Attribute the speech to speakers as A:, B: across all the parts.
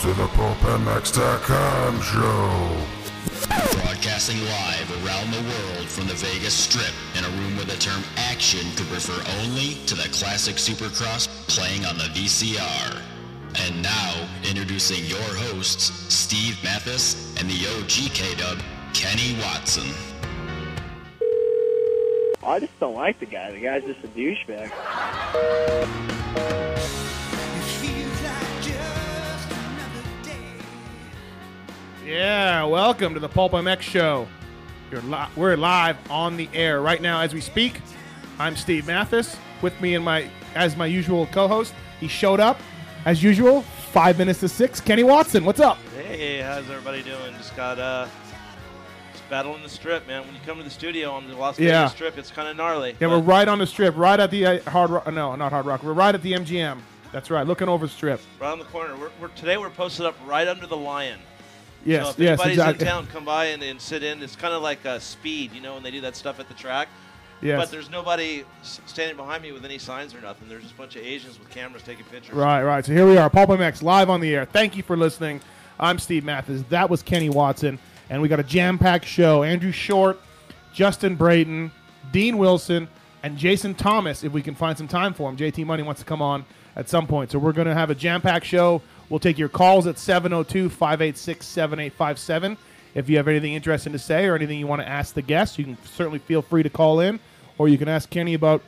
A: to the PulpMX.com show.
B: Broadcasting live around the world from the Vegas Strip in a room where the term action could refer only to the classic Supercross playing on the VCR. And now, introducing your hosts, Steve Mathis and the OGK dub, Kenny Watson.
C: I just don't like the guy. The guy's just a douchebag.
D: Yeah, welcome to the Pulp MX show. You're li- we're live on the air right now as we speak. I'm Steve Mathis. With me and my as my usual co-host, he showed up as usual. Five minutes to six. Kenny Watson, what's up?
E: Hey, how's everybody doing? Just got uh, just battling the strip, man. When you come to the studio on the Las Vegas
D: Yeah.
E: Strip, it's kind of gnarly.
D: Yeah, we're
E: but
D: right on the strip, right at the uh, Hard Rock. No, not Hard Rock. We're right at the MGM. That's right, looking over the strip.
E: right on the corner. We're, we're today we're posted up right under the lion.
D: Yes,
E: so if
D: yes,
E: anybody's
D: exactly.
E: in town, come by and, and sit in. It's kind of like uh, speed, you know, when they do that stuff at the track.
D: Yes.
E: But there's nobody s- standing behind me with any signs or nothing. There's just a bunch of Asians with cameras taking pictures.
D: Right, right. So here we are, Pulp MX live on the air. Thank you for listening. I'm Steve Mathis. That was Kenny Watson, and we got a jam-packed show. Andrew Short, Justin Brayton, Dean Wilson, and Jason Thomas. If we can find some time for him, JT Money wants to come on at some point. So we're going to have a jam-packed show. We'll take your calls at 702-586-7857. If you have anything interesting to say or anything you want to ask the guests, you can certainly feel free to call in, or you can ask Kenny about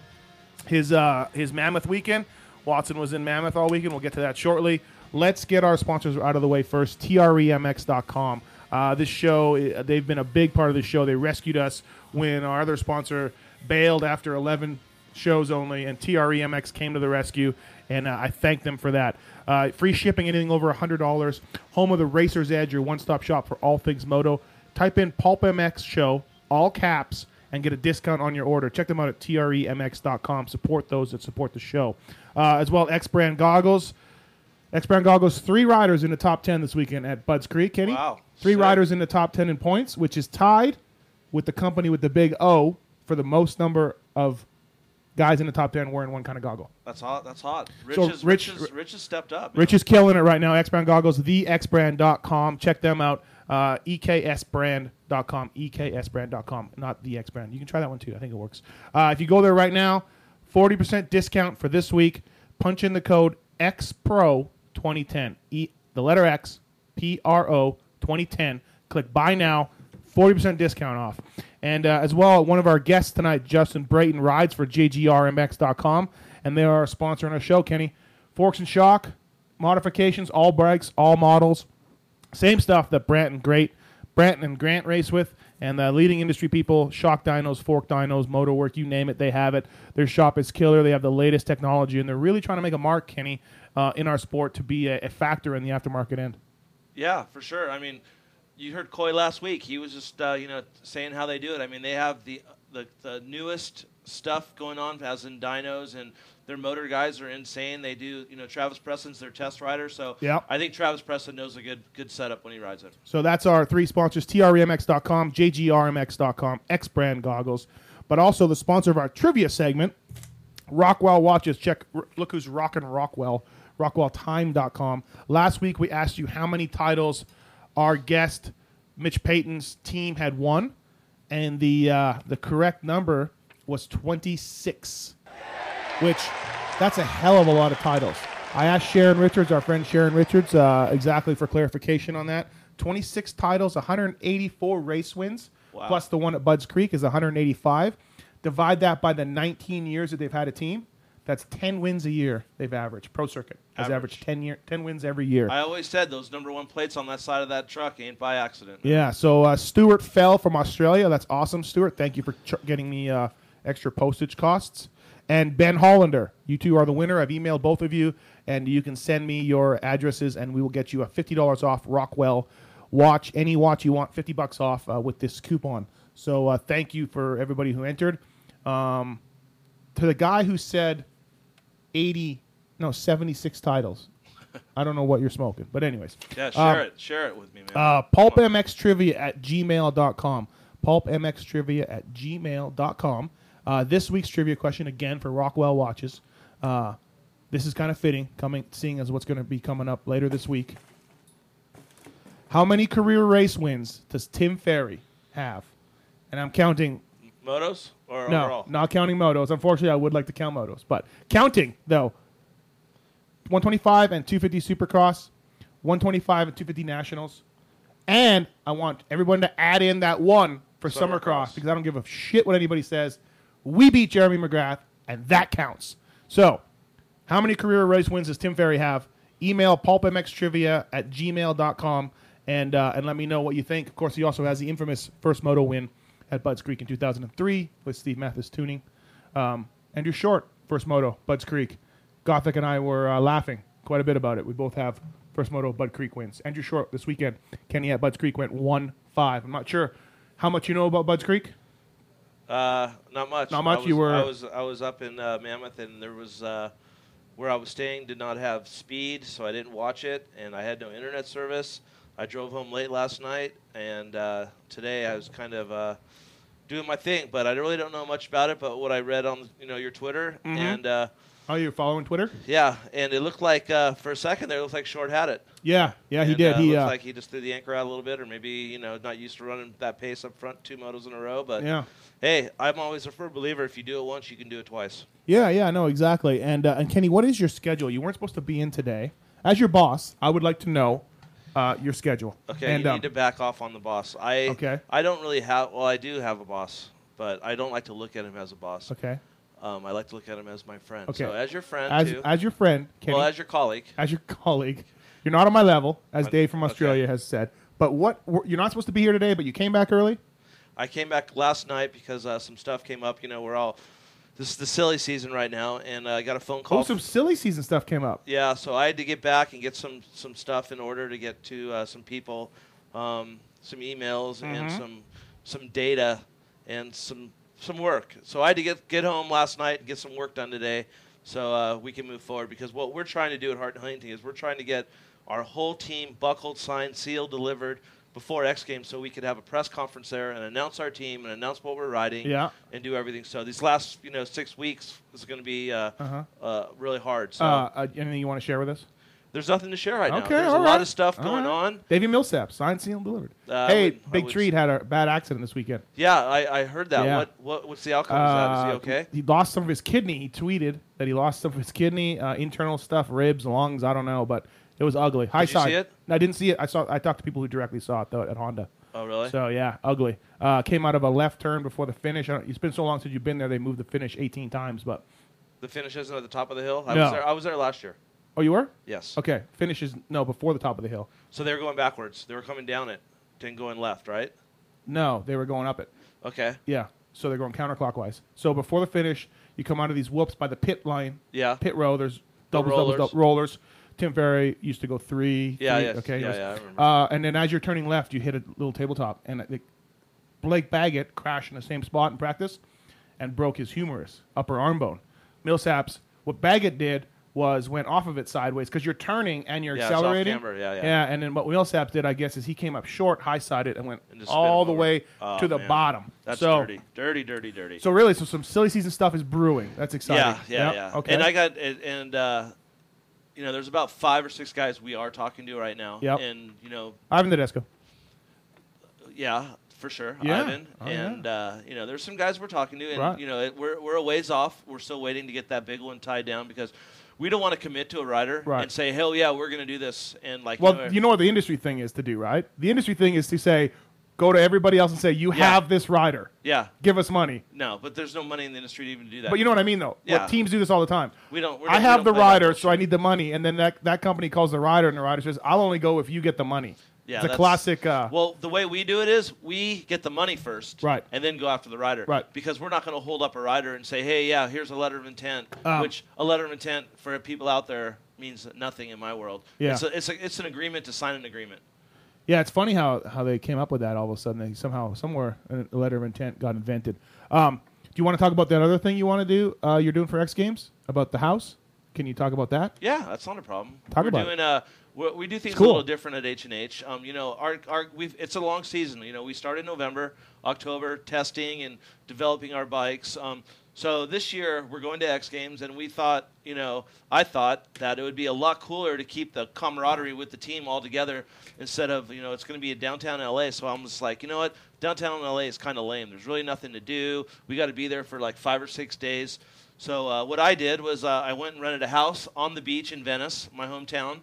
D: his uh, his Mammoth weekend. Watson was in Mammoth all weekend. We'll get to that shortly. Let's get our sponsors out of the way first. E TREMX.com. Uh, this show, uh, they've been a big part of the show. They rescued us when our other sponsor bailed after 11 shows only, and TREMX came to the rescue, and uh, I thank them for that. Uh, free shipping, anything over $100. Home of the Racer's Edge, your one stop shop for all things moto. Type in Pulp MX Show, all caps, and get a discount on your order. Check them out at E tremx.com. Support those that support the show. Uh, as well, X Brand Goggles. X Brand Goggles, three riders in the top 10 this weekend at Budds Creek, Kenny.
E: Wow.
D: Three
E: Sick.
D: riders in the top 10 in points, which is tied with the company with the big O for the most number of guys in the top 10 wearing one kind of goggle.
E: That's hot. That's hot. Rich,
D: So
E: is,
D: Rich-
E: Rich, is, Rich has stepped up.
D: Rich is killing it right now. X Brand Goggles, thexbrand.com. Check them out. Uh, EKSbrand.com. EKSbrand.com, not the X Brand. You can try that one too. I think it works. Uh, if you go there right now, 40% discount for this week. Punch in the code XPRO2010. E, the letter X, P R O 2010. Click buy now. 40% discount off. And uh, as well, one of our guests tonight, Justin Brayton, rides for JGRMX.com. And they are a sponsor on our show, Kenny. Forks and shock, modifications, all bikes, all models. Same stuff that Branton Great, Branton and Grant race with, and the leading industry people, shock dinos, fork dinos, motor work, you name it, they have it. Their shop is killer. They have the latest technology, and they're really trying to make a mark, Kenny, uh, in our sport to be a, a factor in the aftermarket end.
E: Yeah, for sure. I mean, you heard Coy last week. He was just uh, you know saying how they do it. I mean, they have the the, the newest stuff going on, as in dynos and. Their motor guys are insane. They do, you know. Travis Preston's their test rider, so
D: Yep.
E: I think Travis Preston knows a good good setup when he rides it.
D: So that's our three sponsors TREMX.com, JGRMX.com, X Brand Goggles, but also the sponsor of our trivia segment, Rockwell Watches. Check, r- look who's rocking Rockwell, RockwellTime.com. Last week we asked you how many titles our guest, Mitch Payton's team, had won, and the, uh, the correct number was 26 which that's a hell of a lot of titles. I asked Sharon Richards, our friend Sharon Richards, uh, exactly for clarification on that. 26 titles, 184 race wins,
E: Wow.
D: plus the one at Budds Creek is 185. Divide that by the 19 years that they've had a team. That's 10 wins a year they've averaged. Pro Circuit has
E: Average.
D: averaged 10 year 10 wins every year.
E: I always said those number one plates on that side of that truck ain't by accident.
D: Yeah. So uh, Stuart Fell from Australia. That's awesome, Stuart. Thank you for ch- getting me uh, extra postage costs. And Ben Hollander, you two are the winner. I've emailed both of you, and you can send me your addresses, and we will get you a fifty dollars off Rockwell watch. Any watch you want, fifty bucks off uh, with this coupon. So uh, thank you for everybody who entered. Um, to the guy who said eighty, no seventy six titles. I don't know what you're smoking, but anyways.
E: Yeah, share
D: Um,
E: it, share it with me, man.
D: uh, pulpmxtrivia at gmail.com. Pulpmxtrivia at gmail.com. Uh, this week's trivia question, again, for Rockwell Watches. Uh, this is kind of fitting, coming, seeing as what's going to be coming up later this week. How many career race wins does Tim Ferry have? And I'm counting.
E: Motos or
D: No,
E: overall?
D: not counting motos. Unfortunately, I would like to count motos, but counting though. 125 and 250 Supercross, 125 and 250 Nationals, and I want everyone to add in that one for Summercross,
E: Summercross.
D: because I don't give a shit what anybody says. We beat Jeremy McGrath, and that counts. So, how many career race wins does Tim Ferry have? Email pulpmxtrivia at gmail.com and, uh, and let me know what you think. Of course, he also has the infamous first moto win at Budds Creek in 2003 with Steve Mathis tuning. Um, Andrew Short, first moto, Budds Creek. Gothic and I were uh, laughing quite a bit about it. We both have first moto Bud Creek wins. Andrew Short this weekend, Kenny at Budds Creek went 1 5. I'm not sure how much you know about Budds Creek.
E: Uh, not much.
D: Not much,
E: I was,
D: you were-
E: I was I was up in uh, Mammoth, and there was uh, where I was staying did not have speed, so I didn't watch it, and I had no internet service. I drove home late last night, and uh, today I was kind of uh, doing my thing, but I really don't know much about it. But what I read on you know your Twitter,
D: Mm-hmm.
E: and uh,
D: Are you following Twitter?
E: yeah, and it looked like uh, for a second there, it looked like Short had it.
D: Yeah, yeah, he
E: And,
D: did.
E: Uh,
D: he
E: looks
D: uh,
E: like he just threw the anchor out a little bit, or maybe you know not used to running that pace up front, two motos in a row. But
D: Yeah.
E: hey, I'm always a firm believer. If you do it once, you can do it twice.
D: Yeah, yeah, no, exactly. And uh, and Kenny, what is your schedule? You weren't supposed to be in today. As your boss, I would like to know uh, your schedule.
E: Okay,
D: and,
E: you
D: um,
E: need to back off on the boss. I
D: Okay.
E: I don't really have. Well, I do have a boss, but I don't like to look at him as a boss.
D: okay,
E: Um, I like to look at him as my friend.
D: Okay.
E: So as your friend
D: as
E: too.
D: as your friend, Kenny,
E: well,
D: as,
E: as your colleague.
D: your colleague, you're not on my level, as
E: I'm-
D: Dave from
E: okay.
D: Australia has said. But what you're not supposed to be here today, but you came back early.
E: I came back last night because uh, some stuff came up. You know, we're all. This is the silly season right now, and uh, I got a phone call.
D: Oh, some silly season stuff came up.
E: yeah, so I had to get back and get some some stuff in order to get to uh, some people, um, some emails and
D: Mm-hmm.
E: some some data and some some work. So I had to get get home last night and get some work done today, so uh, we can move forward. Because what we're trying to do at Hart and Huntington is we're trying to get our whole team buckled, signed, sealed, delivered before X Games, so we could have a press conference there and announce our team and announce what we're riding
D: Yeah.
E: and do everything. So these last you know six weeks is going to be uh,
D: Uh-huh.
E: uh really hard. So.
D: Uh, uh, anything you want to share with us?
E: There's nothing to share right now.
D: Okay,
E: There's a
D: all
E: lot
D: right.
E: of stuff
D: All
E: going
D: right.
E: on.
D: Davey Millsap, signed, sealed, delivered.
E: Uh, I
D: hey,
E: wouldn't- I
D: Big
E: wouldn't-
D: Treat had a bad accident this weekend.
E: Yeah, I, I heard that.
D: Yeah.
E: What, what what's the outcome? of that? Is he
D: Uh,
E: okay?
D: He lost some of his kidney. He tweeted that he lost some of his kidney, uh, internal stuff, ribs, lungs. I don't know, but it was ugly. High
E: Did you
D: side.
E: see it?
D: No, I didn't see it. I saw. I talked to people who directly saw it though at Honda.
E: Oh really?
D: So yeah, ugly. Uh, came out of a left turn before the finish. I don't, it's been so long since you've been there. They moved the finish 18 times, but
E: the finish isn't at the top of the hill. I
D: No.
E: was there. I was there last year.
D: oh, you were
E: Yes.
D: okay. Finishes no before the top of the hill.
E: So they were going backwards. They were coming down it, then going left, right?
D: No, they were going up it.
E: Okay.
D: Yeah. So they're going counterclockwise. So before the finish, you come out of these whoops by the pit line.
E: Yeah.
D: Pit row. There's
E: The
D: doubles, doubles,
E: rollers.
D: doubles, rollers. Tim Ferry used to go three.
E: Yeah,
D: three,
E: yes.
D: Okay.
E: Yeah,
D: yes.
E: yeah, I remember.
D: Uh, and then as you're turning left, you hit a little tabletop, and I think Blake Baggett crashed in the same spot in practice, and broke his humerus upper arm bone. Millsaps. What Baggett did was went off of it sideways because you're turning and you're
E: Yeah, it's off
D: accelerating.
E: camber, yeah, yeah.
D: Yeah, and then what Millsaps did, I guess, is he came up short, high sided, and went
E: And just spit
D: all
E: him
D: the
E: over.
D: way
E: Oh,
D: to the
E: man.
D: bottom.
E: That's
D: so,
E: dirty, dirty, dirty, dirty.
D: so really, so some silly season stuff is brewing. That's
E: yeah,
D: exciting.
E: yeah,
D: Yep.
E: yeah.
D: Okay.
E: And I got and, and uh, you know, there's about five or six guys we are talking to right now.
D: Yep.
E: And you know,
D: Ivan Tedesco.
E: Yeah, for sure,
D: Yeah.
E: Ivan.
D: Oh, yeah.
E: and uh, you know, there's some guys we're talking to, and
D: Right.
E: you know, it, we're we're a ways off. We're still waiting to get that big one tied down because we don't want to commit to a rider
D: Right.
E: and say, "Hell yeah, we're going to do this." And like,
D: Well,
E: you know,
D: you know what the industry thing is to do, right? The industry thing is to say, go to everybody else and say, you
E: Yeah.
D: have this rider,
E: yeah,
D: give us money.
E: no, but there's no money in the industry to even do that.
D: But you know what I mean, though.
E: Yeah.
D: What teams do this all the time.
E: we don't. We're
D: I
E: not- we
D: have
E: don't
D: the
E: play that
D: rider,
E: bullshit.
D: so I need the money, and then that, that company calls the rider, and the rider says, "I'll only go if you get the money."
E: Yeah,
D: it's a
E: that's-
D: classic. Uh,
E: Well, the way we do it is we get the money first,
D: Right.
E: and then go after the rider,
D: Right.
E: Because we're not going to hold up a rider and say, "Hey, yeah, here's a letter of intent,"
D: Um,
E: which a letter of intent for people out there means nothing in my world.
D: Yeah.
E: it's a, it's, a, it's an agreement to sign an agreement.
D: Yeah, it's funny how, how they came up with that all of a sudden. They somehow, somewhere, a letter of intent got invented. Um, do you want to talk about that other thing you want to do? Uh, you're doing for X Games about the house. Can you talk about that?
E: Yeah, that's not a problem.
D: Talk
E: we're
D: about
E: doing uh we we do things
D: It's cool.
E: a little different at H and H. Um, you know, our our we've it's a long season. You know, we started November, October testing and developing our bikes. Um, so this year we're going to X Games, and we thought, you know, I thought that it would be a lot cooler to keep the camaraderie with the team all together instead of you know it's going to be in downtown LA. So I'm just like, you know what, downtown LA is kind of lame. There's really nothing to do. We got to be there for like five or six days. So uh, what I did was uh, I went and rented a house on the beach in Venice, my hometown,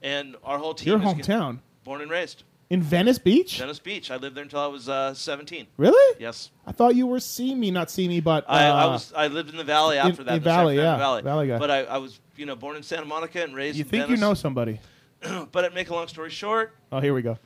E: and our whole team.
D: Your
E: is gonna-
D: hometown
E: born and raised,
D: in Venice Beach.
E: Venice Beach. I lived there until I was uh, 17.
D: Really?
E: Yes,
D: I thought you were see me, not see me, but
E: I, I
D: uh,
E: was. I lived in the valley
D: in-
E: after that.
D: in
E: the San
D: Valley,
E: Fernando
D: yeah, Valley guy.
E: But I, I was, you know, born in Santa Monica and raised.
D: You
E: in
D: think you
E: Venice.
D: know somebody?
E: But to make a long story short,
D: Oh, here we go.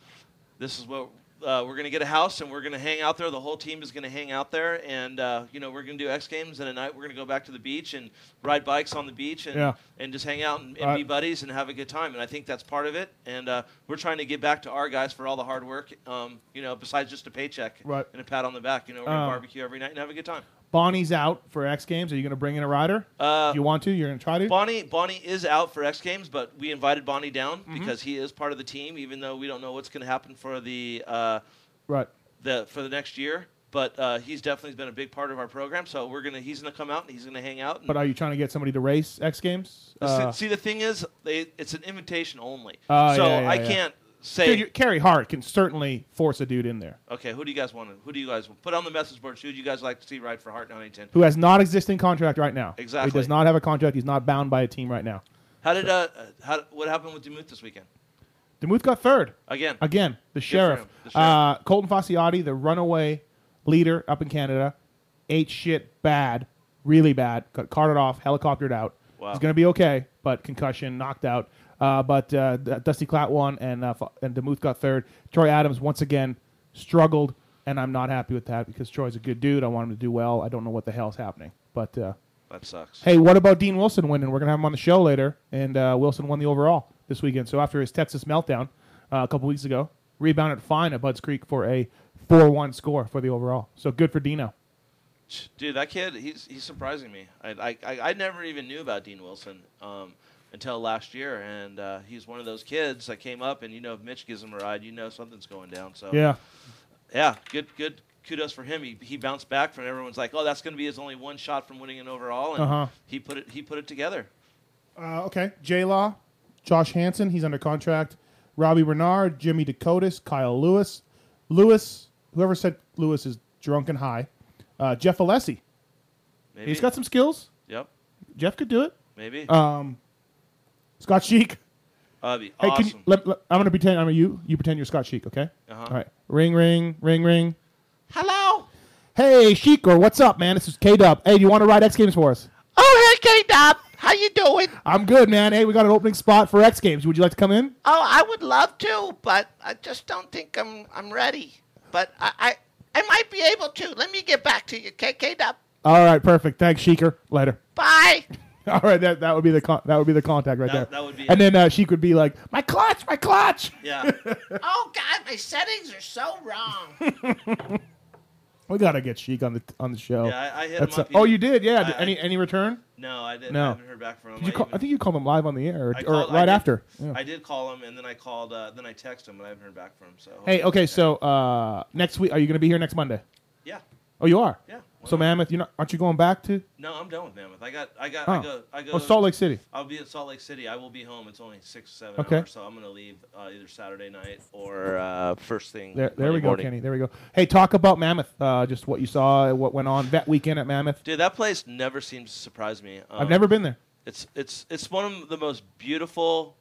E: this is what uh, we're going to get a house and we're going to hang out there. The whole team is going to hang out there, and uh, you know we're going to do X Games, and at night we're going to go back to the beach and ride bikes on the beach and
D: Yeah.
E: and just hang out and, and
D: Uh,
E: be buddies and have a good time. And I think that's part of it. And uh, we're trying to get back to our guys for all the hard work. Um, you know, besides just a paycheck
D: Right.
E: and a pat on the back. You know, we're going to
D: Um,
E: barbecue every night and have a good time.
D: Bonnie's out for X Games. Are you going to bring in a rider?
E: Uh,
D: if you want to? You're going to try to.
E: Bonnie Bonnie is out for X Games, but we invited Bonnie down
D: Mm-hmm.
E: because he is part of the team, even though we don't know what's going to happen for the. Uh,
D: right.
E: the for the next year. But uh, he's definitely been a big part of our program. So we're gonna he's gonna come out and he's gonna hang out. And
D: But are you trying to get somebody to race X Games?
E: The-
D: Uh,
E: see, the thing is, they, it's an invitation only.
D: Oh,
E: so
D: yeah, yeah,
E: I
D: yeah.
E: can't
D: dude,
E: say.
D: you- Carrie Hart can certainly force a dude in there
E: okay, who do you guys want? to Who do you guys put on the message board? Who do you guys like to see ride for Hart Huntington?
D: who has not existing contract right now.
E: Exactly.
D: He does not have a contract. He's not bound by a team right now.
E: How did uh, uh, how, what happened with Demuth this weekend?
D: Demuth got third.
E: Again,
D: Again, the
E: for
D: sheriff.
E: him, the sheriff.
D: Uh, Colton Fasciotti, the runaway leader up in Canada, ate shit bad, really bad. Got carted off, helicoptered out.
E: Wow.
D: He's going to be okay, but concussion, knocked out. Uh, but uh, D- Dusty Clatt won, and uh, Fa- and Demuth got third. Troy Adams once again struggled, and I'm not happy with that because Troy's a good dude. I want him to do well. I don't know what the hell's happening, but uh,
E: that sucks.
D: Hey, what about Dean Wilson winning? We're gonna have him on the show later, and uh, Wilson won the overall this weekend. So after his Texas meltdown uh, a couple weeks ago, rebounded fine at Bud's Creek for a four-one score for the overall. So good for Dino.
E: Dude, that kid, he's he's surprising me. I I, I, I never even knew about Dean Wilson um, until last year, and uh, he's one of those kids that came up, and you know, if Mitch gives him a ride, you know something's going down. So
D: Yeah,
E: yeah, good good kudos for him. He, he bounced back from everyone's like, oh, that's going to be his only one shot from winning an overall, and
D: Uh-huh.
E: he put it he put it together.
D: Uh, okay. J Law, Josh Hansen, he's under contract. Robbie Renard, Jimmy Dakotas, Kyle Lewis. Lewis, whoever said Lewis is drunk and high. Uh, Jeff Alessi.
E: Maybe.
D: He's got some skills.
E: yep,
D: Jeff could do it.
E: maybe.
D: Um, Scott Sheik.
E: That'd be
D: Hey,
E: awesome.
D: can you, let, let- I'm gonna pretend I'm a you. You pretend you're Scott Sheik, okay?
E: Uh-huh.
D: All right. Ring, ring, ring, ring.
E: Hello.
D: Hey, Sheik, or what's up, man? This is K Dub. Hey, do you want to ride X Games for us?
F: Oh, hey, K-Dub. How you doing?
D: I'm good, man. Hey, we got an opening spot for X Games. Would you like to come in?
F: Oh, I would love to, but I just don't think I'm I'm ready. But I I, I might be able to. Let me get back to you, K-Dub.
D: All right, perfect. Thanks, Sheiker. Later.
F: Bye.
D: All right, that, that would be the con- that would be the contact right
E: That-
D: there.
E: that would be
D: and
E: it.
D: then uh, Sheik would be like, "My clutch, my clutch."
E: Yeah.
F: oh, God, my settings are so wrong.
D: We gotta get Sheik on the on the show.
E: Yeah, I- I hit him up.
D: oh, you did, yeah.
E: I- I-
D: any any return?
E: no, I didn't.
D: No.
E: I haven't heard back from him.
D: Did you
E: I
D: call,
E: even-
D: I think you called him live on the air, or,
E: I
D: or
E: called- I
D: right
E: did-
D: after. Yeah.
E: I did call him, and then I called, uh, then I texted him, and I haven't heard back from him. So
D: Hey, okay, so uh, next week, are you gonna be here next Monday?
E: yeah,
D: Oh, you are.
E: yeah. Why
D: So
E: not?
D: Mammoth, you are not aren't you going back to?
E: no, I'm done with Mammoth. I got, I got,
D: Oh.
E: I go, I go.
D: oh, Salt Lake City.
E: I'll be at Salt Lake City. I will be home. It's only six, seven
D: Okay.
E: hours, so I'm gonna leave uh, either Saturday night or uh, first thing.
D: There, there
E: Monday
D: we go,
E: morning.
D: Kenny. There we go. Hey, talk about Mammoth. Uh, just what you saw, what went on. Vet weekend at Mammoth.
E: Dude, that place never seems to surprise me. Um,
D: I've never been there.
E: It's it's it's one of the most beautiful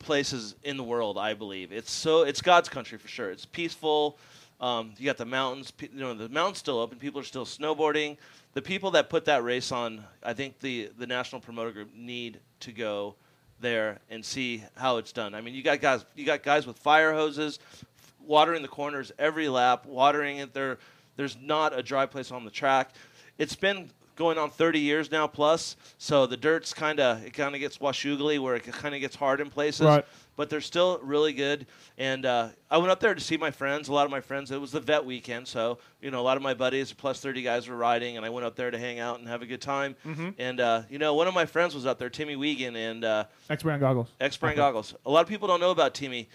E: places in the world, I believe. It's so it's God's country for sure. It's peaceful. Um, you got the mountains. pe- You know the mountains still open. People are still snowboarding. The people that put that race on, I think the the national promoter group need to go there and see how it's done. I mean, you got guys you got guys with fire hoses, f- watering the corners every lap, watering it. There, there's not a dry place on the track. It's been going on 30 years now plus. So the dirt's kind of it kind of gets washugly where it kind of gets hard in places.
D: Right.
E: But they're still really good. And uh, I went up there to see my friends. A lot of my friends. It was the vet weekend, so you know a lot of my buddies, plus 30 guys, were riding, and I went up there to hang out and have a good time. And uh, you know, one of my friends was up there, Timmy Wiegand, and. Uh,
D: X brand goggles. Uh-huh.
E: X brand goggles. A lot of people don't know about Timmy.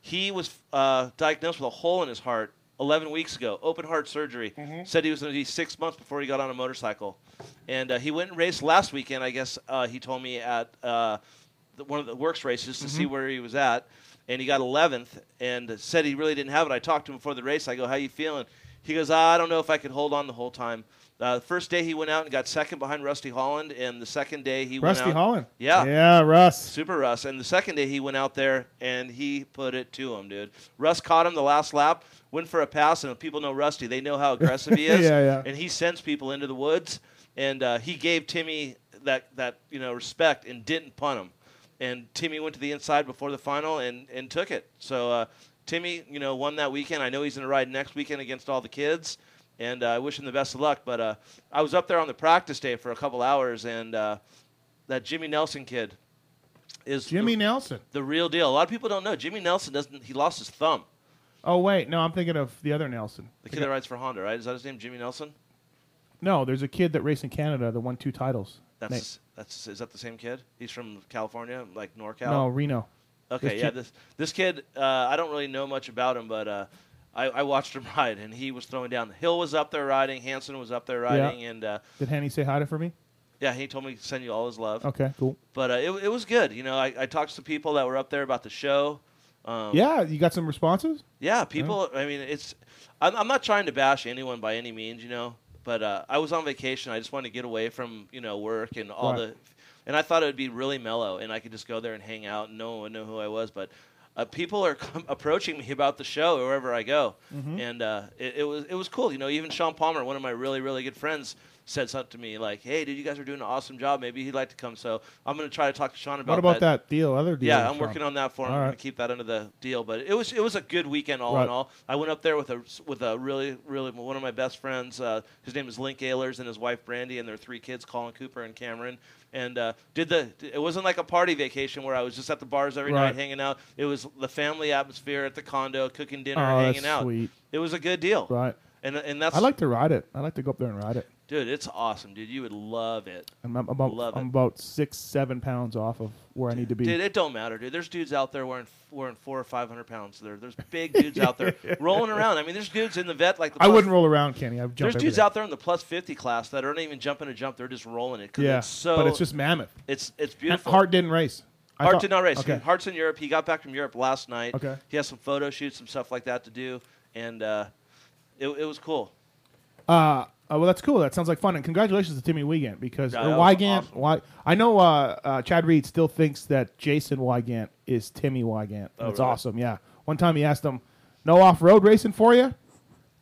E: He was uh, diagnosed with a hole in his heart 11 weeks ago, open heart surgery.
D: Mm-hmm.
E: Said he was going to be six months before he got on a motorcycle. And uh, he went and raced last weekend, I guess uh, he told me, at uh, the, one of the works races to
D: Mm-hmm.
E: see where he was at. And he got 11th and said he really didn't have it. I talked to him before the race. I go, How you feeling? He goes, "Ah, I don't know if I could hold on the whole time. Uh, the first day he went out and got second behind Rusty Holland, and the second day he went
D: Rusty
E: out-
D: Holland.
E: Yeah.
D: Yeah, Russ.
E: Super Russ. And the second day he went out there and he put it to him, dude. Russ caught him the last lap, went for a pass, and if people know Rusty, they know how aggressive he is.
D: Yeah, yeah.
E: And he sends people into the woods. And uh, he gave Timmy that that you know respect and didn't punt him. And Timmy went to the inside before the final and and took it. So uh, Timmy, you know, won that weekend. I know he's going to ride next weekend against all the kids. And uh, I wish him the best of luck. But uh, I was up there on the practice day for a couple hours, and uh, that Jimmy Nelson kid is
D: Jimmy
E: the,
D: Nelson.
E: the real deal. A lot of people don't know Jimmy Nelson doesn't. He lost his thumb.
D: Oh wait, no, I'm thinking of the other Nelson.
E: The kid that rides for Honda, right? Is that his name, Jimmy Nelson?
D: No, there's a kid that raced in Canada that won two titles.
E: That's
D: Nate-
E: that's is that the same kid? He's from California, like NorCal.
D: no Reno.
E: Okay,
D: This
E: yeah.
D: kid-
E: This this kid, uh, I don't really know much about him, but uh, I, I watched him ride, and he was throwing down. Hill was up there riding, Hanson was up there riding, and uh,
D: Did Hanny say hi to for me?
E: yeah, he told me to send you all his love.
D: Okay, cool.
E: But uh, it it was good. You know, I, I talked to people that were up there about the show. Um,
D: Yeah, you got some responses.
E: Yeah, people. I mean, it's. I'm, I'm not trying to bash anyone by any means, you know. But uh, I was on vacation. I just wanted to get away from you know work and all
D: Right.
E: the, and I thought it would be really mellow, and I could just go there and hang out, and no one would know who I was. But uh, people are com- approaching me about the show wherever I go,
D: Mm-hmm.
E: and uh, it, it was it was cool. You know, even Sean Palmer, one of my really really good friends, said something to me like, "Hey, dude, you guys are doing an awesome job. Maybe he'd like to come." So I'm gonna try to talk to Sean about
D: what about that. deal? Other deal?
E: yeah, I'm working on that for him.
D: All
E: I'm gonna
D: right.
E: keep that under the deal. But it was it was a good weekend all
D: Right.
E: in all. I went up there with a with a really really one of my best friends. Uh, his name is Link Ehlers and his wife Brandy and their three kids, Colin Cooper and Cameron. And uh, did the it wasn't like a party vacation where I was just at the bars every
D: Right.
E: night hanging out. It was the family atmosphere at the condo, cooking dinner,
D: Oh,
E: hanging
D: that's
E: out.
D: sweet.
E: It was a good deal.
D: Right.
E: And and that's
D: I like to ride it. I like to go up there and ride it.
E: dude, it's awesome, dude. You would love it.
D: I'm, I'm about
E: Love
D: I'm
E: it.
D: about six seven pounds off of where I need to be.
E: Dude, it don't matter, dude. There's dudes out there wearing wearing four or five hundred pounds. There, there's big dudes out there rolling around. I mean, there's dudes in the vet like the.
D: I
E: plus-
D: wouldn't roll around, Kenny. I'd jump.
E: There's dudes
D: everything.
E: out there in the plus fifty class that aren't even jumping a jump. They're just rolling it. 'cause
D: Yeah,
E: it's so
D: but it's just mammoth.
E: it's it's
D: And
E: beautiful.
D: Hart didn't race. I
E: Hart
D: thought-
E: did not race.
D: Okay.
E: Hart's in Europe. He got back from Europe last night.
D: Okay.
E: He has some photo shoots, some stuff like that to do, and uh, it it was cool.
D: Uh, oh, well, that's cool. That sounds like fun. And congratulations to Timmy Wiegand because
E: Yeah,
D: or
E: that was
D: Wygant.
E: awesome.
D: Wy- I know uh, uh, Chad Reed still thinks that Jason Wygant is Timmy Wygant.
E: Oh,
D: That's
E: really?
D: awesome. Yeah. One time he asked him, "No off road racing for you,"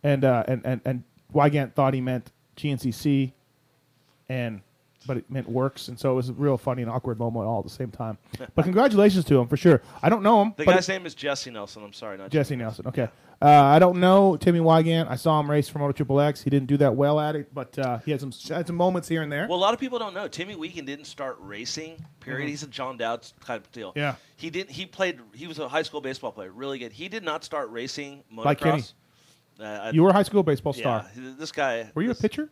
D: and uh, and and and Wygant thought he meant GNCC, and but it meant works, and so it was a real funny and awkward moment all at the same time. But congratulations to him for sure. I don't know him.
E: The
D: but
E: guy's name is Jesse Nelson. I'm sorry, not
D: Jesse Nelson. Okay. Uh, I don't know Timmy Wygant. I saw him race for Moto Triple X. He didn't do that well at it, but uh, he had some had some moments here and there. Mm-hmm.
E: Well, a lot of people don't know Timmy Weekend didn't start racing. Period. He's a John Dowd type of deal.
D: Yeah.
E: He didn't. He played. He was a high school baseball player, really good. He did not start racing motocross.
D: Like Kenny.
E: Uh, I-
D: you were a high school baseball
E: yeah,
D: star.
E: th- This guy.
D: Were you a
E: this-
D: pitcher?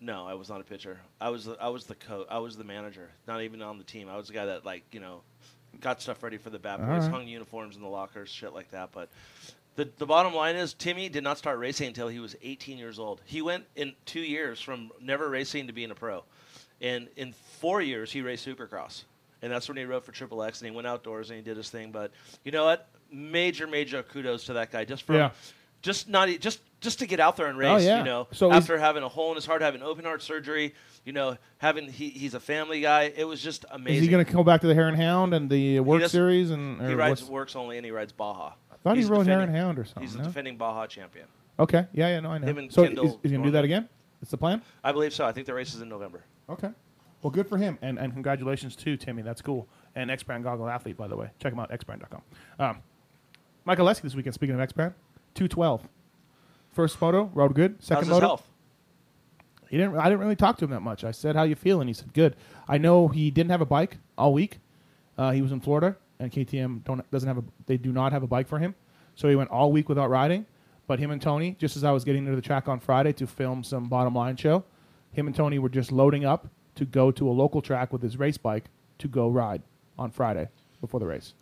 E: No, I was not a pitcher. I was. the- I was the coach. I was the manager. Not even on the team. I was the guy that like you know, got stuff ready for the bad
D: All
E: boys,
D: right.
E: hung uniforms in the lockers, shit like that. But the the bottom line is Timmy did not start racing until he was 18 years old. He went in two years from never racing to being a pro, and in four years he raced Supercross, and that's when he rode for Triple X and he went outdoors and he did his thing. But you know what? Major major kudos to that guy just for.
D: Yeah. Oh,
E: Just not e- just just to get out there and race,
D: yeah.
E: you know.
D: So he's-
E: after having a hole in his heart, having open heart surgery, you know, having he, he's a family guy. It was just amazing.
D: Is he going to come back to the Hare and Hound and the Work
E: does-
D: Series? And
E: He
D: or
E: rides
D: what's-
E: works only and he rides Baja. I
D: thought he rode Hare and Hound or something,
E: He's a
D: no?
E: defending Baja champion.
D: okay. Yeah, yeah, no, I know.
E: Him and
D: so
E: Kendall
D: is, is he going to do
E: going
D: that
E: up.
D: again? That's the plan.
E: I believe so. I think the race is in November.
D: Okay. Well, good for him, and and congratulations to Timmy. That's cool. And X Brand Goggle Athlete, by the way, check him out xbrand.com. Um, Michael Lesky this weekend. Speaking of X Brand, two twelve. First photo, rode good. Second
E: How's his
D: moto,
E: health?
D: He didn't. I didn't really talk to him that much. I said, "How you feeling?" He said, "Good." I know he didn't have a bike all week. Uh, he was in Florida, and KTM don't doesn't have a. They do not have a bike for him, so he went all week without riding. But him and Tony, just as I was getting to the track on Friday to film some bottom line show, him and Tony were just loading up to go to a local track with his race bike to go ride on Friday before the race.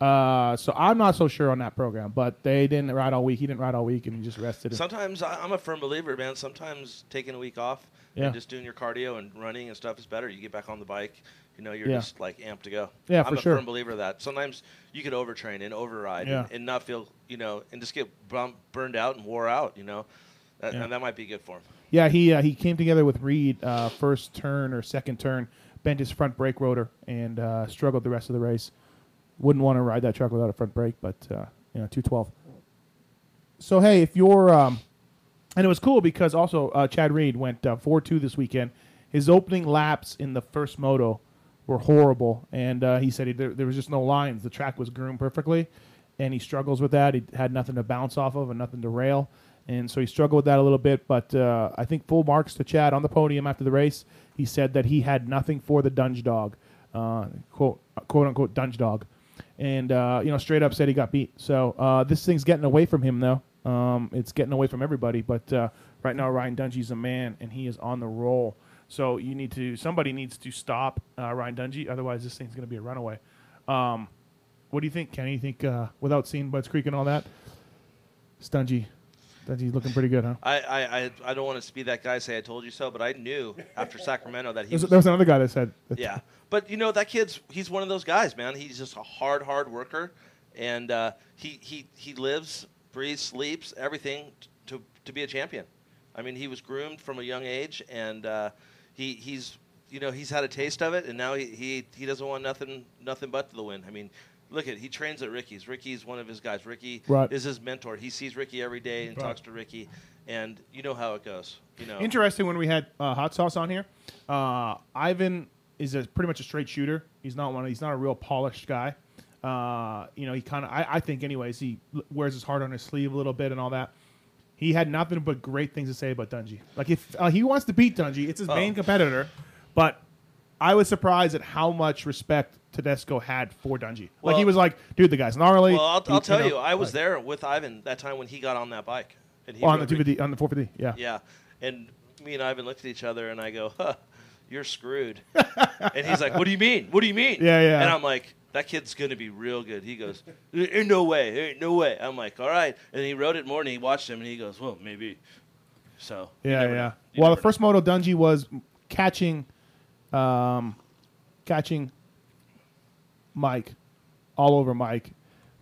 D: Uh, so I'm not so sure on that program, but they didn't ride all week. He didn't ride all week, and he just rested.
E: Sometimes I, I'm a firm believer, man. Sometimes taking a week off
D: Yeah.
E: and just doing your cardio and running and stuff is better. You get back on the bike, you know, you're
D: Yeah.
E: just like amped to go.
D: Yeah, for
E: I'm a
D: sure.
E: firm believer of that. Sometimes you could overtrain and override
D: Yeah.
E: and, and not feel, you know, and just get bum burned out and wore out, you know, that,
D: Yeah.
E: and that might be good for him.
D: Yeah, he uh, he came together with Reed uh, first turn or second turn, bent his front brake rotor, and uh, struggled the rest of the race. Wouldn't want to ride that truck without a front brake, but uh, you know, two twelve. So hey, if you're, um, and it was cool because also uh, Chad Reed went four two this weekend. His opening laps in the first moto were horrible, and uh, he said he, there, there was just no lines. The track was groomed perfectly, and he struggles with that. He had nothing to bounce off of and nothing to rail, and so he struggled with that a little bit. But uh, I think full marks to Chad on the podium after the race. He said that he had nothing for the Dunge Dog, uh, quote quote unquote Dunge Dog, and uh, you know straight up said he got beat. So uh, this thing's getting away from him though. Um, it's getting away from everybody, but uh, right now Ryan Dungey's a man and he is on the roll. So you need to somebody needs to stop uh, Ryan Dungey, otherwise this thing's going to be a runaway. Um, what do you think, Kenny? You think uh, without seeing Bud's Creek and all that, Stungy, Dungey's looking pretty good, huh?
E: I, I, I, I don't want to be that guy say I told you so, but I knew after Sacramento that he
D: There's,
E: was.
D: there was another guy that said,
E: yeah, but you know that kid's he's one of those guys, man. He's just a hard, hard worker, and uh, he he he lives, breathes, sleeps everything t- to to be a champion. I mean, he was groomed from a young age, and uh, he he's you know he's had a taste of it, and now he, he he doesn't want nothing nothing but the win. I mean. Look at he trains at Ricky's. Ricky's one of his guys. Ricky
D: Right.
E: is his mentor. He sees Ricky every day and
D: Right.
E: talks to Ricky, and you know how it goes. You know,
D: Interesting when we had uh, hot sauce on here. Uh, Ivan is a, pretty much a straight shooter. He's not one. Of, he's not a real polished guy. Uh, you know, he kind of. I, I think, anyways, he l- wears his heart on his sleeve a little bit and all that. He had nothing but great things to say about Dungy. Like if uh, he wants to beat Dungy, it's his
E: Oh.
D: main competitor. But I was surprised at how much respect Tedesco had for Dungy. like he
E: Well-
D: was like, dude, the guy's gnarly.
E: Well, I'll,
D: He-
E: I'll tell
D: know,
E: you, I was
D: like,
E: there with Ivan that time when he got on that bike. And he
D: on the
E: rode-
D: 250, on the 450. Yeah.
E: Yeah, and me and Ivan looked at each other, and I go, huh, "You're screwed." and he's like, "What do you mean? What do you mean?"
D: Yeah, yeah.
E: And I'm like, "That kid's gonna be real good." He goes, "There "Ain't no way, there ain't no way." I'm like, "All right." And he rode it more, and he watched him, and he goes, "Well, maybe." So you
D: Yeah,
E: never
D: yeah.
E: know. You
D: Well, the
E: never know.
D: first moto Dungy was catching, um, catching Mike all over Mike,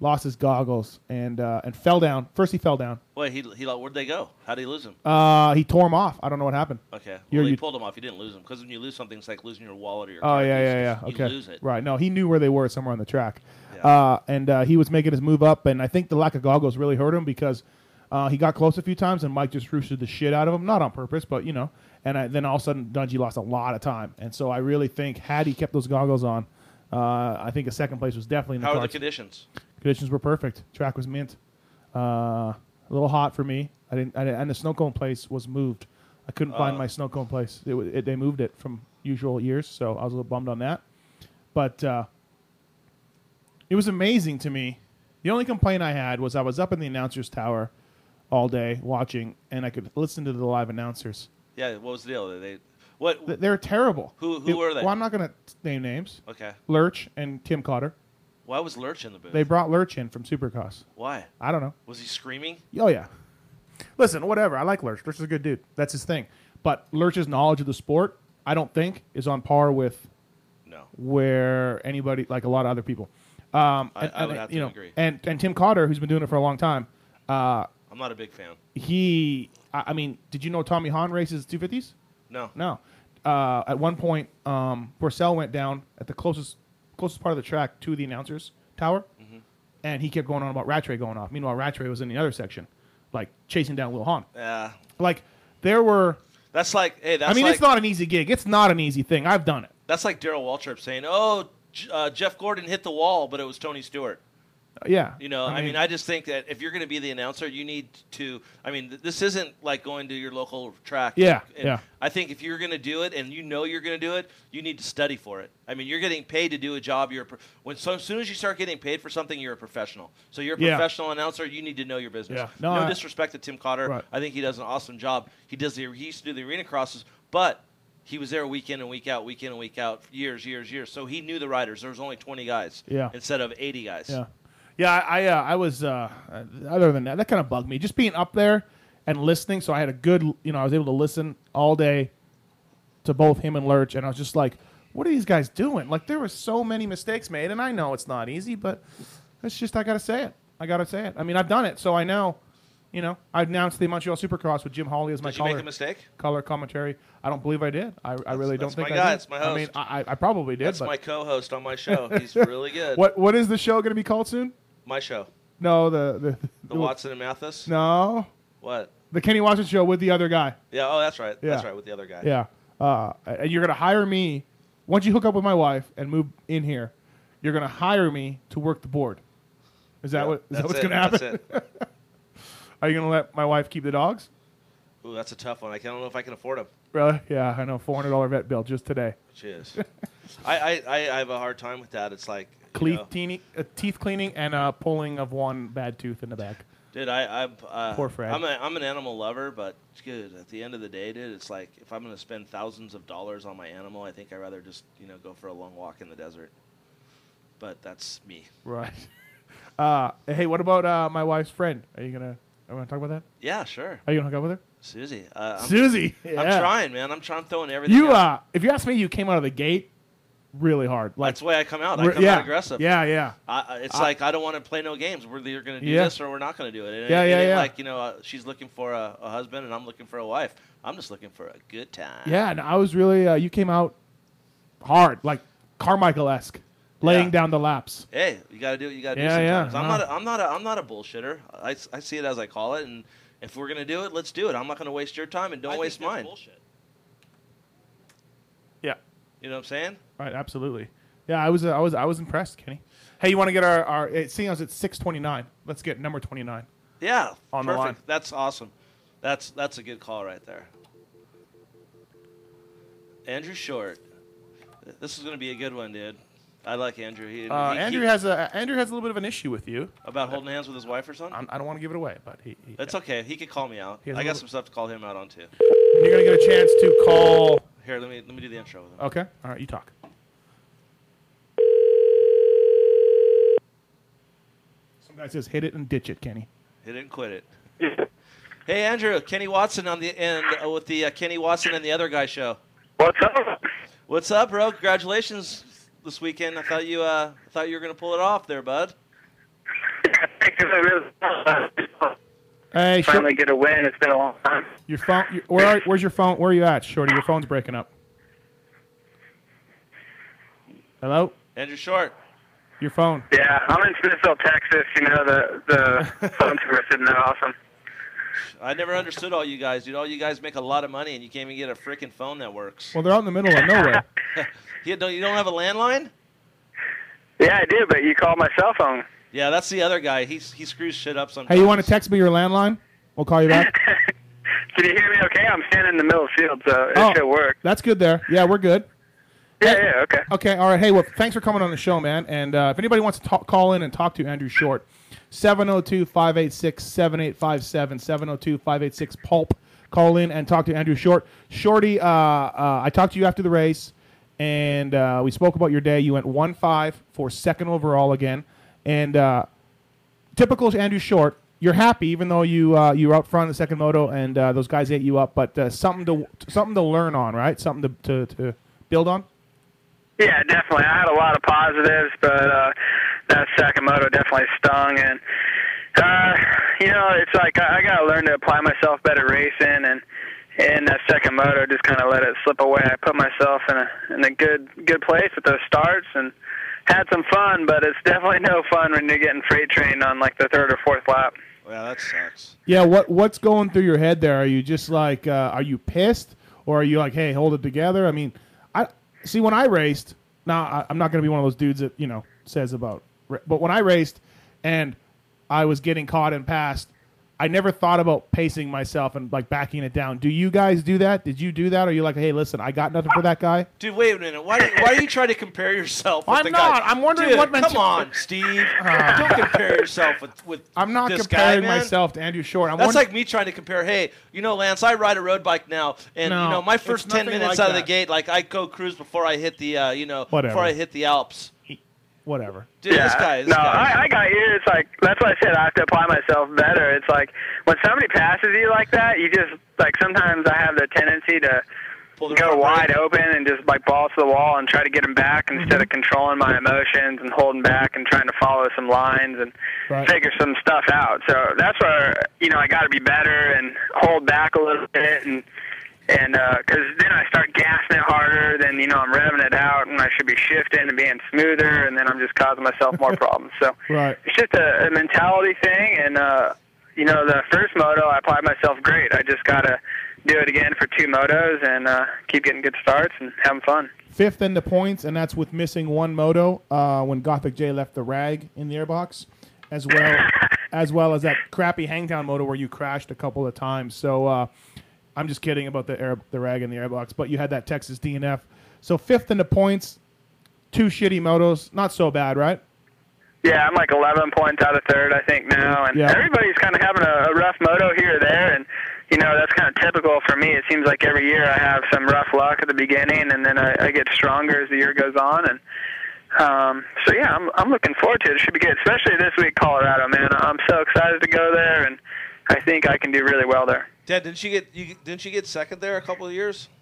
D: lost his goggles and uh, and fell down. First he fell down.
E: wait, he he where'd they go? How would he lose him?
D: Uh, he tore him off. I don't know what happened.
E: Okay,
D: you're-
E: well, he
D: you-
E: pulled him off. He didn't lose him because when you lose something, it's like losing your wallet or your.
D: Oh
E: car
D: yeah,
E: keys.
D: yeah, yeah.
E: You
D: Okay,
E: lose it.
D: right. No, he knew where they were somewhere on the track,
E: Yeah.
D: uh, and uh, he was making his move up. And I think the lack of goggles really hurt him because uh, he got close a few times, and Mike just roosted the shit out of him, not on purpose, but you know. And I, then all of a sudden, Dungy lost a lot of time, and so I really think had he kept those goggles on, uh, I think a second place was definitely in the
E: How are the
D: cards.
E: conditions?
D: Conditions were perfect. Track was mint. Uh, a little hot for me. I didn't, I didn't. And the snow cone place was moved. I couldn't find
E: Oh.
D: my snow cone place. It, wa- it, they moved it from usual years, so I was a little bummed on that. But uh, it was amazing to me. The only complaint I had was I was up in the announcers tower all day watching, and I could listen to the live announcers.
E: Yeah, what was the deal? They what?
D: Th- They're terrible.
E: Who- who
D: It-
E: were they?
D: Well, I'm not going to name names.
E: Okay.
D: Lurch and Tim Cotter.
E: Why was Lurch in the booth?
D: They brought Lurch in from Supercross.
E: Why?
D: I don't know.
E: Was he screaming?
D: Oh yeah. Listen, whatever. I like Lurch. Lurch is a good dude. That's his thing. But Lurch's knowledge of the sport, I don't think, is on par with
E: No.
D: where anybody like a lot of other people. Um,
E: I-
D: and-
E: I would
D: and,
E: have
D: you
E: to
D: know,
E: agree.
D: And and Tim Cotter, who's been doing it for a long time, uh,
E: I'm not a big fan.
D: he. I, I mean, did you know Tommy Hahn races two fifties?
E: No.
D: No. Uh, at one point, um, Porcel went down at the closest closest part of the track to the announcers tower,
E: Mm-hmm.
D: and he kept going on about Rattray going off. Meanwhile, Rattray was in the other section, like chasing down Lil Hahn.
E: Yeah.
D: Like there were.
E: That's like, hey, that's
D: I mean,
E: like,
D: it's not an easy gig. It's not an easy thing. I've done it.
E: that's like Daryl Waltrip saying, oh, J- uh, Jeff Gordon hit the wall, but it was Tony Stewart.
D: Yeah.
E: You know, I mean, I just think that if you're going to be the announcer, you need to. I mean, th- this isn't like going to your local track.
D: Yeah,
E: And
D: yeah.
E: I think if you're going to do it and you know you're going to do it, you need to study for it. I mean, you're getting paid to do a job. You're a pro- when so as soon as you start getting paid for something, you're a professional. So you're a
D: Yeah.
E: professional announcer. You need to know your business.
D: Yeah. No,
E: No,
D: I-
E: disrespect to Tim Cotter.
D: Right.
E: I think he does an awesome job. He does. The, he used to do the arena crosses, but. He was there week in and week out, week in and week out, years, years, years. So he knew the riders. There was only 20 guys
D: Yeah.
E: instead of 80 guys.
D: Yeah, yeah. I I, uh, I was uh, other than that, that kind of bugged me. Just being up there and listening, so I had a good, you know, I was able to listen all day to both him and Lurch, and I was just like, what are these guys doing? Like there were so many mistakes made, and I know it's not easy, but it's just I gotta say it. I gotta say it. I mean, I've done it, so I know. You know, I announced the Montreal Supercross with Jim Hawley as my
E: Did you make
D: caller-
E: a mistake?
D: color commentary. I don't believe I did. I, I really don't
E: that's
D: think
E: my
D: I
E: guy,
D: did.
E: that's my
D: I mean,
E: host.
D: I, I I probably did.
E: That's
D: but
E: my co-host on my show. He's really good.
D: what what is the show going to be called soon?
E: My show,
D: No, the the,
E: the Watson and Mathis.
D: No,
E: What?
D: the Kenny Watson show with the other guy.
E: Yeah. Oh, that's right. That's
D: Yeah.
E: right. With the other guy.
D: Yeah, uh, and you're gonna hire me once you hook up with my wife and move in here. You're gonna hire me to work the board. Is that
E: Yeah,
D: what? Is
E: that's
D: that what's
E: it,
D: gonna happen?
E: That's it.
D: Are you gonna let my wife keep the dogs?
E: Ooh, that's a tough one. I don't know if I can afford him.
D: Really? Yeah, I know. Four hundred dollar vet bill just today.
E: Cheers. I, I, I I have a hard time with that. It's like, you
D: Teeth,
E: know,
D: teeny, uh, teeth cleaning and uh, pulling of one bad tooth in the back.
E: dude. I I'm uh,
D: Poor Fred.
E: I'm, a, I'm an animal lover, but dude, at the end of the day, dude, it's like if I'm gonna spend thousands of dollars on my animal, I think I'd rather just you know go for a long walk in the desert. But that's me.
D: Right. Uh, hey, what about uh, my wife's friend? Are you gonna? Are we gonna talk about that?
E: Yeah, sure,
D: Are you gonna hook up with her?
E: Susie. Uh, I'm,
D: Susie.
E: I'm trying, man. I'm trying. I'm throwing everything.
D: You,
E: out.
D: uh, if you ask me, you came out of the gate really hard. Like,
E: That's the way I come out. I
D: we're-
E: come
D: yeah,
E: out aggressive.
D: Yeah, yeah.
E: I, I- it's
D: I-
E: like I don't want to play no games. We're either going to do
D: Yeah.
E: this or we're not going to do it. And
D: Yeah,
E: it
D: yeah,
E: ain't
D: yeah.
E: Like you know, uh, she's looking for a, a husband and I'm looking for a wife. I'm just looking for a good time.
D: Yeah, and I was really, uh, you came out hard, like Carmichael esque, laying
E: Yeah.
D: down the laps.
E: Hey, you got to do what you got to
D: Yeah,
E: do.
D: yeah,
E: Sometimes I'm
D: no.
E: not. A, I'm not. A, I'm not a bullshitter. I, s- I see it as I call it, and if we're going to do it, let's do it. I'm not going to waste your time and don't waste mine.
D: Yeah.
E: You know what I'm saying?
D: Right, absolutely. Yeah, I was, uh, I was, I was impressed, Kenny. Hey, you want to get our, our it, seeing us at 629, let's get number 29.
E: Yeah.
D: On the
E: perfect.
D: line.
E: That's awesome. That's that's a good call right there. Andrew Short. This is going to be a good one, dude. I like Andrew. He,
D: Uh,
E: he-
D: Andrew
E: he-
D: has a, Andrew has a little bit of an issue with you.
E: about holding hands with his wife or something.
D: I'm, I don't want to give it away, but he, he
E: That's okay. He could call me out.
D: He has
E: I
D: a
E: got
D: little-
E: some stuff to call him out on too.
D: you're going to get a chance to call. Uh,
E: Here, let me let me do the intro with him.
D: Okay. All right, you talk. Some guy says hit it and ditch it, Kenny.
E: He didn't quit it. hey, Andrew, Kenny Watson on the end uh, with the uh, Kenny Watson and the other guy show.
G: What's up?
E: What's up, bro? Congratulations this weekend. I thought you uh I thought you were gonna pull it off there, bud.
D: Hey, Shor-
G: Finally get a win. It's been a long time.
D: your phone. Your, where are, where's your phone? Where are you at, Shorty? Your phone's breaking up. Hello,
E: Andrew Short.
D: your phone.
G: Yeah, I'm in Smithville, Texas. You know the the phone service isn't that awesome.
E: I never understood all you guys, dude. All you guys make a lot of money and you can't even get a freaking phone that works.
D: Well, they're out in the middle of nowhere.
E: You don't, you don't have a landline?
G: Yeah, I do, but you called my cell phone.
E: Yeah, that's the other guy. He's, he screws shit up sometimes.
D: Hey, you want to text me your landline? We'll call you back.
G: Can you hear me? Okay, I'm standing in the middle of the field, so it
D: Oh.
G: should work.
D: That's good there. Yeah, we're good.
G: Yeah, yeah, okay.
D: Okay, all right. Hey, well, thanks for coming on the show, man. And uh, if anybody wants to talk, call in and talk to Andrew Short, 702 586 7857, 702 586 PULP. Call in and talk to Andrew Short. Shorty, uh, uh, I talked to you after the race, and uh, we spoke about your day. You went 1 5 for second overall again. And uh, typical Andrew Short. You're happy, even though you uh, you were out front in the second moto, and uh, those guys ate you up. But uh, something to something to learn on, right? Something to, to, to build on.
G: Yeah, definitely. I had a lot of positives, but uh, that second moto definitely stung. And uh, you know, it's like I, I got to learn to apply myself better racing, and and that second moto just kind of let it slip away. I put myself in a in a good good place with those starts and had some fun, but it's definitely no fun when you're getting freight trained on like the third or fourth lap.
E: Yeah, that sucks.
D: Yeah, what what's going through your head there? Are you just like, uh, are you pissed, or are you like, hey, hold it together? I mean, I see when I raced. Now I, I'm not going to be one of those dudes that you know says about, ra- but when I raced, and I was getting caught and passed. I never thought about pacing myself and like backing it down. Do you guys do that? Did you do that? Or you like, hey, listen, I got nothing for that guy?
E: Dude, wait a minute. Why, why are you trying to compare yourself with
D: I'm
E: the
D: not.
E: guy?
D: I'm wondering
E: Dude,
D: what meant
E: Come
D: to-
E: on, Steve. Don't compare yourself with, with
D: I'm not
E: this
D: comparing
E: guy, man.
D: myself to Andrew Short. I'm
E: That's
D: wondering-
E: like me trying to compare. Hey, you know, Lance, I ride a road bike now, and
D: No,
E: you know, my first
D: it's
E: ten
D: nothing
E: minutes
D: like
E: out of
D: that.
E: the gate, like I go cruise before I hit the, uh, you know,
D: Whatever.
E: before I hit the Alps.
D: whatever.
E: Dude, this guy. This
H: no,
E: guy.
H: I, I got you. It's like that's why I said I have to apply myself better. It's like when somebody passes you like that, you just like sometimes I have the tendency to
E: Pull the
H: go
E: rubber.
H: wide open and just like balls to the wall and try to get them back instead of controlling my emotions and holding back and trying to follow some lines and
D: Right.
H: figure some stuff out. So that's where you know I got to be better and hold back a little bit and and because then I start gassing it harder. Then you know I'm revving it out and I should be shifting and being smoother and then I'm just causing myself more problems. So
D: Right.
H: it's just a, a mentality thing and uh you know the first moto i applied myself great i just gotta do it again for two motos and uh keep getting good starts and having fun
D: fifth in the points, and that's with missing one moto uh, when Gothic J left the rag in the airbox, as well as well as that crappy Hangtown moto where you crashed a couple of times. So uh, I'm just kidding about the air, the rag in the airbox, but you had that Texas DNF. So fifth in the points, two shitty motos, not so bad, right?
H: yeah i'm like 11 points out of third i think now and
D: Yeah.
H: everybody's kind of having a, a rough moto here or there and you know that's kind of typical for me it seems like every year i have some rough luck at the beginning and then i, I get stronger as the year goes on and um, so yeah, I'm I'm looking forward to it. It should be good, especially this week, Colorado, man. I'm so excited to go there, and I think I can do really well there.
E: Dad, didn't you get you didn't you get second there a couple of years?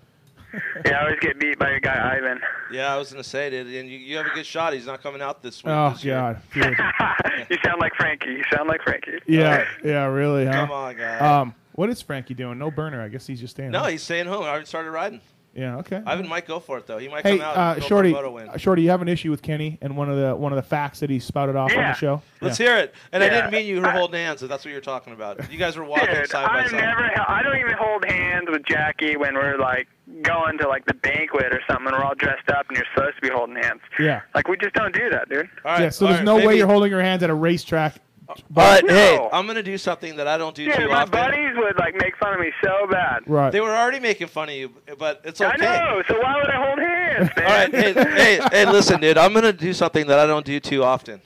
H: Yeah, I always get beat by your guy Ivan.
E: Yeah, I was gonna say, dude, and you, you have a good shot. He's not coming out this week.
D: Oh
E: this year.
D: God, dude.
H: you sound like Frankie. You sound like Frankie.
D: yeah, yeah, really, huh?
E: Come on, guy.
D: Um, what is Frankie doing? No burner, I guess he's just staying.
E: no,
D: right?
E: he's staying home. I already started riding.
D: yeah, okay.
E: Ivan might go for it though. He might
D: Hey,
E: come out.
D: uh,
E: and go
D: Shorty,
E: for a moto win.
D: Shorty, you have an issue with Kenny and one of the one of the facts that he spouted off on
H: Yeah.
D: the show.
E: Let's
D: Yeah.
E: hear it. And I
H: Yeah.
E: didn't mean you were
H: I-
E: holding hands. If that's what you're talking about. You guys were walking
H: Dude,
E: side by
H: I've
E: side.
H: never. hel- I don't even hold hands with Jackie when we're like going to like the banquet or something, and we're all dressed up, and you're supposed to be holding hands.
D: Yeah.
H: Like we just don't do that, dude.
E: All right,
D: yeah, so
E: all
D: there's
E: right,
D: no way
E: maybe- Uh,
D: you're holding your hands at a racetrack.
E: All right,
H: No.
E: hey, I'm gonna do something that I don't do
H: Dude,
E: too
H: my
E: often.
H: buddies would like make fun of me so bad.
D: Right.
E: They were already making fun of you, but it's okay.
H: I know. So why would I hold hands, man?
E: All right, hey, hey, hey, listen, dude, I'm gonna do something that I don't do too often.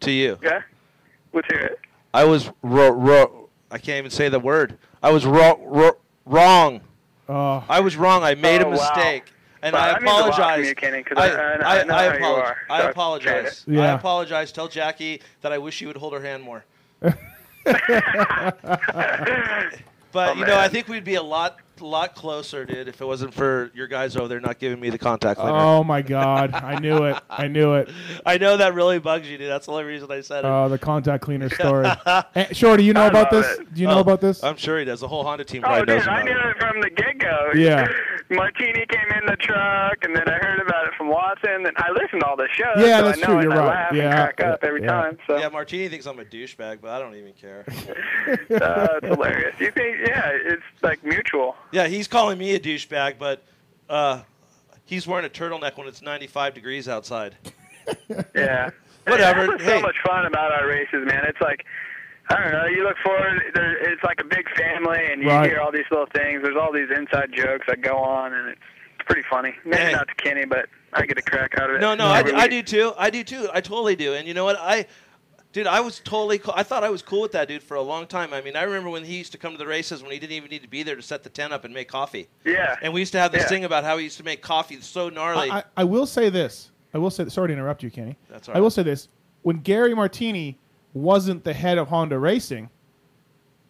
E: To you,
H: Okay. Let's hear it.
E: I was ro- ro- I can't even say the word. I was ro- ro- wrong.
D: Oh,
E: I was wrong. I made
H: Oh,
E: a
H: wow.
E: mistake, and
H: Wow,
E: I
H: that means a lot
E: apologize.
H: from you, Kenny, 'cause I- I- I know how you
E: apologize.
H: are,
E: I
H: so
E: apologize.
D: appreciate it.
E: I
D: Yeah.
E: apologize. Tell Jackie that I wish you would hold her hand more. but you know, I
H: Oh, man.
E: think we'd be a lot, lot closer, dude, if it wasn't for your guys over there not giving me the contact later.
D: oh my God! I knew it. I knew it.
E: I know that really bugs you, dude. That's the only reason I said it.
D: Oh, the contact cleaner story. Eh, Shorty, you know about
H: love
D: this?
H: it.
D: Do you know
E: Oh,
D: about this?
E: I'm sure he does. The whole Honda team
H: Oh,
E: probably
H: dude,
E: knows
H: I
E: about
H: knew
E: it.
H: it from the get go.
D: Yeah.
H: Martini came in the truck, and then I heard about it from Watson, and I listened to all the shows.
D: Yeah,
H: so
D: that's
H: I know
D: true,
H: it,
D: you're
H: and
D: right.
H: I laugh
D: Yeah,
H: and crack up every
D: yeah.
H: time. So
E: Yeah, Martini thinks I'm a douchebag, but I don't even care.
H: uh, it's hilarious. You think? Yeah, it's like mutual.
E: yeah, he's calling me a douchebag, but uh, he's wearing a turtleneck when it's 95 degrees outside.
H: Yeah.
E: Whatever.
H: There's
E: Hey.
H: so much fun about our races, man. It's like. I don't know. You look forward. There, it's like a big family, and you
D: Right.
H: hear all these little things. There's all these inside jokes that go on, and it's pretty funny. Maybe
E: Hey.
H: not to Kenny, but I get a crack out of it.
E: No, no, I,
H: every
E: I
H: week.
E: do too. I do too. I totally do. And you know what? I, dude, I was totally. Cool. I thought I was cool with that dude for a long time. I mean, I remember when he used to come to the races when he didn't even need to be there to set the tent up and make coffee.
H: Yeah.
E: And we used to have this
H: Yeah.
E: thing about how he used to make coffee so gnarly.
D: I, I, I will say this. I will say. Sorry to interrupt you, Kenny.
E: That's
D: I
E: all right.
D: will say this. When Gary Martini wasn't the head of Honda Racing,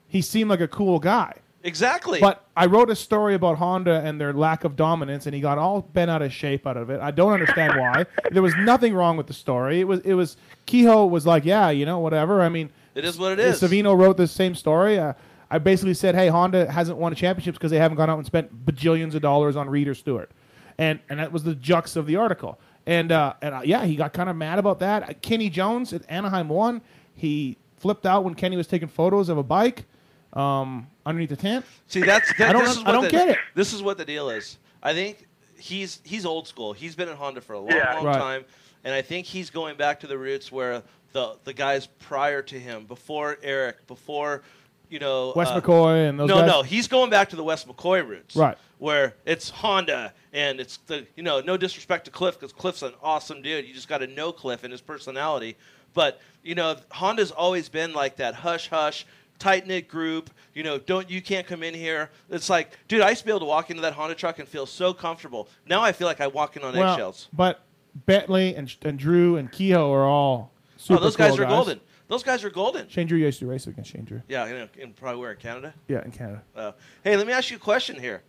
D: he seemed like a cool guy.
E: exactly.
D: But I wrote a story about Honda and their lack of dominance, and he got all bent out of shape out of it. I don't understand why. there was nothing wrong with the story. It was it was Kehoe was like, yeah, you know, whatever. I mean,
E: It is what it is.
D: Savino wrote the same story. Uh, I basically said, hey, Honda hasn't won championships because they haven't gone out and spent bajillions of dollars on Reader Stewart, and and that was the jux of the article. And uh, and uh, yeah, he got kind of mad about that. Uh, Kenny Jones at Anaheim won. He flipped out when Kenny was taking photos of a bike um, underneath the tent.
E: See, that's that,
D: I don't-
E: this is
D: I
E: what
D: don't
E: the,
D: get it.
E: This is what the deal is. I think he's he's old school. He's been at Honda for a long,
H: Yeah.
E: long
D: Right.
E: time, and I think he's going back to the roots where the the guys prior to him, before Eric, before you know
D: Wes
E: uh,
D: McCoy and those
E: no,
D: guys?
E: no, he's going back to the West McCoy roots,
D: Right.
E: Where it's Honda and it's the you know no disrespect to Cliff because Cliff's an awesome dude. You just got to know Cliff and his personality, but you know Honda's always been like that hush hush. Tight knit group, you know. Don't you can't come in here. It's like, dude, I used to be able to walk into that Honda truck and feel so comfortable. Now I feel like I walk in on
D: Well,
E: eggshells.
D: But Bentley and, and Drew and Kehoe are all super
E: oh, those guys
D: cool
E: are golden. Those guys are golden.
D: Shane Drew used to race against Shane Drew.
E: Yeah, you know, in probably where in Canada.
D: Yeah, in Canada.
E: Uh, hey, let me ask you a question here,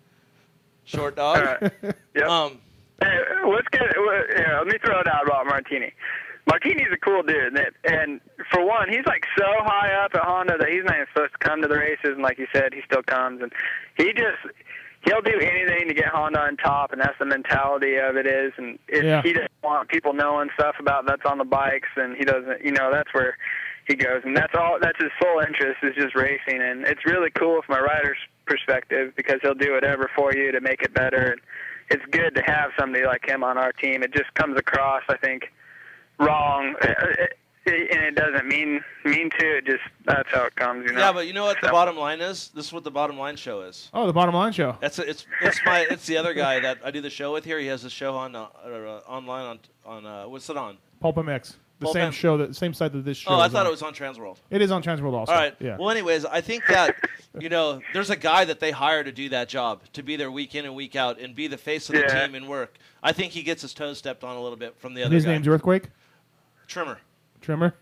E: short dog.
H: Yep.
E: um,
H: Hey, uh, let's get. Yeah, let me throw it out about Martini. Martini's a cool dude, and, and for one, he's like so high up at Honda that he's not even supposed to come to the races. And like you said, he still comes, and he just he'll do anything to get Honda on top, and that's the mentality of it is. And it,
D: Yeah.
H: he doesn't want people knowing stuff about that's on the bikes, and he doesn't. You know, that's where he goes, and that's all. That's his sole interest is just racing, and it's really cool from a rider's perspective because he'll do whatever for you to make it better. And it's good to have somebody like him on our team. It just comes across, I think, wrong, uh, uh, and it doesn't mean mean to. It just that's how it comes, you know.
E: yeah, but you know what the
H: So-
E: bottom line is? This is what the bottom line show is.
D: Oh, the bottom line show.
E: That's it's it's my it's the other guy that I do the show with here. He has a show on uh, uh, online on on uh, what's it on?
D: Pulp MX. The
E: Pulp
D: same
E: M-
D: show that same site that this show.
E: Oh, I
D: is
E: thought
D: on.
E: it was on Transworld.
D: It is on Transworld also.
E: All right.
D: Yeah.
E: Well, anyways, I think that you know there's a guy that they hire to do that job, to be there week in and week out, and be the face of the
H: Yeah.
E: team and work. I think he gets his toes stepped on a little bit from the
D: And
E: other
D: his
E: guy.
D: name's Earthquake
E: Trimmer.
D: Trimmer.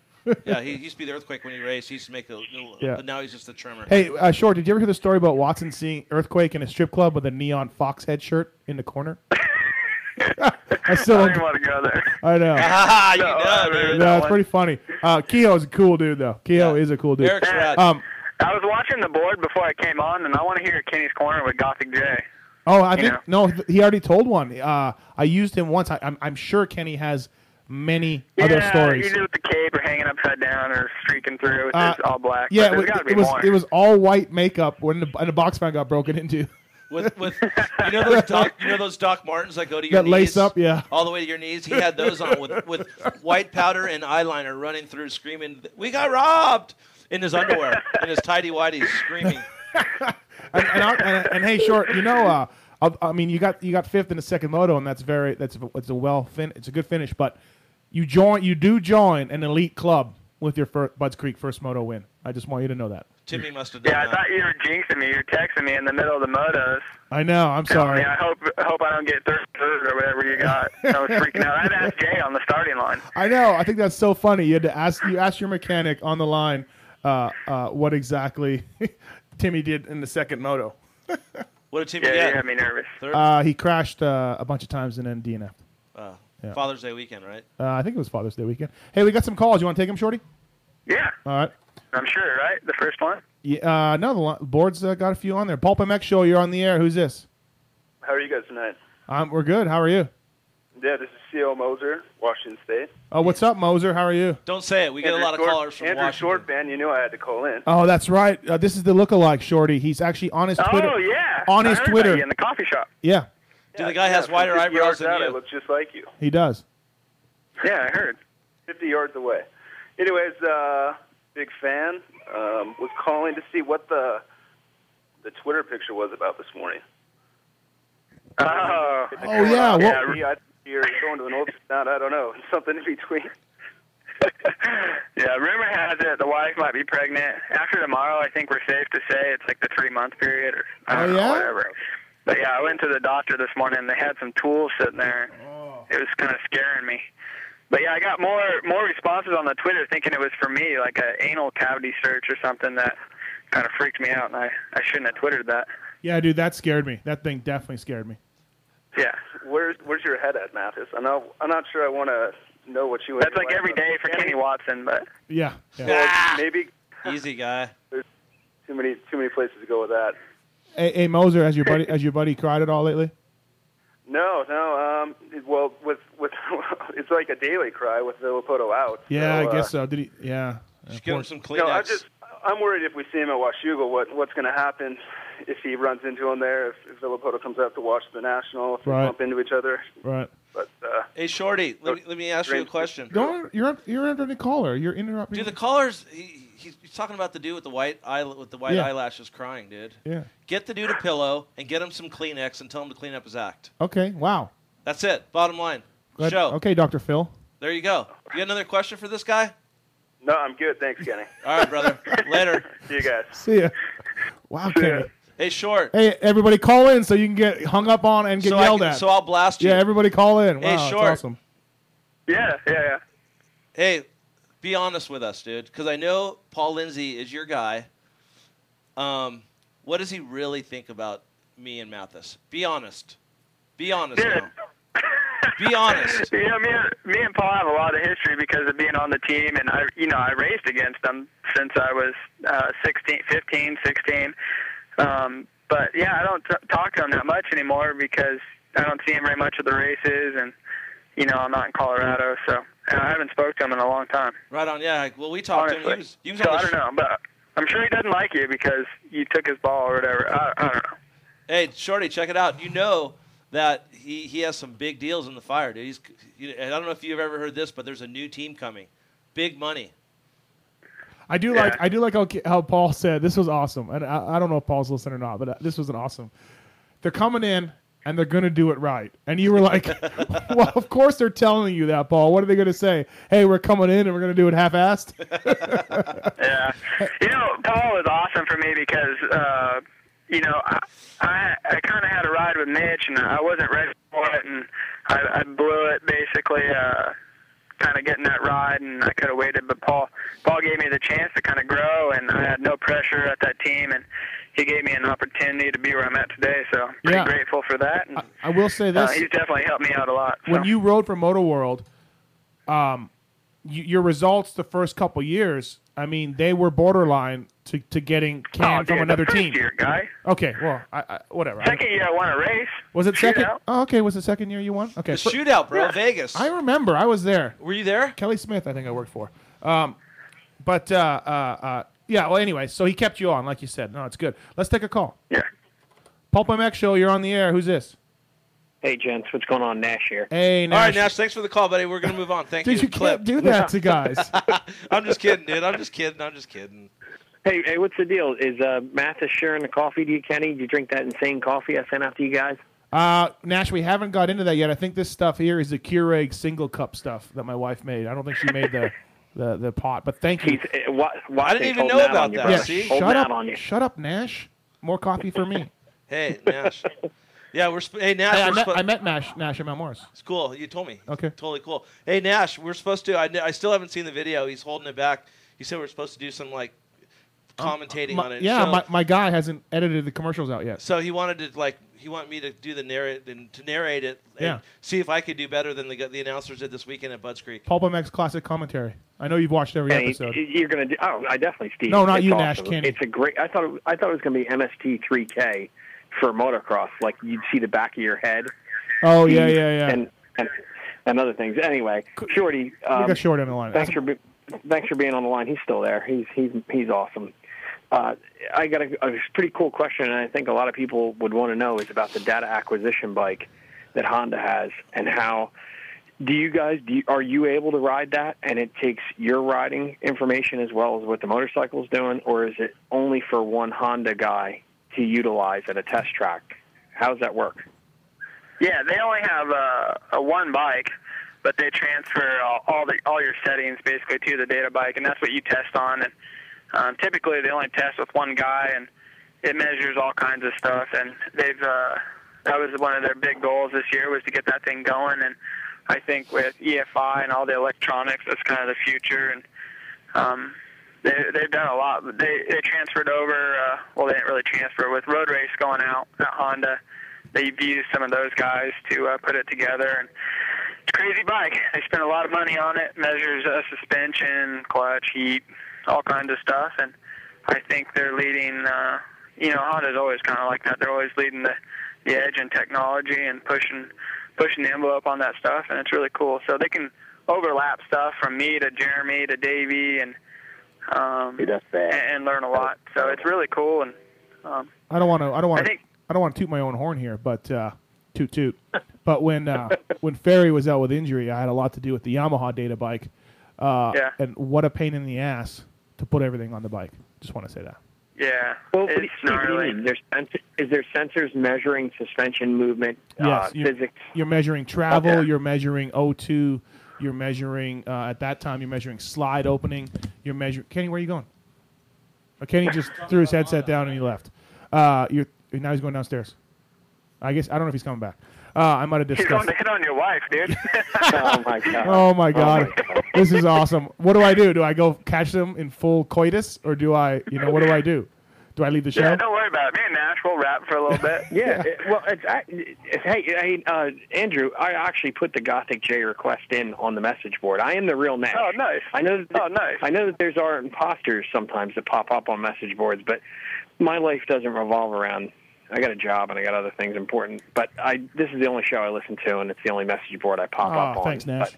E: Yeah, he used to be the earthquake when he raced. He used to make a little,
D: Yeah.
E: but now he's just the trimmer.
D: hey, uh, short. Did you ever hear the story about Watson seeing Earthquake in a strip club with a neon fox head shirt in the corner? I still.
H: I
D: don't-
H: don't even want to go there.
D: I know.
E: Ah, you
H: No,
E: know,
H: I mean-
E: dude.
D: No, it's pretty funny. Uh, Kehoe's a cool dude though. Kehoe
E: Yeah.
D: is a cool dude.
E: Eric's rad.
D: Um.
H: I was watching the board before I came on, and I want to hear Kenny's corner with Gothic J.
D: Oh, I
H: you
D: think
H: know?
D: no. th- He already told one. Uh, I used him once. I, I'm, I'm sure Kenny has many other
H: yeah,
D: stories.
H: either with the cape or hanging upside down or streaking through. It's
D: Uh,
H: just all black.
D: Yeah,
H: but
D: it
H: there's
D: was,
H: got to be
D: it was
H: more.
D: it was all white makeup when the, and the box fan got broken into.
E: with with you know those Doc, you know those Doc Martens that go to your
D: That lace
E: knees?
D: up, yeah.
E: all the way to your knees. He had those on with with white powder and eyeliner, running through, screaming, "We got robbed!" in his underwear, in his tidy whities, screaming.
D: and, and, I, and, and hey, short, you know, uh, I, I mean, you got you got fifth in the second moto, and that's very that's it's a well fin it's a good finish, but you join you do join an elite club with your fir- Bud's Creek first moto win. I just want you to know that.
E: Timmy must have done
H: yeah, I
E: that.
H: thought you were jinxing me. You were texting me in the middle of the motos.
D: I know. I'm sorry.
H: Yeah, I hope I hope I don't get third, third or whatever you got. I was freaking out. I'd ask Jay on the starting line.
D: I know. I think that's so funny. You had to ask you asked your mechanic on the line uh, uh, what exactly Timmy did in the second moto.
E: What did Timmy
H: Yeah,
E: get?
H: you had me nervous.
E: Third
D: Uh, he crashed uh, a bunch of times and then DNF.
E: Uh,
D: yeah.
E: Father's Day weekend, right?
D: Uh, I think it was Father's Day weekend. Hey, we got some calls. You want to take them, Shorty?
H: Yeah,
D: All right.
H: I'm sure, right? The first one.
D: Yeah, uh, no, the li- board's uh, got a few on there. Pulp MX show, you're on the air. Who's this?
G: How are you guys tonight?
D: Um, we're good. How are you?
G: Yeah, this is C.O. Moser, Washington State.
D: Oh, what's up, Moser? How are you?
E: Don't say it. We get a lot of
G: Short-
E: callers from
G: Andrew
E: Washington.
G: Short, man, you knew I had to call in.
D: Oh, that's right. Uh, this is the lookalike Shorty. He's actually on his Twitter.
H: Oh yeah,
D: On his
H: I heard about
D: Twitter.
H: you in the coffee shop.
D: Yeah,
E: Dude, the guy has
G: from
E: wider
G: 50
E: eyebrows
G: yards
E: than
G: out,
E: you.
G: I look just like you.
D: he does.
H: Yeah, I heard.
G: 50 yards away. Anyways, uh, big fan. Um, was calling to see what the the Twitter picture was about this morning.
H: Oh,
D: Oh, yeah.
G: yeah,
D: Well,
G: I, you're going to an ultrasound. I don't know, something in between.
H: yeah. Rumor has it the wife might be pregnant after tomorrow. I think we're safe to say it's like the three month period or I
D: Oh,
H: don't
D: yeah?
H: know, whatever. But yeah, I went to the doctor this morning. and They had some tools sitting there.
D: Oh.
H: It was kind of scaring me. But yeah, I got more more responses on the Twitter thinking it was for me, like a anal cavity search or something that kind of freaked me out, and I I shouldn't have twittered that.
D: Yeah, dude, that scared me. That thing definitely scared me.
H: Yeah.
G: Where's Where's your head at, Mathis? I'm not. I'm not sure. I want to know what you. and
H: That's
G: your
H: like
G: wife
H: every
G: are.
H: day for Kenny Watson, but
D: Yeah. yeah.
G: Well, Maybe
E: Easy guy.
G: too many too many places to go with that.
D: Hey, hey, Moser, has your buddy has your buddy cried at all lately?
G: No, no. Um, it- well, with with it's like a daily cry with Villapoto out.
D: Yeah,
G: so,
D: I guess
G: Uh,
D: so. Did he? Yeah.
E: Just give him some Kleenex.
G: no, I just I'm worried if we see him at Washugo, what what's going to happen if he runs into him there? If, if Villapoto comes out to watch the national, if
D: Right.
G: they bump into each other.
D: Right.
G: But uh,
E: Hey, Shorty, let me, let me ask you a question.
D: Don't you're you're under the caller. You're interrupting.
E: Dude, the caller's he, he's, he's talking about the dude with the white eye with the white
D: Yeah.
E: eyelashes crying, dude.
D: yeah.
E: Get the dude a pillow and get him some Kleenex and tell him to clean up his act.
D: Okay. Wow.
E: That's it. Bottom line.
D: Glad-
E: Show.
D: Okay, Doctor Phil.
E: There you go. You got another question for this guy?
H: No, I'm good. Thanks, Kenny.
E: All right, brother. Later.
H: See you guys.
D: See ya. Wow, Kenny.
E: Hey, short.
D: Hey, everybody, call in so you can get hung up on and get
E: so
D: yelled
E: I,
D: at.
E: So I'll blast you.
D: yeah, everybody, call in.
E: Hey,
D: Wow, that's
E: Short.
D: awesome.
H: Yeah, yeah, yeah.
E: hey, be honest with us, dude, because I know Paul Lindsay is your guy. Um, what does he really think about me and Mathis? Be honest. Be honest
H: Dude.
E: now. Be honest.
H: Yeah, me, and- me and Paul have a lot of history because of being on the team, and I, you know, I raced against them since I was uh, 16, 15, 16. Um, but yeah, I don't t- talk to him that much anymore because I don't see him very much at the races, and you know, I'm not in Colorado, so and I haven't spoke to him in a long time.
E: Right on. Yeah. Well, we talked to him. He
H: Honestly,
E: was, he was
H: so
E: on
H: I
E: the
H: don't know, but I'm sure he doesn't like you because you took his ball or whatever. I, I don't know.
E: Hey, Shorty, check it out. You know that he, he has some big deals in the fire, dude. He's, you know, and I don't know if you've ever heard this, but there's a new team coming. Big money.
D: I do
H: Yeah.
D: like I do like how, how Paul said this was awesome, and I, I don't know if Paul's listening or not, but uh, this was an awesome. They're coming in and they're gonna do it right, and you were like, "Well, of course they're telling you that, Paul. What are they gonna say? Hey, we're coming in and we're gonna do it half-assed."
H: Yeah. You know, Paul was awesome for me because, uh, you know, I, I, I kind of had a ride with Mitch and I wasn't ready for it and I, I blew it basically, uh, kind of getting that ride and I could have waited, but Paul, Paul gave me the chance to kind of grow and I had no pressure at that team and he gave me an opportunity to be where I'm at today. So pretty
D: Yeah.
H: grateful for that. And,
D: I, I will say
H: uh,
D: this:
H: he's definitely helped me out a lot. So.
D: when you rode for Motor World, um, y- your results the first couple years, I mean, they were borderline to, to getting
H: oh,
D: canned
H: dude,
D: from
H: the
D: another
H: first
D: team.
H: year, guy.
D: Okay, well, I, I, whatever. I-
H: Second year, I won a race.
D: was it second?
H: Shootout.
D: Oh, okay, was it second year you won? Okay,
E: The
D: fir-
E: shootout, bro. Vegas.
D: I remember. I was there.
E: Were you there?
D: Kelly Smith, I think I worked for. Um, but uh, uh, uh, yeah. Well, anyway, so he kept you on, like you said. No, it's good. Let's take a call.
H: Yeah.
D: Pulp MX show. You're on the air. Who's this?
I: Hey, gents, what's going on? Nash here.
D: Hey, Nash.
E: All right, Nash. Thanks for the call, buddy. We're gonna move on. Thank
D: Dude,
E: you.
D: you
E: Clip.
D: can't do that to guys.
E: I'm just kidding, dude. I'm just kidding. I'm just kidding.
I: Hey, hey, what's the deal? Is uh, Mathis sharing the coffee to you, Kenny? Did you drink that insane coffee I sent out to you guys?
D: Uh, Nash, we haven't got into that yet. I think this stuff here is the Keurig single cup stuff that my wife made. I don't think she made the the, the pot, but thank you.
I: He's, uh, what, what,
E: I eh, didn't even know about that,
D: Yeah,
E: see?
I: Hold
D: shut
I: out
D: up,
I: on you.
D: shut up, Nash. More coffee for me.
E: Hey, Nash. yeah, we're. Sp- hey, Nash.
D: Hey, I
E: we're
D: met,
E: sp-
D: I met Nash, Nash at Mount Morris.
E: It's cool. You told me.
D: Okay.
E: Totally cool. Hey Nash, we're supposed to. I, kn- I still haven't seen the video. He's holding it back. He said we're supposed to do some like commentating
D: Um, My-
E: on it.
D: yeah,
E: so,
D: my, my guy hasn't edited the commercials out yet.
E: so he wanted to like he wanted me to do the narrate and to narrate it. and
D: Yeah.
E: See if I could do better than the gu- the announcers did this weekend at Bud's Creek.
D: Pulp MX classic commentary. I know you've watched every
I: Kenny,
D: episode.
I: you're gonna do. Oh, I definitely Steve.
D: No, not
I: It's
D: you,
I: awesome.
D: Nash, Kenny.
I: It's a great. I thought. It, I thought it was gonna be MST3K for motocross. Like you'd see the back of your head.
D: Oh yeah, yeah, yeah.
I: And and, and other things. Anyway, Shorty.
D: we
I: Um,
D: got short on the line.
I: thanks for be, thanks for being on the line. He's still there. He's he's he's awesome. Uh, I got a, a pretty cool question, and I think a lot of people would want to know is about the data acquisition bike that Honda has, and how do you guys do? You, are you able to ride that, and it takes your riding information as well as what the motorcycle's doing, or is it only for one Honda guy to utilize at a test track? How does that work?
H: Yeah, they only have a, a one bike, but they transfer all, all the all your settings basically to the data bike, and that's what you test on. And um, typically, they only test with one guy, and it measures all kinds of stuff. And they've uh, that was one of their big goals this year was to get that thing going. And I think with EFI and all the electronics, that's kind of the future. And um, they, they've done a lot. They they transferred over. Uh, well, they didn't really transfer with Road Race going out at Honda. They've used some of those guys to uh, put it together. And it's a crazy bike. They spent a lot of money on it. Measures uh, suspension, clutch, heat, all kinds of stuff. And I think they're leading. Uh, you know, Honda's always kind of like that. They're always leading the the edge in technology and pushing pushing the envelope on that stuff. And it's really cool. So they can overlap stuff from me to Jeremy to Davey and um,
I: Dude, that's
H: and,
I: bad.
H: and learn a lot. So it's really cool. And um,
D: I don't want to. I don't want
H: I
D: to.
H: think-
D: I don't want to toot my own horn here, but uh, toot toot. But when uh, when Ferry was out with injury, I had a lot to do with the Yamaha data bike. Uh,
H: Yeah.
D: And what a pain in the ass to put everything on the bike. Just want to say that.
H: Yeah.
I: Well, what do
H: it's
I: you- what do you
H: gnarly.
I: mean? There's sens- is there sensors measuring suspension movement,
H: Ah,
I: uh,
D: Yes, you-
I: physics?
D: You're measuring travel.
I: Yeah.
D: You're measuring O2. You're measuring uh, at that time. You're measuring slide opening. You're measuring. Kenny, where are you going? Oh, Kenny just threw his headset down and he left. Uh, you're now he's going downstairs. I guess I don't know if he's coming back. Uh, I might have
H: He's going
D: discussed.
H: to hit on your wife, dude.
I: oh my god!
D: Oh my god, this is awesome. What do I do? Do I go catch them in full coitus, or do I, you know, what do I do? Do I leave the show?
H: yeah, don't worry about it. Me and Nash will rap for a little bit.
I: Yeah, it- well, it's, I, it's hey, hey uh, Andrew, I actually put the Gothic J request in on the message board. I am the real Nash.
H: Oh, nice.
I: I know. That
H: Oh, nice.
I: I know that there's our imposters sometimes that pop up on message boards, but my life doesn't revolve around. I got a job and I got other things important, but I this is the only show I listen to, and it's the only message board I pop up
D: Ah,
I: on.
D: thanks, Nash.
I: But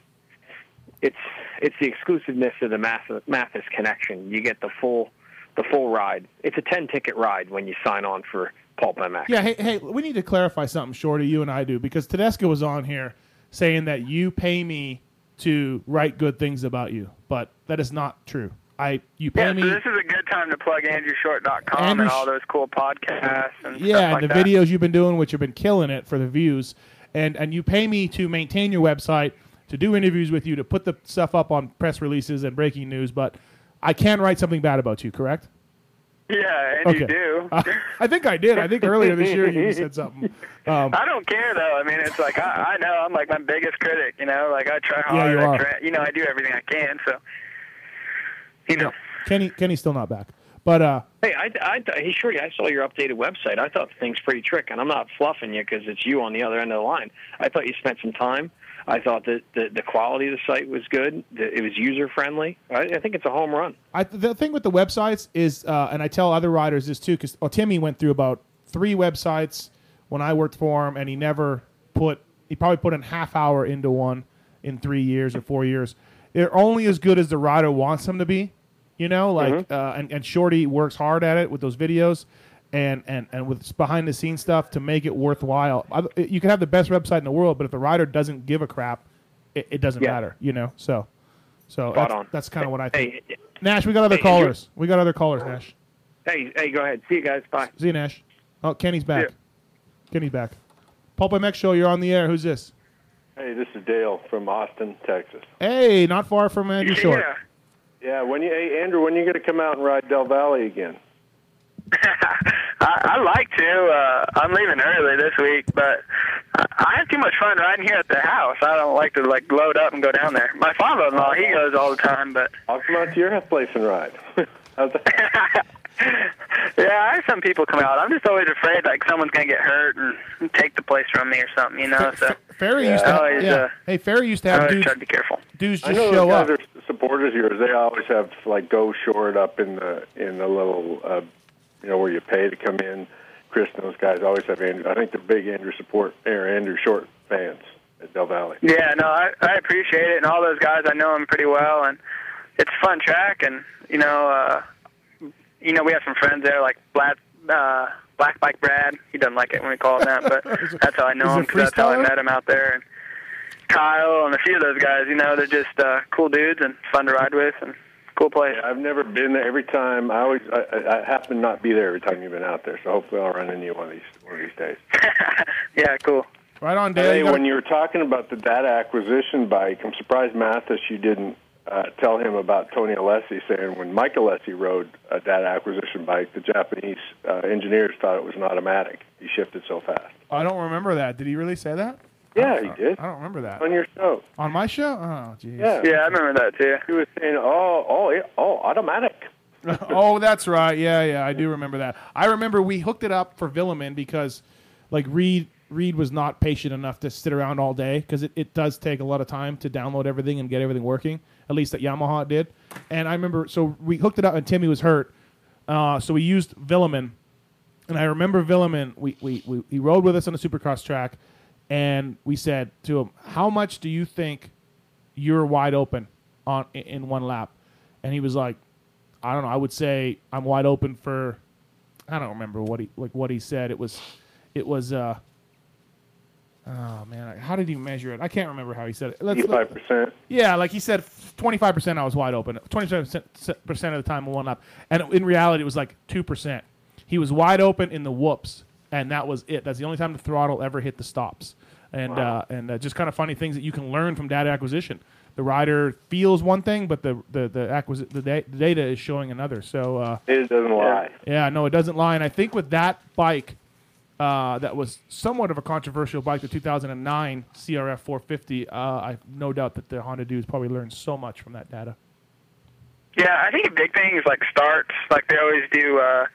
I: it's it's the exclusiveness of the Mathis, Mathis connection. You get the full the full ride. It's a ten ticket ride when you sign on for Pulp MX.
D: Yeah, hey, hey, we need to clarify something, Shorty, you and I do, because Tedesco was on here saying that you pay me to write good things about you, but that is not true. I you pay
H: Yeah,
D: me,
H: so this is a good time to plug AndrewShort.com
D: Andrew
H: and
D: Sh-
H: all those cool podcasts and stuff
D: yeah,
H: like
D: and the
H: that.
D: videos you've been doing, which have been killing it for the views, and and you pay me to maintain your website, to do interviews with you, to put the stuff up on press releases and breaking news, but I can write something bad about you, correct?
H: Yeah, and
D: Okay.
H: you do.
D: Uh, I think I did. I think earlier this year you said something. Um,
H: I don't care though. I mean, it's like I, I know I'm like my biggest critic. You know, like I try hard.
D: Yeah, you
H: I
D: are.
H: Try, you know, I do everything I can. So, you know,
D: Kenny Kenny's still not back, but uh,
I: Hey, I, I, hey, Shorty, I saw your updated website. I thought the thing's pretty trick, and I'm not fluffing you because it's you on the other end of the line. I thought you spent some time. I thought that the, the quality of the site was good. That it was user friendly. I, I think it's a home run.
D: I, the thing with the websites is, uh, and I tell other riders this too, because well, Timmy went through about three websites when I worked for him, and he never put, he probably put an half hour into one in three years or four years. They're only as good as the rider wants them to be, you know. Like,
I: Mm-hmm.
D: uh, and, and Shorty works hard at it with those videos, and and and with behind the scenes stuff to make it worthwhile. Oth- You can have the best website in the world, but if the rider doesn't give a crap, it, it doesn't
I: Yeah.
D: matter, you know. So, so
I: Spot
D: that's,
I: on.
D: that's kind of what I think.
I: Hey,
D: Nash, we got other
I: Hey, Andrew.
D: callers. We got other callers, Nash.
I: hey, hey, go ahead. See you guys. Bye.
D: See you, Nash. Oh, Kenny's back.
H: Yeah.
D: Kenny's back. Pulp MX show, you're on the air. Who's this?
J: Hey, this is Dale from Austin, Texas.
D: Hey, not far from Andrew Short.
H: yeah.
J: Yeah, when you, hey Andrew, when you going to come out and ride Del Valley again?
H: I, I like to. Uh, I'm leaving early this week, but I, I have too much fun riding here at the house. I don't like to like load up and go down there. My father-in-law, he goes all the time, but
J: I'll come out to your place and ride. How's that?
H: yeah, I have some people come out. I'm just always afraid like someone's gonna get hurt and take the place from me or something, you know. So
D: Ferry used to.
H: Yeah. Oh,
D: Have,
H: he's,
D: yeah.
H: uh,
D: hey, Ferry used to
H: I
D: have
H: always
D: dudes,
H: try to be careful.
D: dudes
J: I
D: just
J: know
D: show
J: those
D: up.
J: other supporters of yours. They always have like go short up in the in the little uh, you know where you pay to come in. Chris and those guys always have Andrew. I think they're big Andrew support or Andrew Short fans at Del Valley.
H: Yeah, no, I, I appreciate it, and all those guys I know them pretty well, and it's a fun track, and you know, uh, you know, we have some friends there like Black uh, Black Bike Brad. He doesn't like it when we call him that, but that's how I
D: Is
H: know
D: he
H: him because that's how I
D: freestyler?
H: met him out there. And Kyle and a few of those guys, you know, they're just uh, cool dudes and fun to ride with, and cool place.
J: Yeah, I've never been there. Every time I always I, I, I happen to not be there every time you've been out there. So hopefully I'll run into you one of these one of these days.
H: yeah, cool.
D: Right on, Dale.
J: Hey,
D: You gotta-
J: when you were talking about the data acquisition bike, I'm surprised Mathis you didn't uh, tell him about Tony Alessi saying when Mike Alessi rode a data acquisition bike, the Japanese uh, engineers thought it was an automatic. He shifted so fast.
D: I don't remember that. Did he really say that?
J: Yeah, he did
D: I don't remember that.
J: on your show.
D: On my show? Oh, jeez.
J: Yeah,
H: Yeah, I remember that too.
J: he was saying, "Oh, oh, oh, automatic."
D: oh, that's right. Yeah, yeah, I do remember that. I remember we hooked it up for Villeman because, like, Reed Reed was not patient enough to sit around all day because it, it does take a lot of time to download everything and get everything working. At least at Yamaha it did. And I remember, so we hooked it up and Timmy was hurt, uh, so we used Villeman. And I remember Villeman, we, we, we, he rode with us on a supercross track, and we said to him, How much do you think you're wide open on in- in one lap? And he was like, I don't know. I would say I'm wide open for. I don't remember what he like. What he said. It was, it was. uh Oh man, how did he measure it? I can't remember how he said it. Let's-
J: Eighty-five percent.
D: Yeah, like he said, twenty five percent I was wide open. Twenty five percent of the time I went up, and in reality it was like two percent. He was wide open in the whoops, and that was it. That's the only time the throttle ever hit the stops. And
K: Wow.
D: uh, and uh, just kind of funny things that you can learn from data acquisition. The rider feels one thing, but the the the, acquisi- the, da- the data is showing another. So uh,
J: It doesn't lie.
D: yeah, no, it doesn't lie. And I think with that bike, uh, that was somewhat of a controversial bike, the 2009 CRF 450. Uh, I no doubt that the Honda dudes probably learned so much from that data.
H: Yeah, I think a big thing is like starts. Like they always do. uh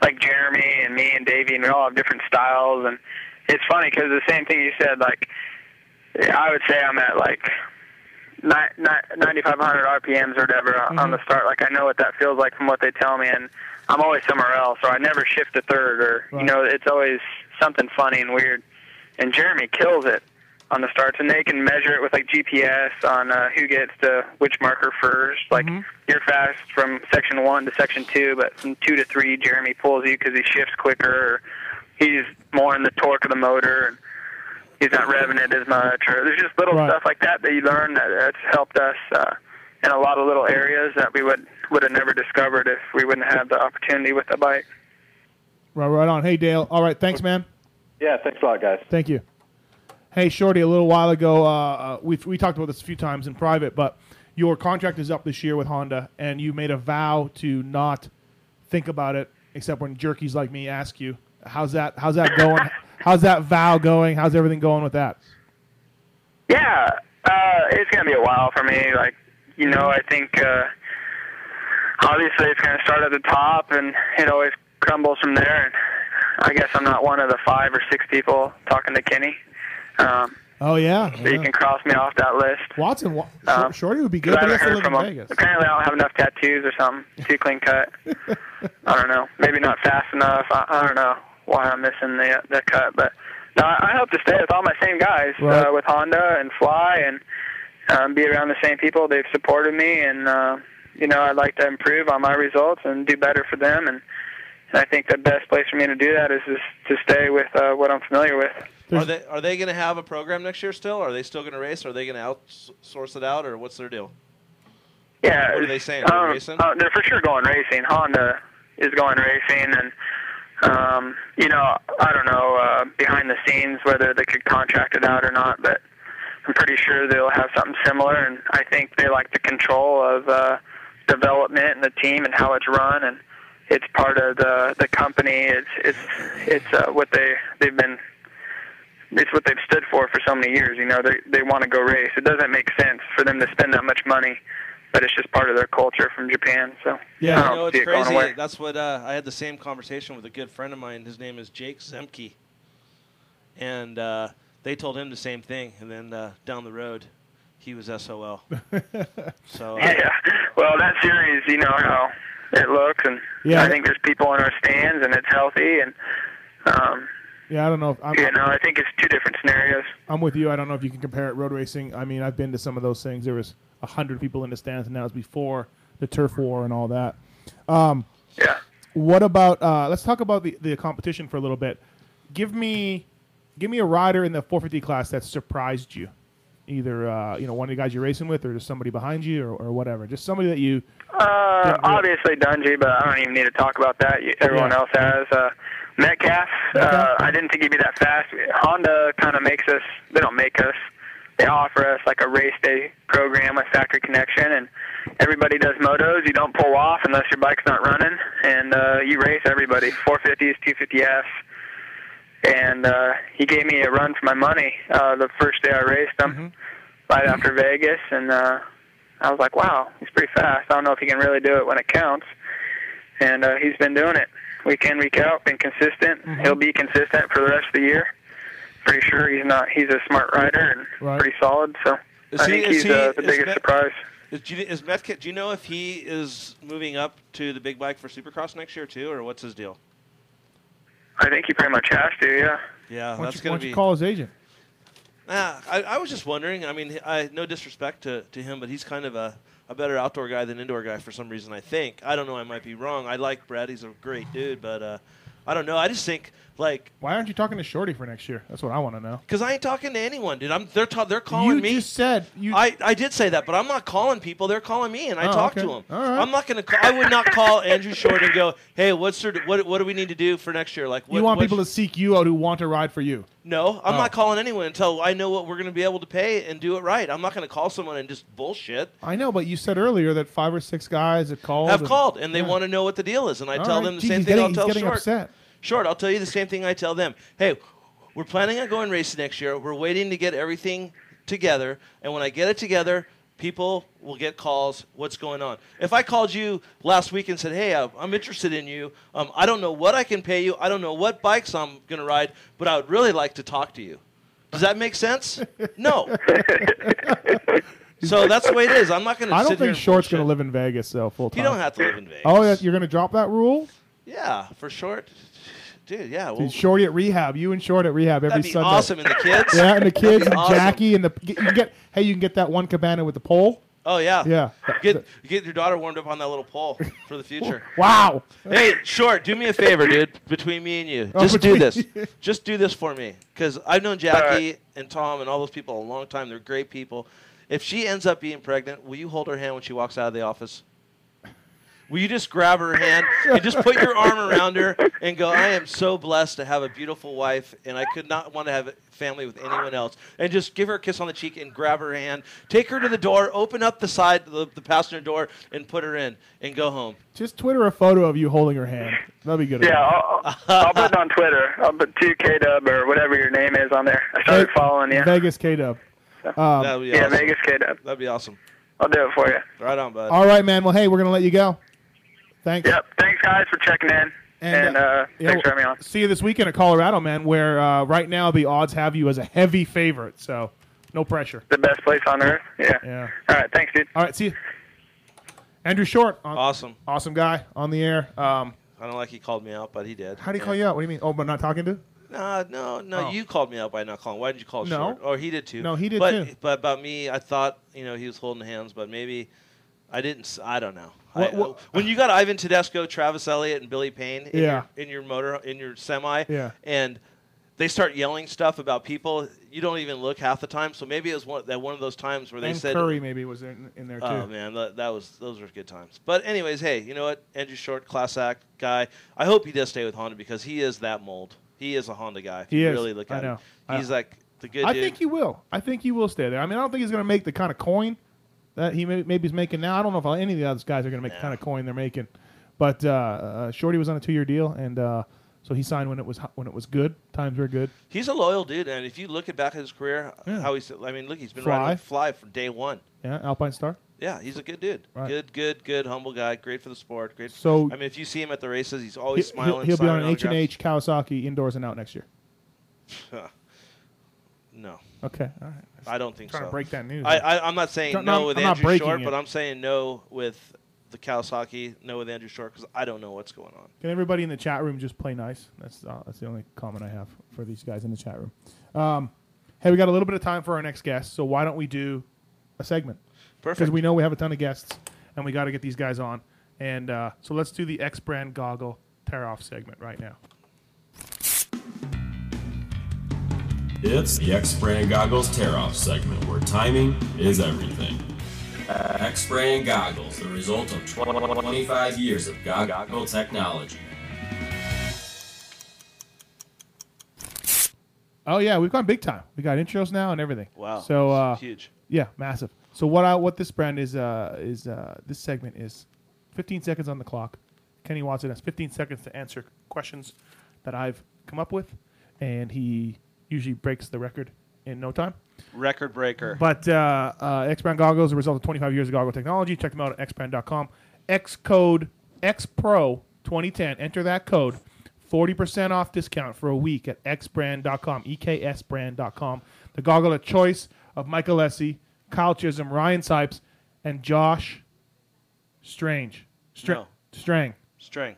H: Like Jeremy and me and Davey, and we all have different styles. And it's funny because the same thing you said. Like I would say I'm at like ni- ni- 9,500 RPMs or whatever on- on the start. Like I know what that feels like from what they tell me, and I'm always somewhere else, or I never shift a third, or you know, it's always something funny and weird. And Jeremy kills it on the starts, and they can measure it with like GPS on uh, who gets to which marker first. Like you're fast from section one to section two, but from two to three, Jeremy pulls you because he shifts quicker. Or he's more in the torque of the motor, and he's not revving it as much. Or there's just little stuff like that that you learn that that's helped us uh, in a lot of little areas that we would would have never discovered if we wouldn't have the opportunity with the bike.
D: Right, right on. Hey, Dale. All right, thanks, man.
J: Yeah, thanks a lot, guys.
D: Thank you. Hey, Shorty, a little while ago, uh, uh, we we talked about this a few times in private, but your contract is up this year with Honda, and you made a vow to not think about it except when jerkies like me ask you. How's that? How's that going? how's that vow going? How's everything going with that?
H: Yeah, uh, it's gonna be a while for me. Like, you know, I think uh, obviously it's gonna start at the top, and it always crumbles from there. And I guess I'm not one of the five or six people talking to Kenny, um,
D: Oh yeah,
H: so you can cross me off that list.
D: Watson, wa- Sh-
H: Um,
D: Shorty would be
H: 'Cause
D: good.
H: I
D: But he has
H: haven't
D: to
H: heard
D: live in
H: from him.
D: Vegas.
H: Apparently, I don't have enough tattoos or something. Too clean cut. I don't know. Maybe not fast enough. I, I don't know why I'm missing the the cut, but no, I, I hope to stay with all my same guys
D: Right.
H: uh, with Honda and Fly and um, be around the same people. They've supported me, and uh, you know I'd like to improve on my results and do better for them. And, and I think the best place for me to do that is just to stay with uh, what I'm familiar with.
E: Are they are they going to have a program next year still? Are they still going to race? Are they going to outsource it out, or what's their deal?
H: Yeah.
E: What are they saying? Are
H: Um,
E: they racing?
H: uh, they're for sure going racing. Honda is going racing, and um, you know, I don't know uh, behind the scenes whether they could contract it out or not, but I'm pretty sure they'll have something similar. And I think they like the control of uh, development and the team and how it's run, and it's part of the the company. It's it's it's uh, what they they've been. It's what they've stood for for so many years. You know, they they want to go race. It doesn't make sense for them to spend that much money but it's just part of their culture from Japan. So I
E: Yeah, you
H: don't
E: know
H: see
E: it's
H: it Oh, going
E: crazy.
H: away.
E: That's what uh, I had the same conversation with a good friend of mine. His name is Jake Zemke, and uh, they told him the same thing. And then uh, down the road, he was SOL. so uh, I-
H: Yeah. Well, that series, you know how it looks, and
D: Yeah.
H: I think there's people in our stands, and it's healthy, and um,
D: Yeah, I don't know. If I'm,
H: you know, I think it's two different scenarios.
D: I'm with you. I don't know if you can compare it road racing. I mean, I've been to some of those things. There was hundred people in the stands, and that was before the turf war and all that. Um,
H: yeah.
D: What about? Uh, let's talk about the, the competition for a little bit. Give me, give me a rider in the 450 class that surprised you. Either uh, you know one of the guys you're racing with, or just somebody behind you, or, or whatever. Just somebody that you.
H: Uh, obviously Dungy, but I don't even need to talk about that. You- Everyone
D: Yeah.
H: else has. Uh, Metcalf, uh, I didn't think he'd be that fast. Honda kind of makes us, they don't make us, they offer us like a race day program with Factory Connection, and everybody does motos. You don't pull off unless your bike's not running, and uh, you race everybody 450s, 250s. And uh, he gave me a run for my money uh, the first day I raced him, right after Vegas, and uh, I was like, wow, he's pretty fast. I don't know if he can really do it when it counts. And uh, he's been doing it week in, week out, been consistent.
D: Mm-hmm.
H: He'll be consistent for the rest of the year. Pretty sure he's not. He's a smart rider and pretty solid. So
E: Is
H: I
E: he-
H: think he's
E: is he-
H: uh, the
E: is
H: biggest
E: Met-
H: surprise.
E: is, do you, is Methkit? Do you know if he is moving up to the big bike for Supercross next year too, or what's his deal?
H: I think he pretty much has to. Yeah.
E: Yeah,
D: why don't
E: that's
D: you, why
E: going
D: don't
E: to
D: you
E: be.
D: call his agent?
E: Ah, I, I was just wondering. I mean, I no disrespect to, to him, but he's kind of a, a better outdoor guy than indoor guy for some reason. I think I don't know. I might be wrong. I like Brad. He's a great dude, but uh, I don't know. I just think like
D: Why aren't you talking to Shorty for next year? That's what I want to know.
E: because I ain't talking to anyone, dude. I'm they're ta- they're calling
D: You
E: me.
D: just said you.
E: I, I did say that, but I'm not calling people. They're calling me, and I
D: Oh,
E: talk
D: okay.
E: to them.
D: All right.
E: I'm not gonna. Call, I would not call Andrew Short and go, "Hey, what's your, what what do we need to do for next year?" Like, what,
D: you want
E: what
D: people to seek you out who want to ride for you.
E: No, I'm
D: Oh.
E: not calling anyone until I know what we're going to be able to pay and do it right. I'm not going to call someone and just bullshit.
D: I know, but you said earlier that five or six guys have called.
E: Have
D: and-
E: called and they
D: Yeah.
E: want to know what the deal is, and I
D: All
E: tell
D: right.
E: them the
D: Geez,
E: same
D: he's
E: thing.
D: getting-
E: I'll
D: he's
E: tell
D: getting
E: short.
D: upset.
E: Short, I'll tell you the same thing I tell them. Hey, we're planning on going racing next year. We're waiting to get everything together, and when I get it together, people will get calls. What's going on? If I called you last week and said, "Hey, I- I'm interested in you. Um, I don't know what I can pay you. I don't know what bikes I'm going to ride, but I would really like to talk to you." Does that make sense? No. so that's the way it is. I'm not going to.
D: I don't
E: sit here
D: think
E: and
D: Short's going to live in Vegas though full
E: You
D: time.
E: don't have to live in Vegas.
D: Oh, yeah, you're going to drop that rule,
E: Yeah, for short, dude. Yeah, well,
D: dude. Shorty at rehab. You and Short at rehab every
E: that'd be
D: Sunday.
E: awesome. And the kids.
D: Yeah, and the
E: That'd
D: kids
E: be
D: and
E: awesome.
D: Jackie and the you can get hey you can get that one cabana with the pole.
E: Oh yeah.
D: Yeah.
E: Get get your daughter warmed up on that little pole for the future.
D: Wow.
E: Hey, short, do me a favor, dude. Between me and you,
D: Oh,
E: just do
D: between
E: this.
D: you.
E: Just do this for me, because I've known Jackie and Tom and all those people a long time. They're great people. If she ends up being pregnant, will you hold her hand when she walks out of the office? Will you just grab her hand and just put your arm around her and go, I am so blessed to have a beautiful wife, and I could not want to have a family with anyone else. And just give her a kiss on the cheek and grab her hand. Take her to the door, open up the side, the, the passenger door, and put her in and go home.
D: Just Twitter a photo of you holding her hand. That'd be good.
E: Yeah,
G: I'll, I'll put it on Twitter. I'll put 2K Dub or whatever your name is on there. I started following you.
D: Vegas K Dub. Um,
E: That would be
G: yeah,
E: awesome.
G: Vegas K Dub.
E: That'd be awesome.
G: I'll do it for you.
E: Right on, bud.
D: all right, man. Well, hey, we're going to let you go. Thanks.
G: Yep. Thanks, guys, for checking in. And, uh,
D: Yeah,
G: thanks for
D: well,
G: having me on.
D: See you this weekend at Colorado, man. Where uh, right now the odds have you as a heavy favorite, so no pressure.
G: The best place on earth. Yeah.
D: uh, Yeah.
G: uh, All right. Thanks, dude.
D: All right, see Uh, you. Andrew Short, on,
E: Awesome.
D: awesome guy on the air. Um,
E: I don't like he called me out, but he did.
D: how do you call you out? What do you mean? Oh, but not talking to?
E: No, no, no.
D: Oh.
E: You called me out by not calling. Why didn't you call
D: No.
E: short? Or he did too.
D: No, he did
E: but,
D: too.
E: But about me, I thought you know he was holding hands, but maybe I didn't. s- I don't know. I-
D: What- what-
E: when you got Ivan Tedesco, Travis Elliott, and Billy Payne in,
D: Yeah.
E: your, in your motor in your semi,
D: Yeah.
E: and they start yelling stuff about people, you don't even look half the time. So maybe it was one that one of those times where they
D: and
E: said
D: Curry maybe was in, in there too.
E: Oh man, that, that was those were good times. But anyways, hey, you know what? Andrew Short, class act guy. I hope he does stay with Honda because he is that mold. He is a Honda guy. If
D: He
E: you
D: is.
E: really look
D: I
E: at him.
D: know. I-
E: He's like the good
D: I
E: dude.
D: think he will. I think he will stay there. I mean, I don't think he's going to make the kind of coin that he may, maybe is making now. I don't know if any of the other guys are going to make the kind of coin they're making. But uh, uh, Shorty was on a two-year deal, and uh, so he signed when it was hot- when it was good. Times were good.
E: he's a loyal dude, and if you look at back at his career, how he's I mean, look, he's been
D: Fly.
E: riding with Fly from day one.
D: Yeah, Alpine Star.
E: Yeah, he's a good dude.
D: Right.
E: Good, good, good, humble guy. Great for the sport. Great.
D: So-
E: I mean, if you see him at the races, he's always
D: He-
E: smiling.
D: he'll, he'll be on
E: signing
D: an H and
E: autographs.
D: H Kawasaki indoors and out next year.
E: no.
D: Okay, all right.
E: I don't think
D: Trying
E: so.
D: to break that news.
E: I, I, I'm not saying
D: Don't-
E: no,
D: no,
E: with
D: I'm not
E: Andrew
D: breaking
E: Short,
D: it.
E: but I'm saying no with the Kawasaki, no with Andrew Short because I don't know what's going on.
D: Can everybody in the chat room just play nice? That's uh, that's the only comment I have for these guys in the chat room. Um, hey, we got a little bit of time for our next guest, so why don't we do a segment? Because
E: Perfect.
D: we know we have a ton of guests, and we got to get these guys on. And uh, so let's do the X brand goggle tear off segment right now.
K: It's the X Brand Goggles Tear Off segment where timing is everything. X Brand Goggles, the result of 25 years of goggle technology.
D: Oh yeah, we've gone big time. We got intros now and everything.
E: Wow.
D: So uh,
E: Huge.
D: Yeah, massive. So what I what this brand is uh is uh this segment is 15 seconds on the clock. Kenny Watson has 15 seconds to answer questions that I've come up with, and he usually breaks the record in no time.
E: Record breaker.
D: But uh, uh, X Brand goggles are a result of 25 years of goggle technology. Check them out at xbrand.com. X code XPro 2010. Enter that code. 40% off discount for a week at xbrand.com, eksbrand.com. The goggle of choice of Michael Essie, Kyle Chisholm, Ryan Sipes, and Josh Strange. Str-
E: No.
D: Strang.
E: String.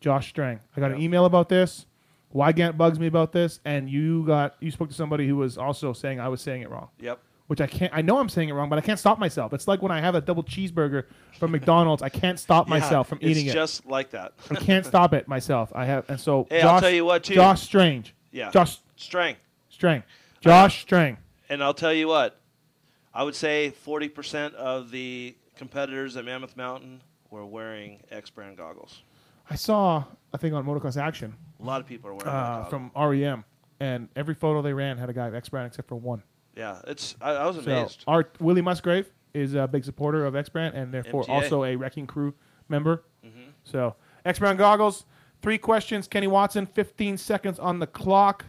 D: Josh Strang. I got an email about this. Wygant bugs me about this, and you got you spoke to somebody who was also saying I was saying it wrong
E: Yep.
D: which I can't. I know I'm saying it wrong, but I can't stop myself. It's like when I have a double cheeseburger from McDonald's. I can't stop myself from eating
E: it's
D: it.
E: just like that.
D: I can't stop it myself. I have, and so
E: Hey,
D: Josh,
E: I'll tell you what, too.
D: Josh Strange,
E: Yeah.
D: Josh
E: Strang.
D: Strang, Josh Strang.
E: And I'll tell you what, I would say 40% of the competitors at Mammoth Mountain were wearing X brand goggles.
D: I saw a thing on Motocross Action
E: A lot of people are wearing
D: uh,
E: that
D: from REM, and every photo they ran had a guy of X Brand except for one.
E: Yeah, it's I, I was
D: So
E: amazed.
D: our Willie Musgrave is a big supporter of X Brand and therefore
E: MTA.
D: also a Wrecking Crew member.
E: Mhm.
D: So X Brand goggles. Three questions. Kenny Watson, 15 seconds on the clock.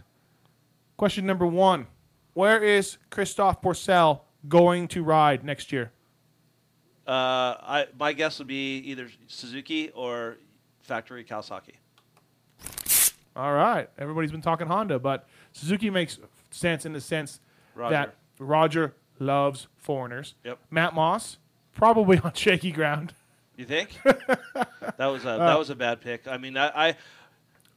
D: Question number one: Where is Christoph Porcel going to ride next year?
E: Uh, I my guess would be either Suzuki or factory Kawasaki.
D: All right. Everybody's been talking Honda, but Suzuki makes sense in the sense
E: Roger.
D: that Roger loves foreigners.
E: Yep.
D: Matt Moss, probably on shaky ground.
E: You think? that was a
D: Uh,
E: that was a bad pick. I mean, I I,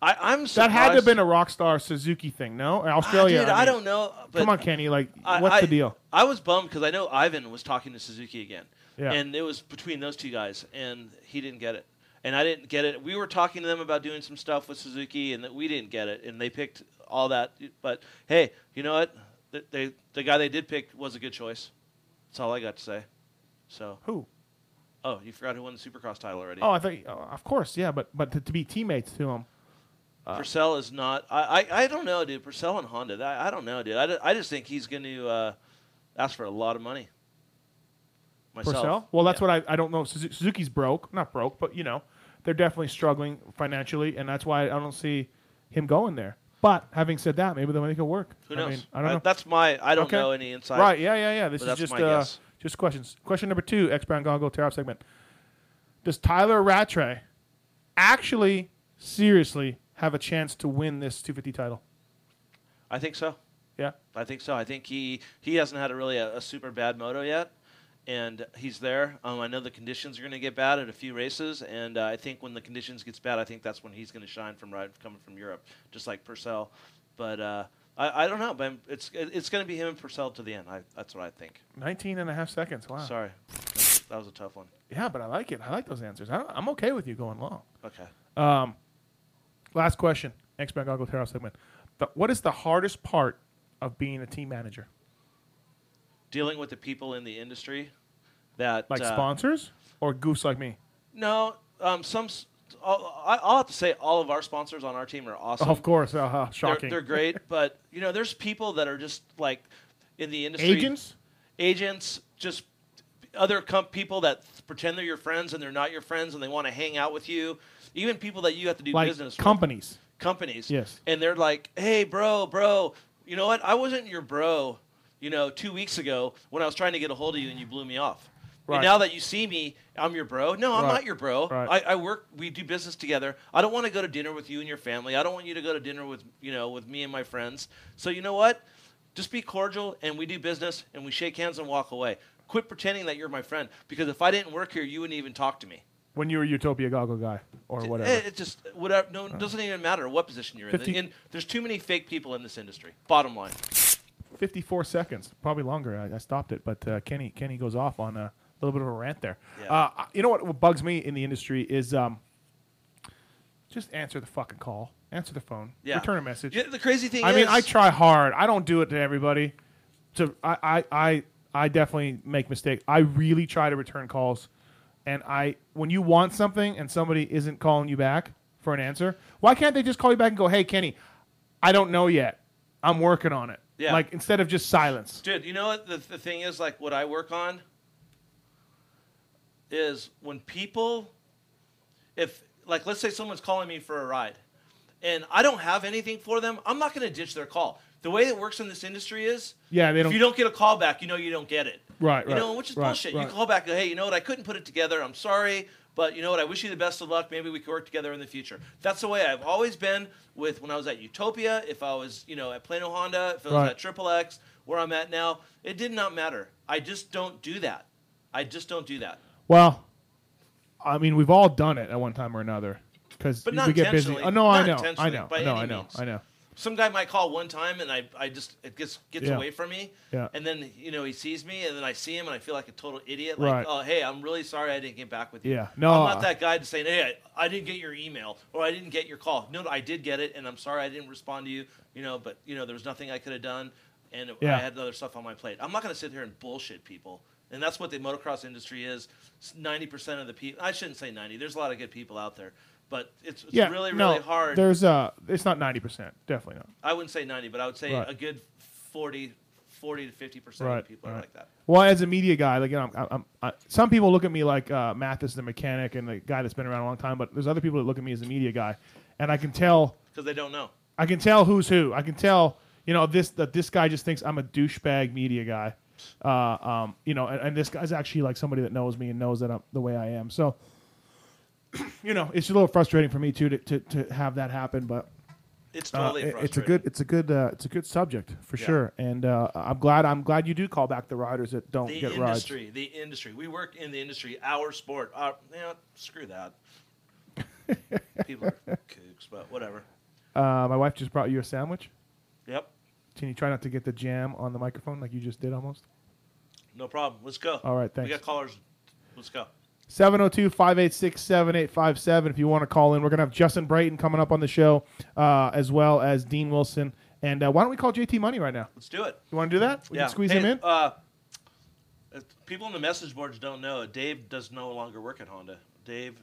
E: I I'm
D: That
E: surprised.
D: had to have been a rock star Suzuki thing, no? Or Australia.
E: Ah, Dude, I,
D: mean.
E: don't know. But
D: Come on, Kenny. Like,
E: I-
D: what's
E: I-
D: the deal?
E: I was bummed because I know Ivan was talking to Suzuki again,
D: Yeah.
E: and it was between those two guys, and he didn't get it, and I didn't get it. We were talking to them about doing some stuff with Suzuki, and that we didn't get it, and they picked all that. But hey, you know what? The, they, the guy they did pick was a good choice. That's all I got to say. So
D: who?
E: Oh, you forgot who won the Supercross title already.
D: Oh, I think, oh, of course, yeah, but but to, to be teammates to him. Uh,
E: Purcell is not. I, I, I don't know, dude. Purcell and Honda. That, I don't know, dude. I, ju- I just think he's going to uh, ask for a lot of money. Myself.
D: Purcell? Well, that's what I, I don't know. Suzu- Suzuki's broke. Not broke, but, you know, they're definitely struggling financially, and that's why I don't see him going there. But having said that, maybe they'll make it work.
E: Who knows?
D: I mean, I don't
E: I-
D: know.
E: that's my- I don't
D: Okay.
E: know any insight.
D: Right? Yeah, yeah, yeah. This
E: But
D: is
E: that's
D: just
E: my
D: uh,
E: guess.
D: just questions. Question number two: X Brown Gongo tear off segment. Does Tyler Rattray actually, seriously, have a chance to win this 250 title?
E: I think so.
D: Yeah.
E: I think so. I think he he hasn't had a really a, a super bad moto yet, and he's there. Um, I know the conditions are going to get bad at a few races, and uh, I think when the conditions gets bad, I think that's when he's going to shine from right coming from Europe, just like Purcell. But uh, I, I don't know. But I'm- it's it- it's going to be him and Purcell to the end. I, that's what I think.
D: 19 and a half seconds. Wow.
E: Sorry, that was, that was a tough one.
D: Yeah, but I like it. I like those answers. I, I'm okay with you going long.
E: Okay.
D: Um, last question. X Brown Gongo tear off segment. The, what is the hardest part of being a team manager?
E: Dealing with the people in the industry that
D: Like
E: uh,
D: sponsors or goose like me?
E: No, um, some. s- I'll, I- I'll have to say all of our sponsors on our team are awesome.
D: Of course, uh-huh,
E: They're-
D: shocking.
E: They're, great, but you know, there's people that are just like in the industry.
D: Agents?
E: agents, just other com- people that pretend they're your friends and they're not your friends, and they want to hang out with you. Even people that you have to do
D: like
E: business with
D: companies.
E: companies.
D: Yes.
E: And they're like, hey, bro, bro, you know what? I wasn't your bro, you know, two weeks ago when I was trying to get a hold of you and you blew me off.
D: Right.
E: And now that you see me, I'm your bro. No, I'm
D: Right.
E: not your bro.
D: Right.
E: I, I work. We do business together. I don't want to go to dinner with you and your family. I don't want you to go to dinner with you know with me and my friends. So you know what? Just be cordial and we do business and we shake hands and walk away. Quit pretending that you're my friend because if I didn't work here, you wouldn't even talk to me.
D: When you were Utopia Goggle guy or whatever.
E: Eh, It, it just whatever. No, it doesn't even matter what position you're in.
D: 50
E: in. There's too many fake people in this industry. Bottom line.
D: 54 seconds, probably longer. I, I stopped it, but uh, Kenny Kenny goes off on a little bit of a rant there.
E: Yeah.
D: Uh, I- you know what, what bugs me in the industry is um, just answer the fucking call, answer the phone,
E: Yeah.
D: return a message.
E: Yeah, the crazy thing
D: I mean,
E: is-
D: I try hard. I don't do it to everybody. To I I I, I definitely make mistakes. I really try to return calls, and I when you want something and somebody isn't calling you back for an answer, why can't they just call you back and go, "Hey, Kenny, I don't know yet. I'm working on it."
E: Yeah.
D: Like instead of just silence.
E: Dude, you know what the, the thing is? Like, what I work on is when people, if, like, let's say someone's calling me for a ride and I don't have anything for them, I'm not going to ditch their call. The way it works in this industry is
D: Yeah, they
E: if
D: don't-
E: you don't get a call back, you know you don't get it.
D: Right,
E: You
D: right,
E: know, which is
D: right,
E: bullshit.
D: right.
E: You call back, hey, you know what? I couldn't put it together. I'm sorry, but you know what? I wish you the best of luck. Maybe we could work together in the future. That's the way I've always been with when I was at Utopia, if I was, you know, at Plano Honda, if I was
D: Right.
E: at Triple X, where I'm at now. It did not matter. I just don't do that. I just don't do that.
D: Well, I mean, we've all done it at one time or another because
E: But not
D: we get busy.
E: intentionally.
D: Oh, no, I
E: Not
D: know, I
E: intentionally,
D: know,
E: by
D: no,
E: any
D: I know,
E: means.
D: I know.
E: some guy might call one time and I, I just it gets gets
D: Yeah.
E: away from me.
D: Yeah.
E: And then you know he sees me and then I see him and I feel like a total idiot. Like
D: Right.
E: oh hey I'm really sorry I didn't get back with you.
D: Yeah. No,
E: I'm not
D: uh,
E: that guy to say hey I, I didn't get your email or I didn't get your call. No, no, I did get it and I'm sorry I didn't respond to you. You know but you know there was nothing I could have done and
D: Yeah.
E: I had other stuff on my plate. I'm not going to sit here and bullshit people. And that's what the motocross industry is. Ninety percent of the people. I shouldn't say ninety. There's a lot of good people out there, but it's, it's
D: yeah,
E: really,
D: no,
E: really hard.
D: There's uh, it's not ninety percent, definitely not.
E: I wouldn't say 90, but I would say
D: Right.
E: a good 40, 40 to 50 percent
D: Right,
E: of people are
D: right.
E: like that.
D: Well, as a media guy, like you know, I'm, I'm, I, some people look at me like uh, Mathis, the mechanic, and the guy that's been around a long time. But there's other people that look at me as a media guy, and I can tell
E: because they don't know.
D: I can tell who's who. I can tell, you know, this that this guy just thinks I'm a douchebag media guy. Uh, um, you know, and, and this guy's actually like somebody that knows me and knows that I'm the way I am. So, you know, it's a little frustrating for me too to, to, to have that happen, but
E: It's
D: uh,
E: totally
D: it-
E: frustrating.
D: it's a good it's a good uh, it's a good subject for
E: Yeah.
D: sure. And uh, I'm glad I'm glad you do call back the riders that don't
E: The
D: get rides.
E: industry, the industry. We work in the industry. Our sport. Our, yeah, screw that. people are kooks, but whatever.
D: Uh, my wife just brought you a sandwich.
E: Yep.
D: Can you try not to get the jam on the microphone like you just did almost?
E: No problem. Let's go.
D: All right,
E: We
D: thanks.
E: got callers. Let's go.
D: 702 586 7857 if you want to call in. We're going to have Justin Brayton coming up on the show, uh, as well as Dean Wilson. And uh, why don't we call JT Money right now?
E: Let's do it.
D: You want to do that? We can squeeze
E: Hey,
D: him in?
E: Uh, if people in the message boards don't know. Dave does no longer work at Honda. Dave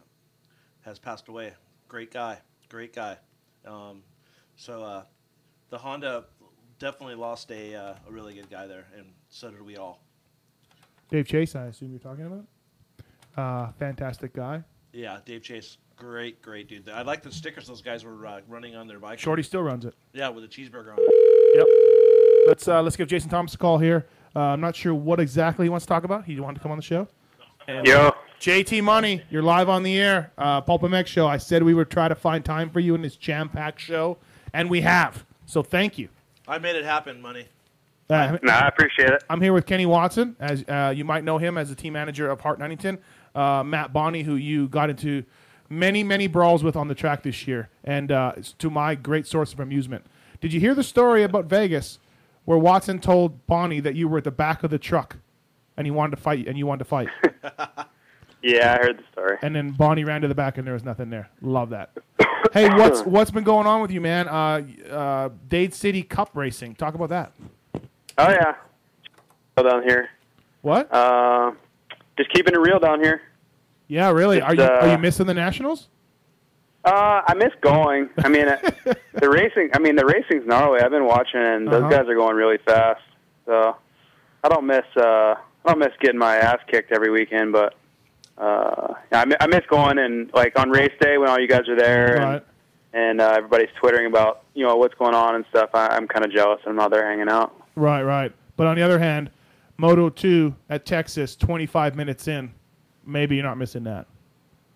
E: has passed away. Great guy. Great guy. Um, so uh, the Honda definitely lost a, uh, a really good guy there, and so did we all.
D: Dave Chase, I assume you're talking about? Uh, fantastic guy.
E: Yeah, Dave Chase. Great, great dude. I like the stickers those guys were uh, running on their bike.
D: Shorty still runs it.
E: Yeah, with a cheeseburger on it.
D: Yep. Let's, uh, let's give Jason Thomas a call here. Uh, I'm not sure what exactly he wants to talk about. He wanted to come on the show. And-
L: Yo.
D: JT Money, you're live on the air. Uh, Pulp MX show. I said we would try to find time for you in this jam packed show, and we have. So thank you.
E: I made it happen, money.
D: Uh,
L: No, I appreciate it.
D: I'm here with Kenny Watson, as uh, you might know him as the team manager of Hart Nunnington. Uh, Matt Bonney, who you got into many, many brawls with on the track this year, and uh, it's to my great source of amusement. Did you hear the story about Vegas where Watson told Bonney that you were at the back of the truck and he wanted to fight and you wanted to fight?
L: Yeah, I heard the story.
D: and then Bonnie ran to the back, and there was nothing there. Love that. hey, what's what's been going on with you, man? Uh, uh, Dade City Cup racing. Talk about that.
L: Oh yeah, still down here.
D: What?
L: Uh, just keeping it real down here.
D: Yeah, really. Are you
L: It's, uh,
D: are you missing the nationals?
L: Uh, I miss going. I mean, uh, the racing. I mean, the racing's gnarly. I've been watching, and those
D: Uh-huh.
L: guys are going really fast. So I don't miss. Uh, I don't miss getting my ass kicked every weekend, but uh, yeah, I, mi- I miss going and like on race day when all you guys are there and,
D: Right.
L: and uh, everybody's twittering about you know what's going on and stuff. I, I'm kind of jealous. I'm not there hanging out.
D: Right, right. But on the other hand, Moto Two at Texas, twenty five minutes in, maybe you're not missing that.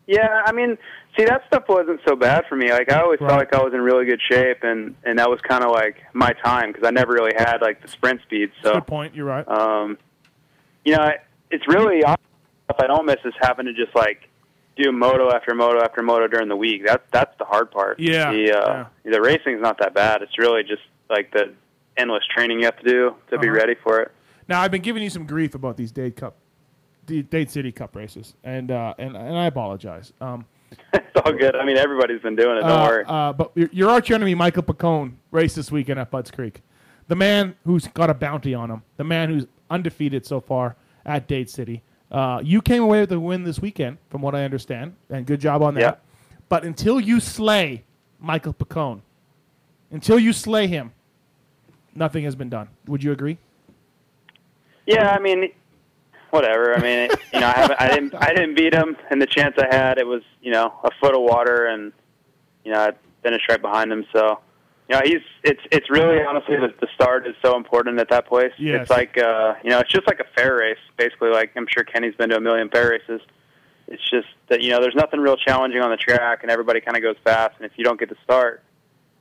L: Yeah, I mean, see, that stuff wasn't so bad for me. Like, I always felt like I was in really good shape, and and that was kind of like my time because I never really had like the sprint speed. So,
D: Good point. You're right.
L: um, you know, I- it's really awesome stuff I don't miss is having to just like do moto after moto after moto during the week. That's that's the hard part.
D: Yeah,
L: the uh, the racing's not that bad. It's really just like the endless training you have to do to be
D: Uh-huh.
L: ready for it.
D: Now I've been giving you some grief about these Dade Cup, the Dade City Cup races, and uh, and and I apologize. Um,
L: It's all good. I mean, everybody's been doing it. Don't
D: uh,
L: worry.
D: uh, but your, your arch enemy, Michael Pacone, raced this weekend at Butts Creek. The man who's got a bounty on him. The man who's undefeated so far at Dade City. Uh, you came away with a win this weekend, from what I understand, and good job on that. But until you slay Michael Pacone, until you slay him, nothing has been done. Would you agree?
L: Yeah, I mean, whatever. I mean, it, you know, I haven't, I didn't, I didn't beat him, and the chance I had, it was, you know, a foot of water, and you know, I finished right behind him. So, you know, he's, it's, it's really honestly the, the start is so important at that place.
M: Yes.
L: It's like, uh, you know, it's just like a fair race, basically. Like I'm sure Kenny's been to a million fair races. It's just that you know, there's nothing real challenging on the track, and everybody kind of goes fast, and if you don't get the start,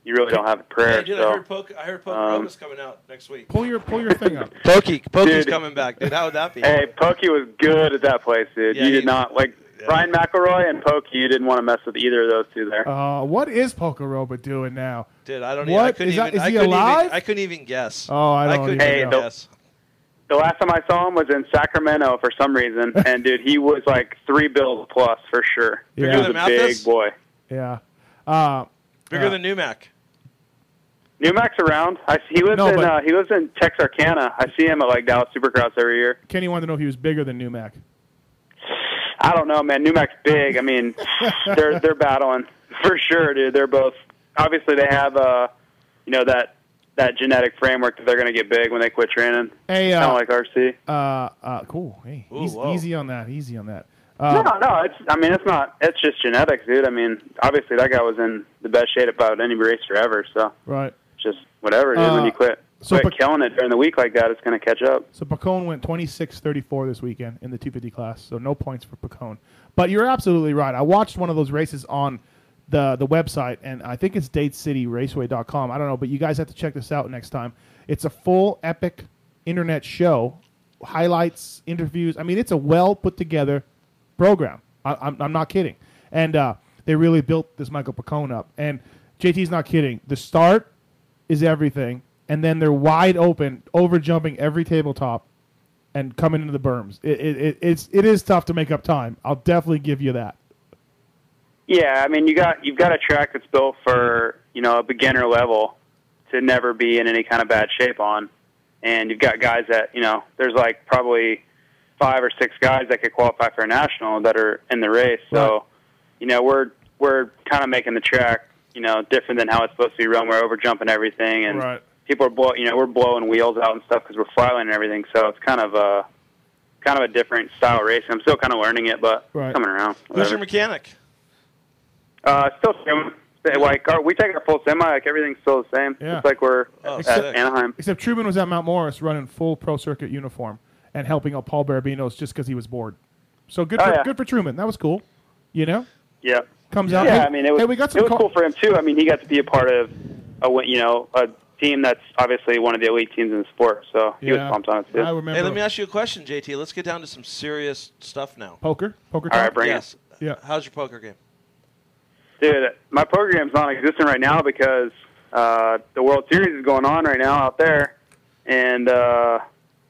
L: you really don't have a prayer.
E: Hey, dude,
L: so.
E: I heard Poke. I heard Poke
L: um,
E: Roma's coming out next week.
D: Pull your pull your thing up.
E: Pokey, Pokey's
L: Dude.
E: coming back, dude. How would that be?
L: Hey, Pokey was good at that place, dude.
E: Yeah,
L: you
E: he-
L: did not like Ryan McElroy and Pokey, you didn't want to mess with either of those two there.
D: Uh, what is Pokoroba doing now?
E: Dude, I don't.
D: What?
E: Even, I couldn't
D: Is that-
E: even,
D: is
E: I
D: he
E: couldn't
D: alive?
E: Even, I couldn't even guess.
D: Oh, I don't
E: couldn't
D: even
E: even
L: know.
E: guess.
L: The last time I saw him was in Sacramento for some reason, and dude, he was like three bills plus for sure.
D: Yeah.
L: He was
D: Bigger
L: a
D: than
L: big
D: Mathis?
L: boy.
D: Yeah. Uh,
E: Bigger
D: uh,
E: than Numac.
L: Newmack's around. I he lives
D: No,
L: in
D: but-
L: uh, he lives in Texarkana. I see him at like Dallas Supercross every year.
D: Kenny wanted to know if he was bigger than Numac.
L: I don't know, man. Newmack's big. I mean, they're they're battling for sure, dude. They're both obviously they have uh you know that that genetic framework that they're going to get big when they quit training.
D: Hey, uh,
L: kind of like RC.
D: Uh, uh, cool. Hey, eas- easy on that. Easy on that.
L: No,
D: Uh,
L: no, it's. I mean, it's not. It's just genetics, dude. I mean, obviously that guy was in the best shape about any racer ever. So
D: Right.
L: it's just whatever, dude.
D: Uh,
L: when you quit,
D: so
L: quit killing it during the week like that, it's going to catch up.
D: So Pacone went 26-34 this weekend in the 250 class, so no points for Pacone. But you're absolutely right. I watched one of those races on the the website, and I think it's DateCityRaceway.com. I don't know, but you guys have to check this out next time. It's a full epic internet show, highlights, interviews. I mean, it's a well put together program. I, I'm, I'm not kidding. And uh, they really built this Michael Pacone up. And JT's not kidding. The start is everything, and then they're wide open, over jumping every tabletop, and coming into the berms. It, it, it, it's it is tough to make up time. I'll definitely give you that.
L: Yeah, I mean, you got you've got a track that's built for you know a beginner level to never be in any kind of bad shape on, and you've got guys that you know there's like probably five or six guys that could qualify for a national that are in the race. So you know we're we're kind of making the track you know different than how it's supposed to be run. We're over jumping everything, and
D: Right.
L: people are blow you know we're blowing wheels out and stuff because we're flying and everything. So it's kind of a kind of a different style race. I'm still kind of learning it, but
E: Right.
L: coming around.
E: Who's
L: whatever.
E: your mechanic?
L: Uh, still same. Like our, we take our full semi. Like everything's still the same.
D: Yeah.
L: It's like we're
E: Oh,
L: at
D: sick.
L: Anaheim.
D: Except Trubin was at Mount Morris running full pro circuit uniform and helping out Paul Barabino's just because he was bored. So good
L: Oh,
D: for
L: yeah.
D: good for Truman. That was cool. You know,
L: Yeah.
D: Comes out-
L: Yeah,
D: hey-
L: I mean it was.
D: hey, we got some
L: it was
D: call-
L: cool for him too. I mean he got to be a part of a win- you know a team that's obviously one of the elite teams in the sport. So he was pumped on it too.
E: Hey, let me ask you a question, JT. Let's get down to some serious stuff now.
D: poker, poker.
L: All right,
D: talk?
L: bring it.
E: yes.
D: Yeah.
E: How's your poker game?
L: Dude, my program's non-existent right now because uh, the World Series is going on right now out there, and uh,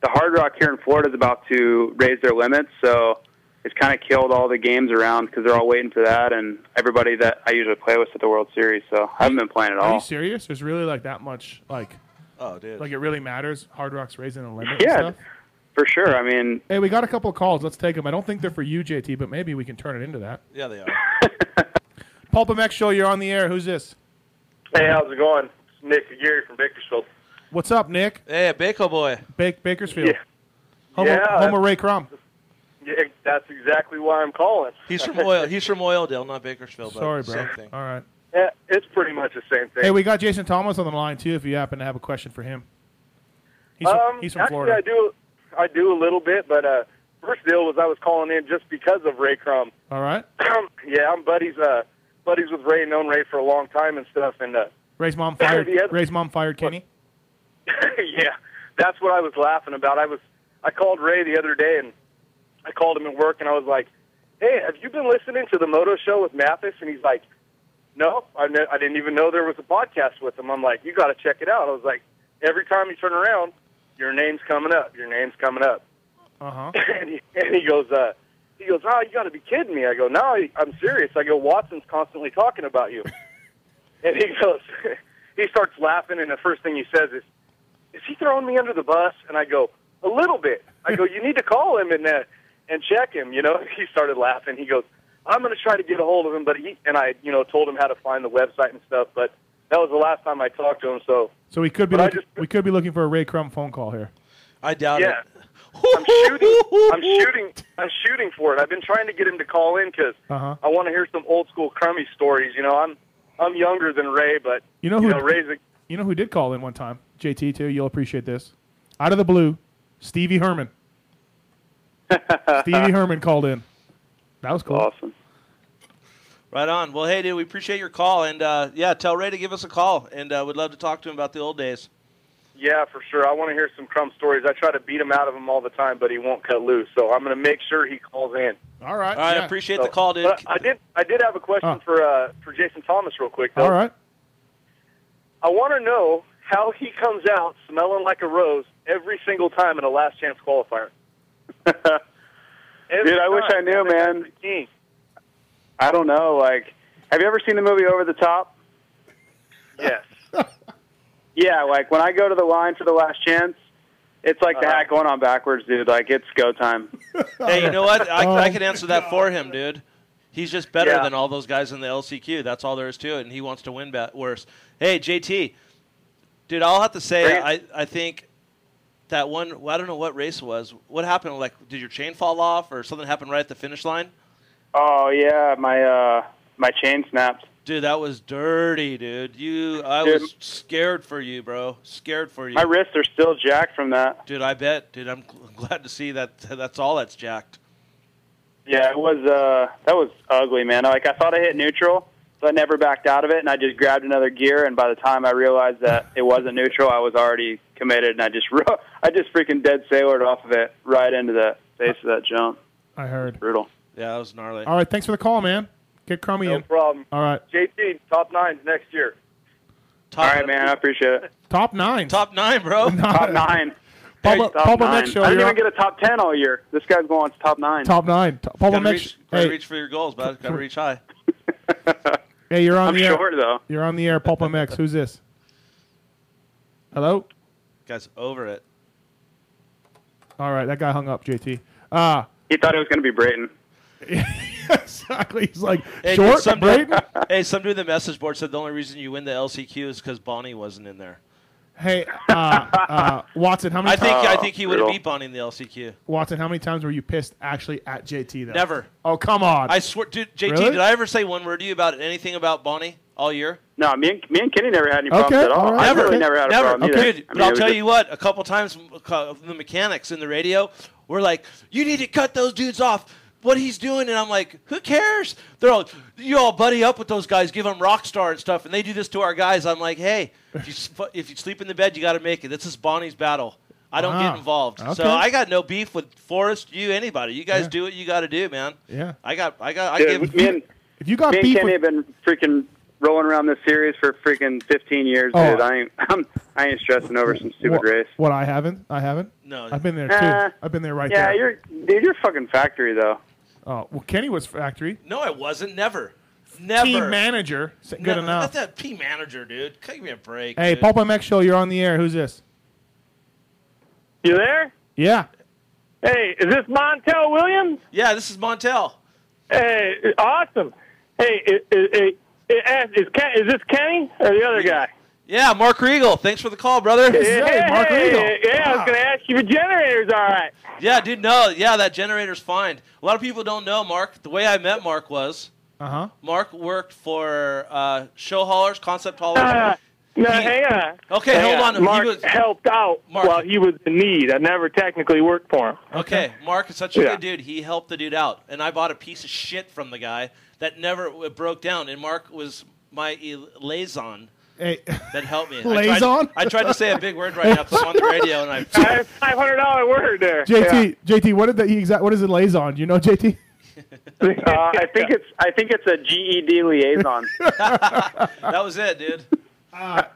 L: the Hard Rock here in Florida is about to raise their limits, so it's kind of killed all the games around because they're all waiting for that, and everybody that I usually play with at the World Series, so I haven't been playing at
D: Are you
L: all.
D: serious? There's really like that much like.
E: Oh, dude.
D: Like it really matters. Hard Rock's raising a limit. and
L: Yeah,
D: stuff?
L: for sure. I mean,
D: Hey, we got a couple of calls. Let's take them. I don't think they're for you, JT, but maybe we can turn it into that.
E: Yeah, they are.
D: Pulp MX show, you're on the air. Who's this?
N: Hey, how's it going? It's Nick Aguirre from Bakersfield.
D: What's up, Nick?
E: Hey, Baco boy.
D: Bake Bakersfield.
N: Yeah.
D: Homer,
N: Yeah, that's-
D: Homer Ray Crom.
N: Yeah, that's exactly why I'm calling.
E: He's from oil. He's from Oildale, not Bakersfield. But
D: Sorry, bro.
E: Same thing.
D: All right.
N: yeah, it's pretty much the same thing.
D: Hey, we got Jason Thomas on the line too. If you happen to have a question for him, he's from,
N: um,
D: he's from
N: actually,
D: Florida.
N: I do, I do a little bit, but uh, first deal was I was calling in just because of Ray Crum.
D: All right.
N: yeah, I'm buddies, uh, buddies with Ray, known Ray for a long time and stuff, and uh,
D: Ray's mom fired.
N: The other-
D: Ray's mom fired Kenny.
N: yeah, that's what I was laughing about. I was I called Ray the other day and I called him at work and I was like, "Hey, have you been listening to the Moto Show with Mathis?" And he's like, "No, I, kn- I didn't even know there was a podcast with him." I'm like, "You got to check it out." I was like, "Every time you turn around, your name's coming up. Your name's coming up."
D: Uh huh.
O: Uh-huh.
N: and, he, and he goes, uh, he goes, oh, you got to be kidding me. I go, no, I- I'm serious. I go, Watson's constantly talking about you. and he goes, he starts laughing, and the first thing he says is, is he throwing me under the bus? And I go, a little bit. I go, you need to call him and uh, and check him. You know, he started laughing. He goes, I'm going to try to get a hold of him, but he and I, you know, told him how to find the website and stuff. But that was the last time I talked to him, so
D: So we could be
N: But I
D: looking, we could be looking for a Ray Crum phone call here.
E: I doubt
N: yeah. I'm shooting. I'm shooting. I'm shooting for it. I've been trying to get him to call in because
D: Uh huh.
N: I want to hear some old school crummy stories. You know, I'm I'm younger than Ray, but
D: You know
N: you
D: who-
N: know, Ray's a,
D: You know who did call in one time? JT too. You'll appreciate this. Out of the blue, Stevie Herman. Stevie Herman called in. That was cool.
L: Awesome.
E: Right on. Well, hey, dude, we appreciate your call, and uh, yeah, tell Ray to give us a call, and uh, we'd love to talk to him about the old days.
N: Yeah, for sure. I want to hear some crumb stories. I try to beat him out of him all the time, but he won't cut loose. So I'm going to make sure he calls in.
D: All right.
E: All right, I yeah. appreciate the call, dude.
N: But I did. I did have a question
D: Oh.
N: for uh, for Jason Thomas, real quick. Though.
D: All right.
N: I want to know how he comes out smelling like a rose every single time in a last chance qualifier. Every
L: Dude, I wish
N: time.
L: I knew, man.
N: King.
L: I don't know. Like, have you ever seen the movie Over the Top?
N: Yes.
L: Yeah, like when I go to the line for the last chance, it's like the
E: Uh-huh.
L: hat going on backwards, dude. Like it's go time.
E: Hey, you know what? I, I
L: Oh.
E: can answer that for him, dude. He's just better
L: Yeah.
E: than all those guys in the LCQ. That's all there is to it, and he wants to win ba- worse. Hey, JT, dude, I'll have to say, I, I think that one. well, I don't know what race it was. What happened? Like, did your chain fall off, or something happened right at the finish line?
L: Oh yeah, my uh my chain snapped.
E: Dude, that was dirty, dude. You, I
L: Dude.
E: was scared for you, bro. Scared for you.
L: My wrists are still jacked from that.
E: dude. I bet, dude. I'm gl- glad to see that. That's all that's jacked.
L: Yeah, it was uh that was ugly, man. Like I thought I hit neutral, so I never backed out of it and I just grabbed another gear and by the time I realized that it wasn't neutral, I was already committed and I just ro- I just freaking dead sailored off of it right into the face of that jump.
D: I heard.
L: Brutal.
E: Yeah, that was gnarly.
D: All right. Thanks for the call, man. Get crummy
N: No
D: in.
N: problem.
D: All right.
N: JT top nines next year.
E: All
L: right, man. I appreciate it.
D: Top nine.
E: Top nine, bro.
L: top nine.
D: Paul
L: Hey,
D: Ba- Paul Bamet
L: nine.
D: Show,
L: I didn't
D: you're
L: even get a top ten all year. This guy's going to top nine.
D: Top nine. Top, Paul
L: Gotta
D: Bamet-
L: reach-
E: Gotta
D: hey,
E: reach for your goals, bud. Gotta reach high.
D: hey, you're on
E: I'm
D: the air.
E: short, though.
D: You're on the air. Pulp MX. Who's this? Hello.
E: Guys, over it.
D: All right. That guy hung up. JT. Uh
L: He thought it was going to be Brayton.
D: exactly. He's like
E: Hey, dude,
D: short.
E: some
D: Brayton.
E: dude, hey, some dude in the message board said the only reason you win the LCQ is because Bonnie wasn't in there.
D: Hey, uh, uh, Watson. How many?
E: I think
D: times,
E: I
L: Oh,
E: think he would have beat Bonnie in the LCQ.
D: Watson, how many times were you pissed actually at JT though?
E: Never.
D: Oh come on.
E: I swear, dude. JT,
D: Really?
E: did I ever say one word to you about anything about Bonnie all year?
L: No, me and me and Kenny never had any problems at all. I
E: Never,
L: really never had a
E: never.
L: problem either. I
E: Dude,
L: mean,
E: but
L: it
E: I'll
L: was
E: tell
L: just-
E: you what. A couple times, uh, the mechanics in the radio were like, "You need to cut those dudes off." What he's doing, and I'm like, "Who cares?" They're all, "You all buddy up with those guys, give them rock star and stuff," and they do this to our guys. I'm like, "Hey, if you, sp- if you sleep in the bed, you got to make it. This is Bonnie's battle. I don't
D: Wow.
E: get involved,
D: Okay.
E: so I got no beef with Forrest, you, anybody. You guys
L: Yeah.
E: do what you got to do, man.
D: Yeah.
E: I got, I got, I
L: Dude,
E: give.
L: me and
D: if you got
L: me and
D: beef
L: Kenny
D: with-
L: have been freaking rolling around this series for freaking fifteen years,
D: Oh.
L: dude. I ain't I'm, I ain't stressing over some stupid
D: what,
L: race.
D: what I haven't? I haven't.
E: No.
D: I've been there too.
L: Uh,
D: I've been there right
L: yeah,
D: there.
L: you're dude, you're fucking factory though.
D: Oh well, Kenny was factory.
E: No, I wasn't. Never. Never.
D: Team manager. S- Good
E: Never.
D: enough.
E: Not that team manager, dude. Give me a break.
D: Hey,
E: dude.
D: Pulp MX show, you're on the air. Who's this?
N: You there?
D: Yeah.
N: Hey, is this Montel Williams?
E: Yeah, this is Montel.
N: Hey, awesome. Hey, is, is, is, Ken- is this Kenny or the other guy?
E: Yeah, Mark Regal. Thanks for the call, brother.
N: Yeah, I was going to ask you if the generator's all right.
E: Yeah, dude. No, yeah, that generator's fine. A lot of people don't know Mark. The way I met Mark was
D: Uh huh.
E: Mark worked for uh, show haulers, concept haulers.
N: Uh, No, hang on.
E: Okay,
N: Hang
E: hold on. He
N: Mark
E: was-
N: helped out
E: Mark-
N: while he was in need. I never technically worked for him.
E: Okay, Mark is such a
N: Yeah.
E: good dude. He helped the dude out, and I bought a piece of shit from the guy that never it broke down. And Mark was my el- liaison
D: Hey.
E: that helped me. I
D: Liaison?
E: tried, I tried to say a big word right now on the radio, and I
N: five hundred dollar word there.
D: JT. JT. What did the he exact? What is the liaison? Do You know JT.
L: uh, I think it's I think it's a GED liaison.
E: that was it, dude.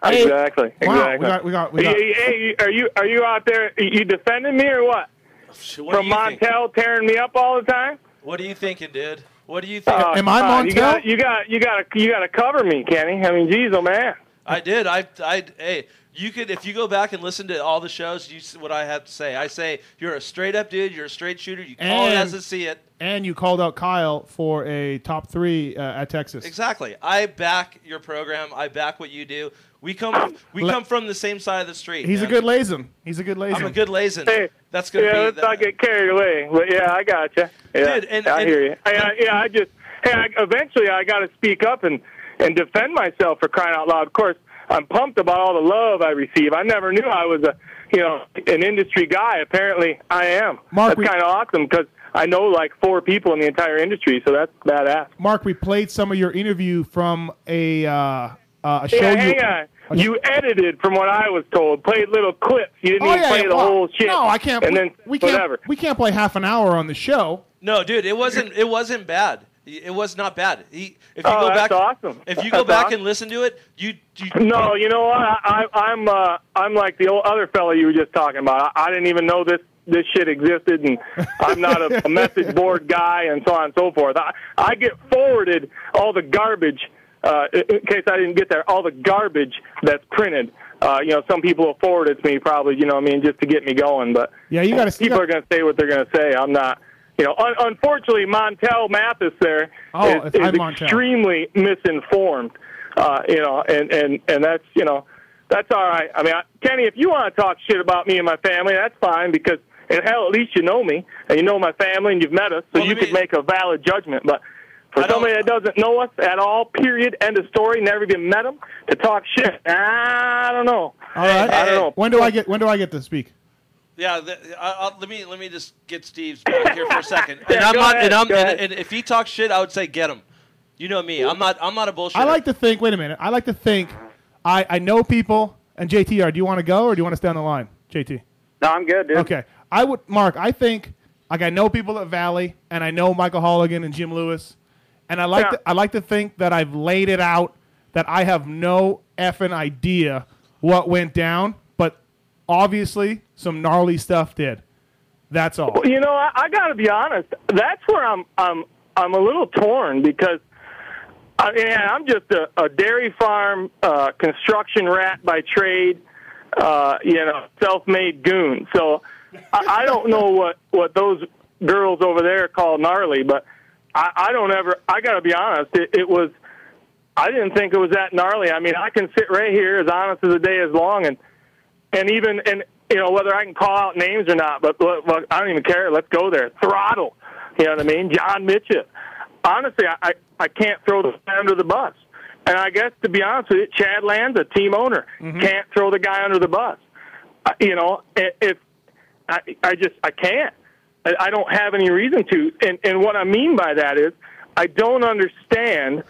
N: exactly.
L: Wow,
N: Exactly.
L: we got- we got- we got-
N: Hey, hey, are you are you out there? You defending me or what?
E: what
N: From
E: do you think?
N: Montel tearing me up all the time.
E: What are you thinking, dude? What do you think?
N: Oh, come on, You got you got you got to you got to cover me, Kenny. I mean, geez, oh man.
E: I did. I, I, hey, you could if you go back and listen to all the shows, you see what I have to say. I say you're a straight up dude. You're a straight shooter. You call it
D: And-
E: as I see it.
D: And you called out Kyle for a top three uh, at Texas.
E: Exactly. I back your program. I back what you do. We come we
D: Le-
E: come from the same side of the street.
D: He's a
E: man.
D: good laison. He's a good laison.
E: I'm a good lazen. That's gonna
N: yeah,
E: be
N: let's
E: the-
N: not get carried away. But yeah, I got gotcha. you. Yeah,
E: Dude, and-
N: I
E: and-
N: hear you. I, I, yeah, I just hey, I, eventually I got to speak up and and defend myself for crying out loud. Of course, I'm pumped about all the love I receive. I never knew I was a you know an industry guy. Apparently, I am.
D: Mark, we-
N: that's kind of awesome because I know like four people in the entire industry, so that's badass.
D: Mark, we played some of your interview from a uh, uh, a show.
N: Yeah,
D: you,
N: hang on.
P: You edited, from what I was told, played little clips. You didn't
D: Oh,
P: even
D: yeah,
P: play
D: yeah,
P: the
D: well,
P: whole shit.
D: No, I can't.
P: And
D: we,
P: then
D: we can't.
P: whatever.
D: We can't play half an hour on the show.
E: No, dude, it wasn't. It wasn't bad. It was not bad. He, if you go
P: Oh, that's
E: back,
P: awesome.
E: If you go
P: That's
E: back
P: awesome.
E: and listen to it, you, you
P: No, you know what? I, I, I'm uh, I'm like the old other fellow you were just talking about. I, I didn't even know this this shit existed, and I'm not a, a message board guy, and so on and so forth. I, I get forwarded all the garbage. Uh, in in case I didn't get there, all the garbage that's printed. Uh, you know, some people will forward it to me, probably. You know, what I mean, just to get me going. But
D: yeah, you gotta- you
P: People are going to say what they're going to say. I'm not. You know, un- unfortunately, Montel Mathis there
D: Oh,
P: is,
D: it's- I'm
P: is
D: Montel.
P: extremely misinformed. Uh, you know, and and and that's you know, that's all right. I mean, I, Kenny, if you want to talk shit about me and my family, that's fine because. And hell, at least you know me, and you know my family, and you've met us, so you could make a valid judgment. But for somebody that doesn't know us at all, period, end of story, never even met them, to talk shit, I don't know.
D: All right.
P: I don't know.
D: When do I get? When do I get to speak?
E: Yeah, th I, I'll, let me let me just get Steve's back here for a second.
D: Yeah,
E: and I'm
D: go
E: not.
D: ahead,
E: and, I'm,
D: go
E: and,
D: ahead.
E: and if he talks shit, I would say get him. You know me. I'm not. I'm not a bullshit.
D: I like to think. Wait a minute. I like to think. I I know people. And JTR, do you want to go or do you want to stay on the line, JT?
Q: No, I'm good, dude.
D: Okay. I would Mark, I think like I know people at Valley and I know Michael Holligan and Jim Lewis. And I like to, I like to think that I've laid it out that I have no effing idea what went down, but obviously some gnarly stuff did. That's all.
P: Well, you know, I, I got to be honest. That's where I'm. I'm. I'm a little torn because, I mean, I'm just a, a dairy farm uh, construction rat by trade. Uh, you know, self-made goon. So I, I don't know what what those girls over there call gnarly, but I, I don't ever. I got to be honest. It, it was. I didn't think it was that gnarly. I mean, I can sit right here as honest as a day is long, and and even and you know whether I can call out names or not, but look, look, I don't even care. Let's go there. Throttle. You know what I mean? John Mitchell. Honestly, I I, I can't throw the guy under the bus. And I guess to be honest with you, Chad Land's a team owner. Can't throw the guy under the bus. I, you know, i- if I, I just I can't. I, I don't have any reason to. And and what I mean by that is I don't understand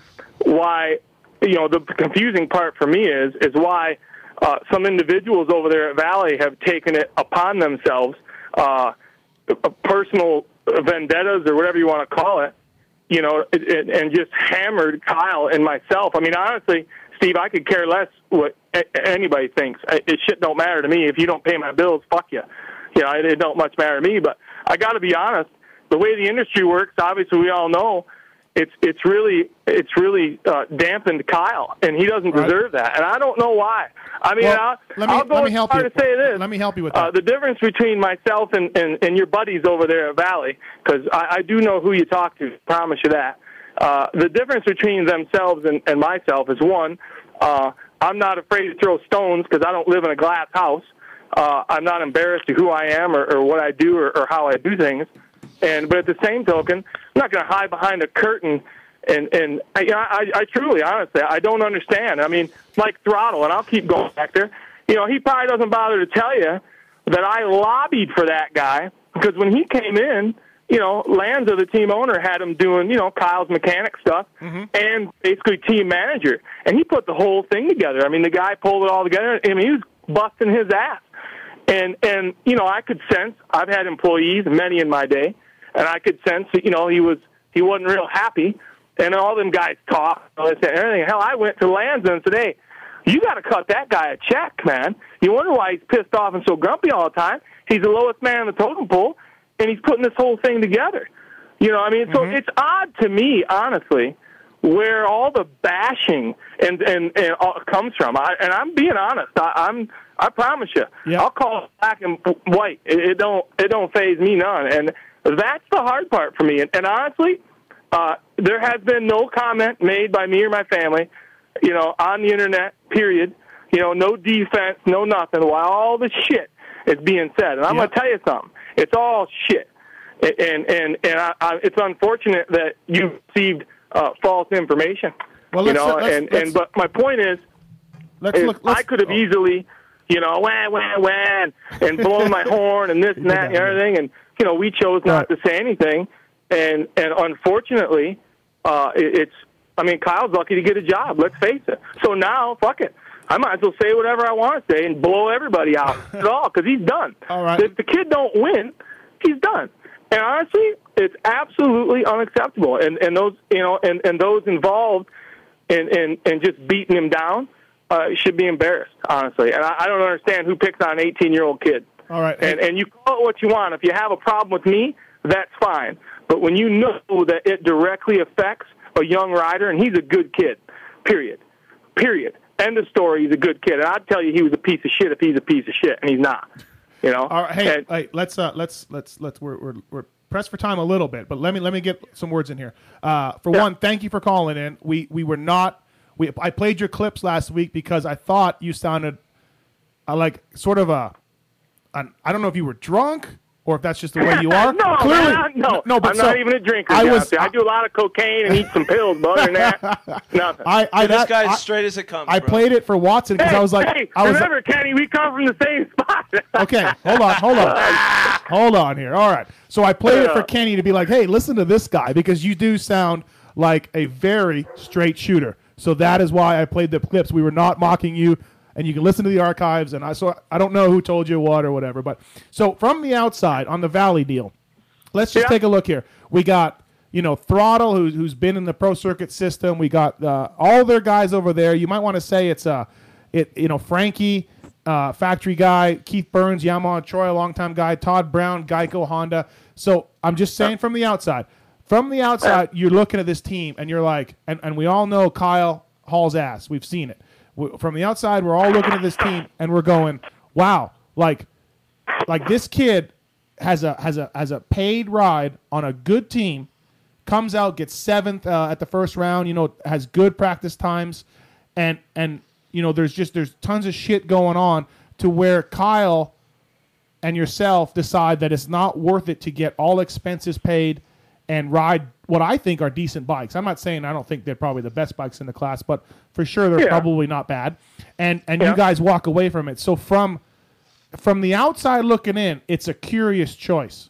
P: why you know the confusing part for me is is why uh, some individuals over there at Valley have taken it upon themselves uh, personal vendettas or whatever you want to call it you know, it, it, and just hammered Kyle and myself. I mean, honestly, Steve, I could care less what a- anybody thinks. I- It shit don't matter to me. If you don't pay my bills, fuck you. You know, it, it don't much matter to me. But I got to be honest. The way the industry works, obviously, we all know. It's it's really it's really uh, dampened Kyle, and he doesn't
D: Right.
P: deserve that. And I don't know why. I mean,
D: Well,
P: I'll,
D: let me-
P: I'll go
D: let me
P: as
D: help
P: far
D: you.
P: to say this.
D: Let me help you with
P: Uh, the difference between myself and, and, and your buddies over there at Valley, because I, I do know who you talk to, promise you that. Uh, the difference between themselves and, and myself is one, uh, I'm not afraid to throw stones because I don't live in a glass house. Uh, I'm not embarrassed to who I am or, or what I do or, or how I do things. And but at the same token, I'm not going to hide behind a curtain. And and I, I, I truly, honestly, I don't understand. I mean, like throttle, and I'll keep going back there. You know, he probably doesn't bother to tell you that I lobbied for that guy because when he came in, you know, Lanza, the team owner, had him doing you know Kyle's mechanic stuff and basically team manager, and he put the whole thing together. I mean, the guy pulled it all together. I mean, he was busting his ass and and you know I could sense I've had employees many in my day, and I could sense that you know he was he wasn't real happy, and all them guys talk all this and everything. Hell, I went to Lanza and said, hey, you got to cut that guy a check, man. You wonder why he's pissed off and so grumpy all the time. He's the lowest man in the totem pole, and he's putting this whole thing together. You know, I mean, so it's odd to me, honestly, where all the bashing and and, and all comes from. I, and I'm being honest. I, I'm I promise you, I'll call it black and white. It, it don't it don't phase me none. And that's the hard part for me. And, and honestly, uh, there has been no comment made by me or my family, you know, on the internet. Period. You know, no defense, no nothing. While all the shit is being said, and I'm going to tell you something. It's all shit and and and I, I, it's unfortunate that you received uh, false information.
D: Well,
P: you
D: let's-
P: know,
D: let's-
P: and
D: let's-
P: and but my point is,
D: Let's
P: is
D: look- let's- Oh.
P: I could have easily, you know, wah wah wah, and blown my horn and this and that and everything, and you know, we chose not to say anything, and and unfortunately, uh, it, it's. I mean, Kyle's lucky to get a job. Let's face it. So now, fuck it. I might as well say whatever I want to say and blow everybody out at all because he's done. All right. If the kid don't win, he's done. And honestly, it's absolutely unacceptable. And and those you know and and those involved in in, in just beating him down uh, should be embarrassed, honestly. And I, I don't understand who picks on an 18 year old kid.
D: All right.
P: And and you call it what you want. If you have a problem with me, that's fine. But when you know that it directly affects a young rider, and he's a good kid, period, period. End of story. He's a good kid, and I'd tell you he was a piece of shit if he's a piece of shit, and he's not. You know.
D: All right, hey, hey, let's uh, let's let's let's we're, we're we're pressed for time a little bit, but let me let me get some words in here. Uh, for one, thank you for calling in. We we were not we I played your clips last week because I thought you sounded uh, like sort of a an, I don't know if you were drunk or if that's just the way you are.
P: no,
D: clearly,
P: man, no,
D: no, but
P: I'm
D: so-
P: not even a drinker.
D: I
P: I
D: was
P: I do a lot of cocaine and eat some pills, but other than that, nothing.
D: I, I
E: this
D: that-
E: guy's
D: I-
E: straight as it comes.
D: I
E: bro.
D: played it for Watson because
E: Hey,
D: I was like,
E: hey,
D: I was
E: remember,
P: Kenny, we come from the same spot.
D: okay, hold on, hold on, hold on here. All right, so I played it for
P: Yeah.
D: Kenny to be like, hey, listen to this guy because you do sound like a very straight shooter. So that is why I played the clips. We were not mocking you, and you can listen to the archives. And I so I don't know who told you what or whatever, but so from the outside on the Valley deal, let's just take a look here. We got you know Throttle, who's who's been in the pro circuit system. We got uh, all their guys over there. You might want to say it's uh, it you know Frankie, uh, factory guy, Keith Burns, Yamaha Troy, a longtime guy, Todd Brown, Geico Honda. So I'm just saying from the outside, from the outside, you're looking at this team and you're like, and, and we all know Kyle Hall's ass. We've seen it. We, from the outside, we're all looking at this team and we're going, wow, like like this kid has a has a has a paid ride on a good team, comes out gets seventh uh, at the first round. You know, has good practice times, and and you know there's just there's tons of shit going on to where Kyle and yourself decide that it's not worth it to get all expenses paid and ride what I think are decent bikes. I'm not saying I don't think they're probably the best bikes in the class, but for sure they're
P: Yeah.
D: probably not bad. And and
P: Yeah.
D: you guys walk away from it. So from from the outside looking in, it's a curious choice.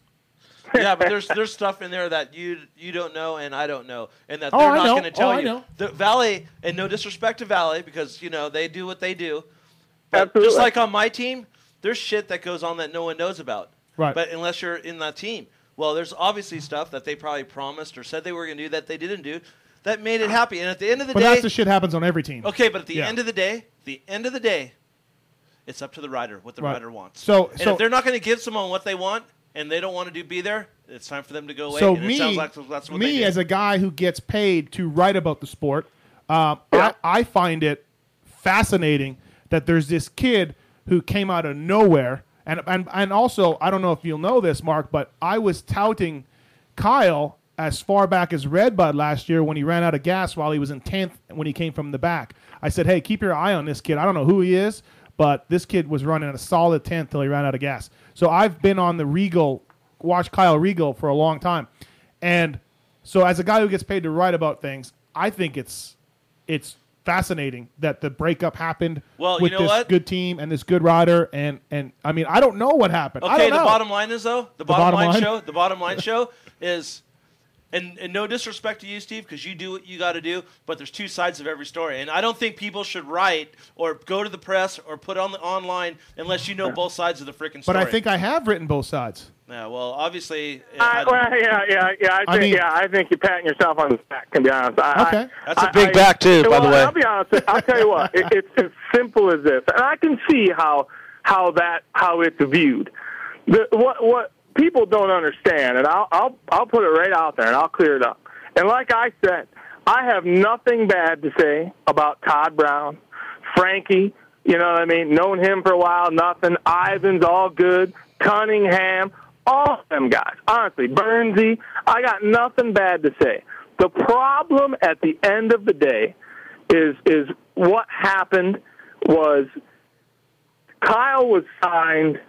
E: yeah, but there's there's stuff in there that you you don't know and I don't know, and that
D: Oh,
E: they're
D: I
E: not
D: know.
E: going to tell
D: Oh, I
E: you.
D: know.
E: The Valley, and no disrespect to Valley, because you know they do what they do. But
P: Absolutely.
E: Just like on my team, there's shit that goes on that no one knows about.
D: Right.
E: But unless you're in that team, well, there's obviously stuff that they probably promised or said they were going to do that they didn't do, that made it happy. And at the end of the
D: Ah. But
E: day,
D: that's the shit happens on every team.
E: Okay, but at the
D: Yeah.
E: end of the day, the end of the day, it's up to the rider what the
D: Right.
E: rider wants.
D: So-
E: and
D: so-
E: if they're not going to give someone what they want and they don't want to do be there, it's time for them to go away.
D: So
E: and
D: me,
E: it sounds like that's what
D: me
E: they
D: as a guy who gets paid to write about the sport, uh, I, I find it fascinating that there's this kid who came out of nowhere, and and and also I don't know if you'll know this, Mark, but I was touting Kyle as far back as Red Bud last year when he ran out of gas while he was in tenth when he came from the back. I said, hey, keep your eye on this kid. I don't know who he is. But this kid was running a solid 10th till he ran out of gas. So I've been on the Regal watched Kyle Regal for a long time, and so as a guy who gets paid to write about things, I think it's it's fascinating that the breakup happened
E: Well, you
D: with
E: know
D: this
E: what?
D: good team and this good rider, and and I mean I don't know what happened.
E: did.
D: I
E: Okay,
D: don't
E: the
D: know.
E: bottom line is though, the,
D: The
E: bottom,
D: bottom
E: line,
D: line?
E: show, the bottom line show is and, and no disrespect to you, Steve, because you do what you got to do, but there's two sides of every story, and I don't think people should write or go to the press or put on the online unless you know both sides of the
D: but
E: freaking story.
D: I think I have written both sides.
E: yeah, well, obviously,
P: I, Uh, well, yeah, yeah, yeah. I think,
D: I mean-
P: yeah, I think you're patting yourself on the back. Can be honest. I, okay,
E: that's
P: a
R: big back, too, by the way.
P: I'll be honest. with- I'll tell you what. It, it's as simple as this, and I can see how how that how it's viewed. The, what what people don't understand, and I'll I'll I'll put it right out there, and I'll clear it up. And like I said, I have nothing bad to say about Todd Brown, Frankie. You know what I mean? Known him for a while. Nothing. Ivan's all good. Cunningham. All of them guys. Honestly, Bernsey. I got nothing bad to say. The problem at the end of the day is is what happened was Kyle was signed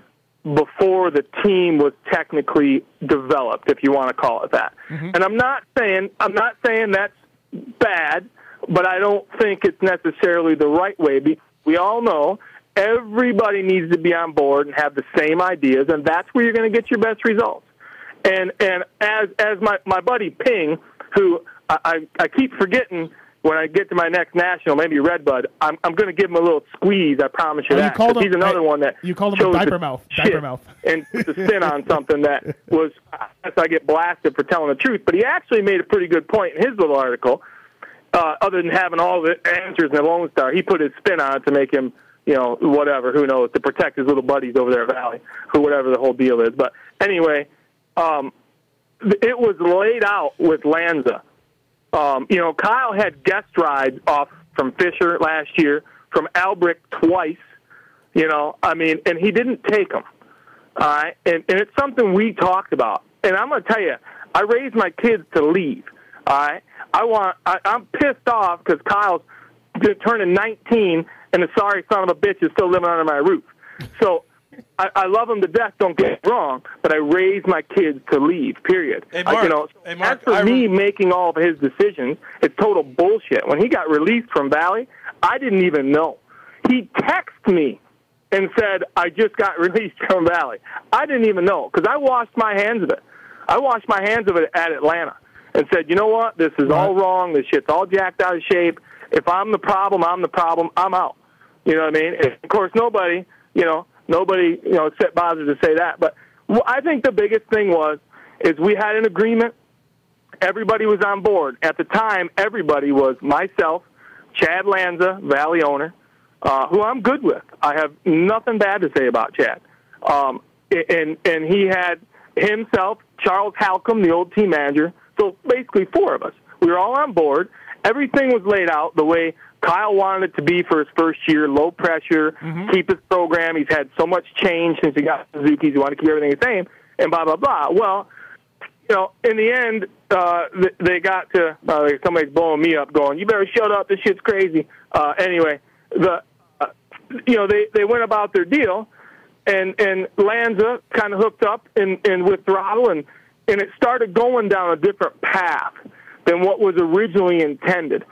P: before the team was technically developed, if you want to call it that.
D: Mm-hmm.
P: And I'm not saying I'm not saying that's bad, but I don't think it's necessarily the right way. Be- We all know everybody needs to be on board and have the same ideas, and that's where you're going to get your best results. And and as as my my buddy Ping, who I I, I keep forgetting when I get to my next national, maybe Redbud, I'm I'm going to give him a little squeeze. I promise you
D: Oh, you
P: that.
D: called
P: 'cause
D: him-
P: he's another
D: hey,
P: one that
D: you called him a
P: chose to
D: diaper mouth,
P: shit
D: diaper mouth.
P: and to sin on something that was. Unless I get blasted for telling the truth, but he actually made a pretty good point in his little article. Uh, other than having all the answers in the Lone Star, he put his spin on it to make him, you know, whatever. Who knows? To protect his little buddies over there at Valley, who whatever the whole deal is. But anyway, um, th- it was laid out with Lanza. Um, you know, Kyle had guest rides off from Fisher last year, from Albrecht twice. You know, I mean, and he didn't take them. All right, and and it's something we talked about. And I'm gonna tell you, I raised my kids to leave. All right, I want. I, I'm pissed off because Kyle's just turning 19, and the sorry son of a bitch is still living under my roof. So. I, I love them to death. Don't get me wrong, but I raised my kids to leave. Period.
S: Hey,
P: I-
S: Mark.
P: you know,
S: Hey, Mark,
P: as for
S: I
P: me making all of his decisions, it's total bullshit. When he got released from Valley, I didn't even know. He texted me and said, I just got released from Valley. I didn't even know because I washed my hands of it. I washed my hands of it at Atlanta and said, you know what? This is all wrong. This shit's all jacked out of shape. If I'm the problem, I'm the problem. I'm out. You know what I mean? And of course, nobody, you know, nobody, you know, except bothered to say that. But wh- I think the biggest thing was is we had an agreement everybody was on board. At the time, everybody was myself, Chad Lanza, Valley owner, uh, who I'm good with. I have nothing bad to say about Chad. Um, and, and he had himself, Charles Halcom, the old team manager. So basically, four of us. We were all on board. Everything was laid out the way Kyle wanted it to be for his first year low pressure, keep his program. He's had so much change since he got Suzuki. He wanted to keep everything the same, and blah, blah, blah. Well, you know, in the end, uh, th- they got to uh, somebody's blowing me up, going, "You better shut up. This shit's crazy." Uh, anyway, the uh, you know they they went about their deal, and and Lanza kind of hooked up and and with Throttle, and and it started going down a different path than what was originally intended.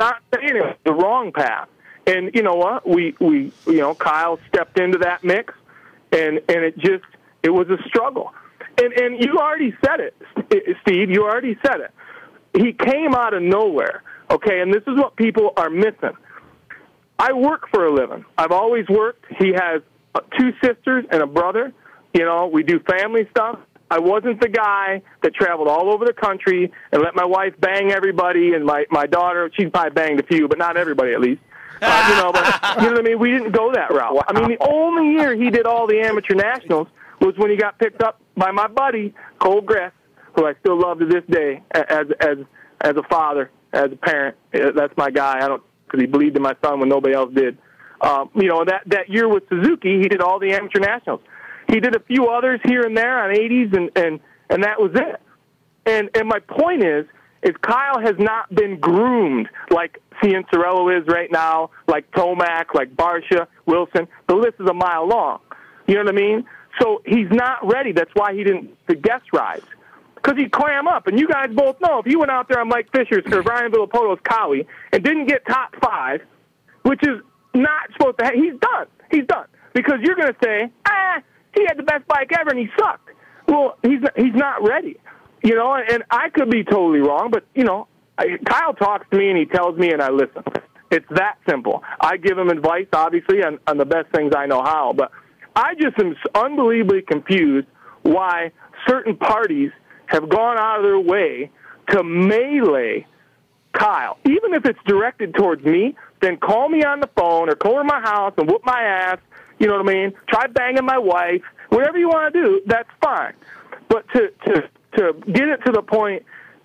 P: Not saying it was the wrong path, and you know what? We we you know Kyle stepped into that mix, and and it just it was a struggle. And and you already said it, S- Steve. You already said it. He came out of nowhere. Okay, and this is what people are missing. I work for a living. I've always worked. He has uh, two sisters and a brother. You know, we do family stuff. I wasn't the guy that traveled all over the country and let my wife bang everybody and my my daughter. She probably banged a few, but not everybody at least. Uh, you know, but you know what I mean. We didn't go that route. I mean, the only year he did all the amateur nationals was when he got picked up by my buddy Cole Gress, who I still love to this day a- as as as a father, as a parent. Uh, That's my guy. I don't because he believed in my son when nobody else did. Um, you know that that year with Suzuki, he did all the amateur nationals. He did a few others here and there on 80s, and and and that was it. And and my point is, is Kyle has not been groomed like Ciancerello is right now, like Tomac, like Barsha, Wilson. The list is a mile long. You know what I mean? So he's not ready. That's why he didn't the guest rides. Because he clam up, and you guys both know if he went out there on Mike Fisher's or Brian Villapoto's collie and didn't get top five, which is not supposed to. Ha- he's done. He's done because you're going to say, ah, he had the best bike ever and he sucked. Well, he's not, he's not ready, you know. And, and I could be totally wrong, but you know, I, Kyle talks to me and he tells me, and I listen. It's that simple. I give him advice, obviously, on, on the best things I know how. But I just am unbelievably confused why certain parties have gone out of their way to melee Kyle, even if it's directed towards me, then call me on the phone or call to my house and whoop my ass. You know what I mean? Try banging my wife. Whatever you want to do, that's fine. But to to to get it to the point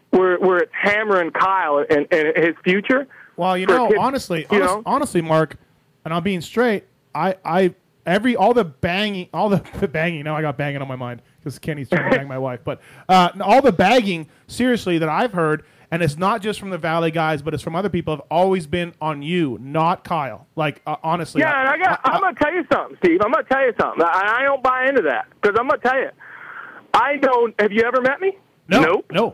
P: where where it's hammering Kyle and, and his future.
D: Well, you
P: for
D: know,
P: kids,
D: honestly,
P: you
D: honest-
P: know?
D: honestly, Mark, and I'm being straight. I, I, every all the banging, all the, banging. Now I got banging on my mind because Kenny's trying to bang my wife. But uh, all the bagging, seriously, that I've heard, and it's not just from the Valley guys, but it's from other people. Have always been on you, not Kyle. Like uh, honestly,
P: Yeah, and I got. I, am gonna tell you something, Steve. I'm gonna tell you something. I, I don't buy into that because I'm gonna tell you. I don't. Have you ever met me? No. Nope.
D: No.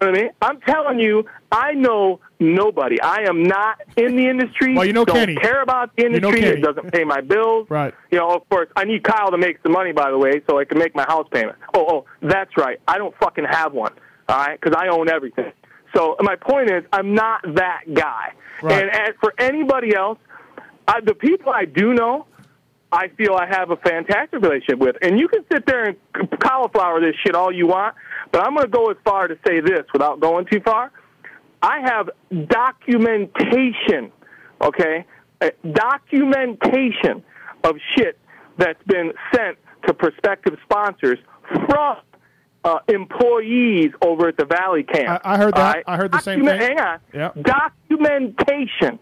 P: You know what I mean? I'm telling you, I know nobody. I am not in the industry.
D: Well, you know
P: don't
D: Kenny.
P: care about the
D: You know
P: industry.
D: Kenny.
P: it doesn't pay my bills.
D: Right.
P: You know, of course, I need Kyle to make some money, by the way, so I can make my house payment. Oh, oh, that's right. I don't fucking have one. All right, because I own everything. So my point is, I'm not that guy.
T: Right.
P: And as for anybody else, I, the people I do know, I feel I have a fantastic relationship with. And you can sit there and cauliflower this shit all you want, but I'm going to go as far to say this without going too far. I have documentation, okay? Uh, Documentation of shit that's been sent to prospective sponsors from uh, employees over at the Valley Camp.
D: I heard
P: all
D: that.
P: right?
D: I heard the same
P: Document-
D: thing.
P: Hang on.
D: Yep.
P: Documentation,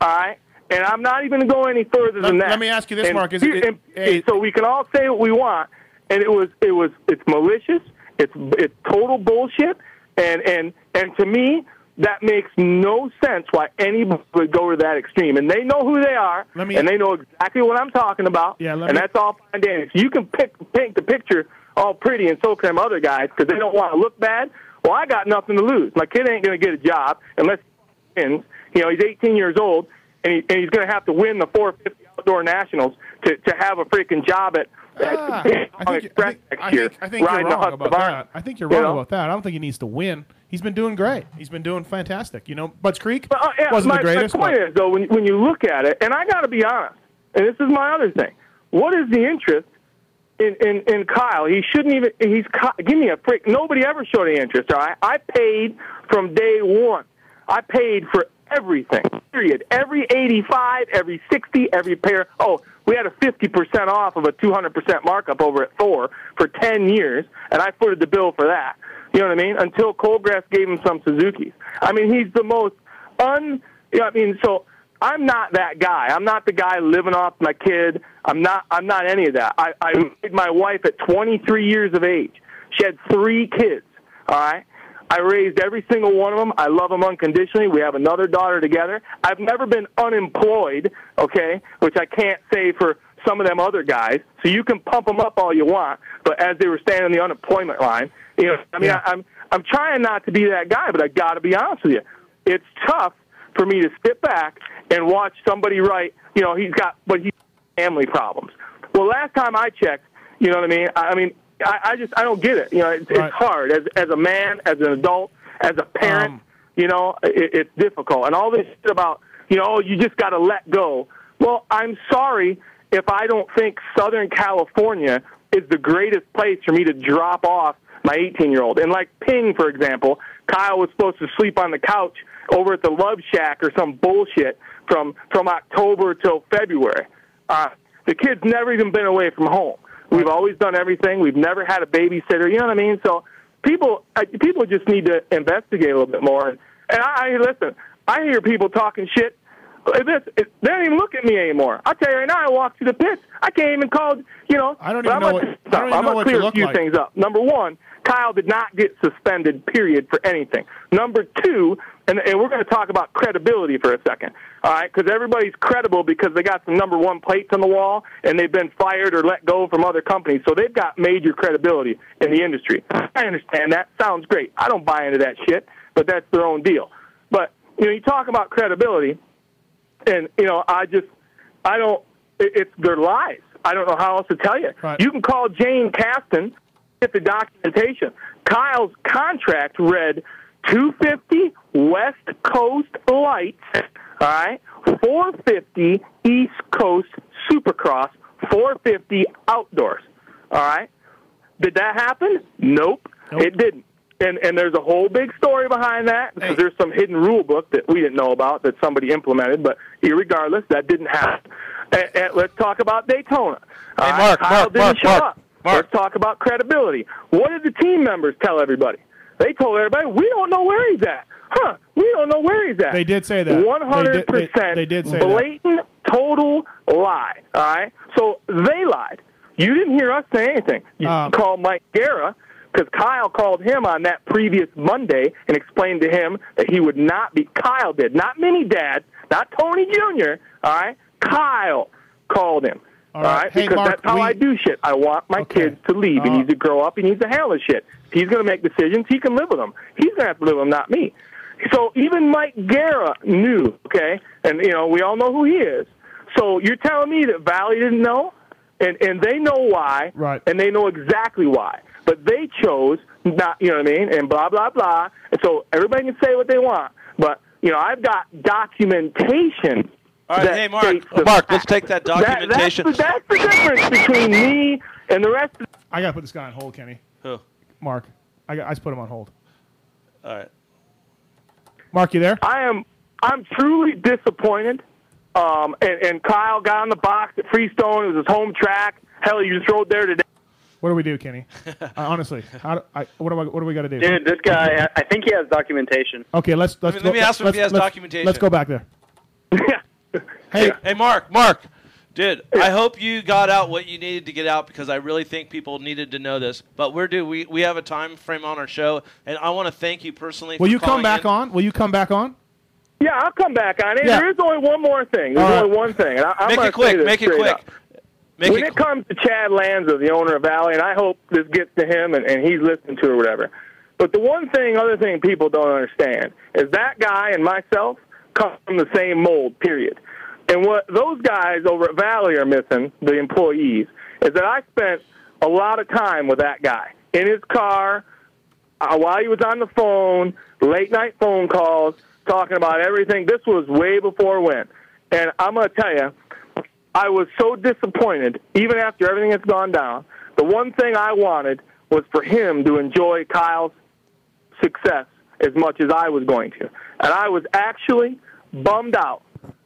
P: all right? And I'm not even going to go any further than
D: Let-
P: that.
D: let me ask you this,
P: And
D: Mark. Is
P: here-
D: it-
P: and- and so we can all say what we want, and it was, it was, it's malicious. It's, it's total bullshit. And and and to me, that makes no sense why anybody would go to that extreme. And they know who they are,
D: Let me-
P: and they know exactly what I'm talking about.
D: Yeah, let
P: and
D: me-
P: that's all fine and dandy. If you can pick, paint the picture all pretty, and so can them other guys because they don't want to look bad. Well, I got nothing to lose. My kid ain't going to get a job unless he wins. You know, he's 18 years old, and, he, and he's going to have to win the 450 outdoor nationals to, to have a freaking job at.
D: Ah,
P: at
D: I think,
P: Express
D: I
P: next year,
D: think, I think you're
P: riding the
D: wrong
P: Husky
D: about
P: Barn.
D: that. I think you're
P: You
D: wrong
P: know?
D: about that. I don't think he needs to win. He's been doing great. He's been doing fantastic. You know, Butts Creek
P: But, uh, yeah,
D: wasn't
P: my,
D: the greatest.
P: My point
D: but-
P: is though, when when you look at it, and I got to be honest, and this is my other thing. What is the interest in in, in Kyle? He shouldn't even. He's Ky- give me a freak. Nobody ever showed any interest. All right, I paid from day one. I paid for everything. Period. Every eighty-five, every sixty, every pair. Oh, we had a fifty percent off of a two hundred percent markup over at Thor for ten years, and I footed the bill for that. You know what I mean? Until Colgrass gave him some Suzuki's. I mean, he's the most un. You know, what I mean, so I'm not that guy. I'm not the guy living off my kid. I'm not. I'm not any of that. I, I married my wife at 23 years of age. She had three kids. All right. I raised every single one of them. I love them unconditionally. We have another daughter together. I've never been unemployed. Okay, which I can't say for some of them other guys. So you can pump them up all you want, but as they were standing on the unemployment line, you know, I mean, I, I'm I'm trying not to be that guy, but I got to be honest with you. It's tough for me to sit back and watch somebody write, you know, he's got, but he's got family problems. Well, last time I checked, you know what I mean? I, I mean, I, I just, I don't get it. You know, it's, it's hard as, as a man, as an adult, as a parent, you know, it, it's difficult. And all this shit about, you know, oh, you just got to let go. Well, I'm sorry if I don't think Southern California is the greatest place for me to drop off my 18 year old. And like Ping, for example, Kyle was supposed to sleep on the couch over at the Love Shack or some bullshit from from October till February. Uh, the kid's never even been away from home. We've always done everything. We've never had a babysitter. You know what I mean? So people uh, people just need to investigate a little bit more. And, and I, I listen. I hear people talking shit. Uh, This, it, they don't even look at me anymore. I tell you right now, I walk through the pits. I can't even call. You know, I don't
D: even know
P: I'm
D: what-
P: gonna,
D: I don't even
P: I'm
D: know
P: gonna
D: what you
P: clear a
D: look
P: few
D: like.
P: things up. Number one, Kyle did not get suspended. Period for anything. Number two, and, and we're going to talk about credibility for a second. All right, because everybody's credible because they got some number one plates on the wall and they've been fired or let go from other companies, so they've got major credibility in the industry. I understand that sounds great. I don't buy into that shit, but that's their own deal. But you know, you talk about credibility and you know i just i don't it, it's their lies i don't know how else to tell you you can call jane caston get the documentation kyle's contract read 250 west coast lights all right 450 east coast supercross 450 outdoors all right did that happen? Nope, it didn't. And and there's a whole big story behind that because there's some hidden rule book that we didn't know about that somebody implemented. But irregardless, that didn't happen. And, and let's talk about Daytona. Hey,
M: Mark,
P: Kyle
M: Mark,
P: didn't
M: Mark,
P: show
M: Mark,
P: up. Let's talk about credibility. What did the team members tell everybody? They told everybody we don't know where he's at. Huh? We don't know where he's at.
D: They did say that. They did- they-
P: One hundred percent.
D: they did say that.
P: blatant, total lie. All right. So they lied. You didn't hear us say anything. You
D: Um,
P: called Mike Guerra because Kyle called him on that previous Monday and explained to him that he would not be. Kyle did not Mini Dad, not Tony Jr. All right, Kyle called him. All right,
D: Hey,
P: because
D: Mark, Uh,
P: that's how I do shit. I want my kids to leave. he needs to grow up. He needs to handle his shit. If he's going to make decisions. He can live with them. He's going to have to live with them, not me. So even Mike Guerra knew. Okay, and you know we all know who he is. So you're telling me that Valley didn't know? and and they know why, right? And they know exactly why. But they chose not, you know what I mean, and blah blah blah. And so everybody can say what they want, but you know, I've got documentation.
E: All right,
P: that
E: hey, Mark.
P: states the
E: Mark,
P: facts.
E: let's take that
P: That- that's
E: documentation.
P: the- that's, the, difference between me and the rest. Of
D: I gotta put this guy on hold, Kenny.
E: Who?
D: Mark. I, got, I just put him on hold.
E: All right.
D: Mark, you there?
P: I am. I'm truly disappointed. Um, and, and Kyle got on the box at Freestone. It was his home track. Hell, you just rode there today.
D: What do we do, Kenny? uh, honestly, how do, I, what do I, what do we got to do?
L: Dude, this guy, I- I think he has documentation.
D: Okay, let's let's
E: Let me-
D: go-
E: let me ask him if
D: let's-
E: he has
D: let's-
E: documentation.
D: Let's go back there.
E: Hey, hey, Mark, Mark, dude, I hope you got out what you needed to get out because I really think people needed to know this. But we're due. We we have a time frame on our show, and I want to thank you personally.
D: Will
E: for
D: you come
E: calling
D: back
E: in.
D: on? Will you come back on?
P: Yeah, I'll come back on it.
D: Yeah.
P: There is only one more thing.
D: All
P: There's
E: Uh,
D: right.
P: only one thing. And I, I'm
D: Make it
P: gonna say
D: quick,
P: this
D: make it
P: straight
D: quick.
P: up. when it comes to Chad Lanza, the owner of Valley, and I hope this gets to him and, and he's listening to it or whatever. But the one thing, other thing people don't understand is that guy and myself come from the same mold, period. And what those guys over at Valley are missing, the employees, is that I spent a lot of time with that guy in his car, uh, while he was on the phone, late night phone calls, talking about everything. This was way before when. And I'm going to tell you, I was so disappointed, even after everything that's gone down. The one thing I wanted was for him to enjoy Kyle's success as much as I was going to. And I was actually bummed out.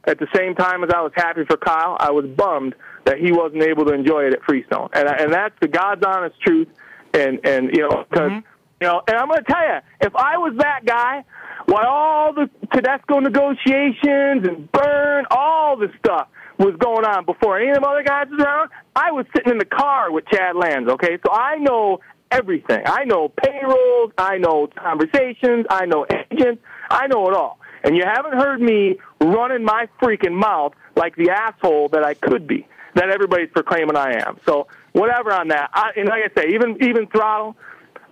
P: At the same time as I was happy for Kyle, I was bummed that he wasn't able to enjoy it at Freestone. And, I- and that's the God's honest truth. And, and you know, 'cause, you know, and I'm going to tell you, if I was that guy, while all the Tedesco negotiations and burn, all this stuff was going on before any of them other guys was around, I was sitting in the car with Chad Lands, okay? So I know everything. I know payrolls, I know conversations, I know agents, I know it all. And you haven't heard me running my freaking mouth like the asshole that I could be, that everybody's proclaiming I am. So whatever on that. I, and like I say, even even throttle,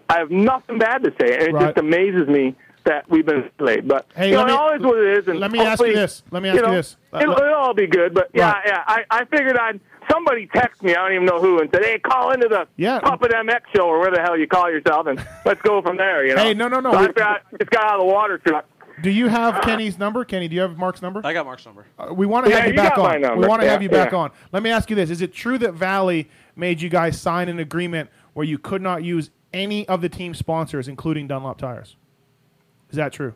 P: I have nothing bad to say, and it just amazes me that we've been late. But
D: Hey,
P: you know,
D: let me-
P: it always what it is. And
D: let me ask you
P: hopefully,
D: this. Let me ask you
P: know,
D: this. Uh,
P: It'll,
D: let-
P: it'll all be good, but yeah,
D: Right.
P: yeah. I, I figured I'd somebody text me. I don't even know who, and said, "Hey, call into the
D: Yeah.
P: Puppet MX show or where the hell you call yourself, and let's go from there." You know?
D: Hey, no, no, no.
P: So I
D: We-
P: figured I just got out of the water truck.
D: Do you have Kenny's number? Kenny, do you have Mark's number?
E: I got Mark's number.
D: Uh, we want to
P: Yeah,
D: have you,
P: you
D: back
P: got
D: on.
P: my
D: We
P: number.
D: want to
P: Yeah,
D: have you back
P: yeah.
D: on. Let me ask you this: Is it true that Valley made you guys sign an agreement where you could not use any of the team sponsors, including Dunlop tires? Is that true?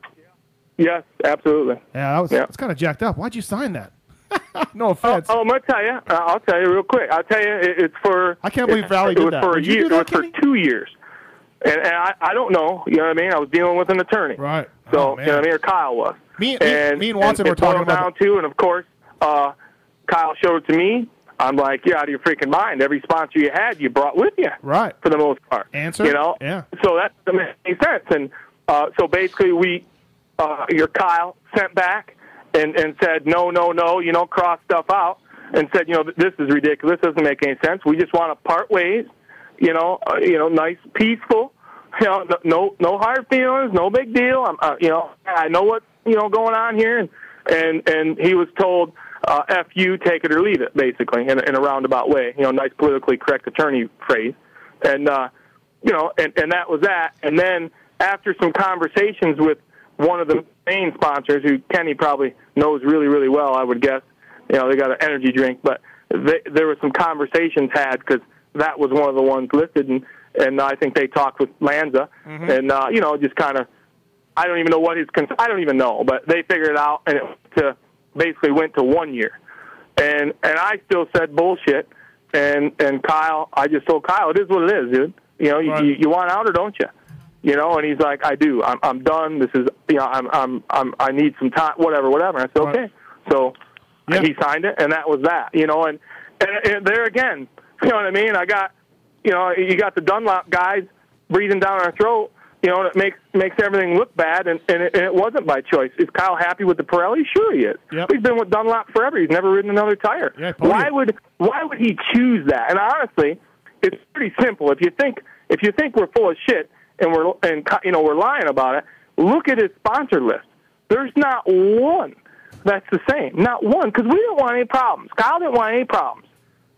P: Yes, absolutely.
D: Yeah, that was.
P: Yeah.
D: It's kind of jacked up. Why'd you sign that? no offense.
P: Oh, I'm gonna tell you. I'll tell you real quick. I'll tell you. It, it's for.
D: I can't believe
P: it-
D: Valley
P: it
D: did
P: was
D: that.
P: for a
D: Did you
P: year.
D: do that,
P: it was for two years. And, and I, I don't know. You know what I mean? I was dealing with an attorney.
D: Right. Oh,
P: So you know what I mean? Or Kyle was.
D: Me- me-
P: and
D: me and Watson
P: it
D: were talking
P: boiled
D: about
P: down to, and of course, uh, Kyle showed it to me. I'm like, you're out of your freaking mind. Every sponsor you had, you brought with you.
D: Right.
P: For the most part.
D: Answer.
P: You know.
D: Yeah.
P: So that doesn't make any sense. And uh, so basically, we, uh, your Kyle sent back and, and said, no, no, no, you know, cross stuff out and said, you know, this is ridiculous. This doesn't make any sense. We just want to part ways, you know, uh, you know, nice, peaceful, you know, no, no, no hard feelings, no big deal. I'm, uh, you know, I know what's, you know, going on here. And, and, and he was told, uh, F you, take it or leave it, basically, in, in a roundabout way, you know, nice politically correct attorney phrase. And, uh, you know, and, and that was that. And then after some conversations with one of the main sponsors, who Kenny probably knows really, really well, I would guess, you know, they got an energy drink, but they, there was some conversations had because that was one of the ones listed, and, and I think they talked with Lanza,
T: Mhm.
P: and, uh, you know, just kind of, I don't even know what his, cons- I don't even know, but they figured it out, and it to, basically went to one year and and I still said bullshit. And and Kyle, I just told Kyle, it is what it is, dude. You know, you, you, you want out or don't you? You know, and he's like, I do. I'm I'm done. This is you know, I'm I'm I'm I need some time. Whatever, whatever. I said okay. So he signed it, and that was that. You know, and, and and there again, you know what I mean? I got you know you got the Dunlop guys breathing down our throat. You know, and it makes makes everything look bad, and and it, and it wasn't by choice. Is Kyle happy with the Pirelli? Sure, he is.
D: Yep.
P: He's been with Dunlop forever. He's never ridden another tire.
D: Yeah, podium.
P: why would why would he choose that? And honestly, it's pretty simple. If you think if you think we're full of shit and we're and you know we're lying about it, look at his sponsor list. There's not one that's the same. Not one because we didn't want any problems. Kyle didn't want any problems.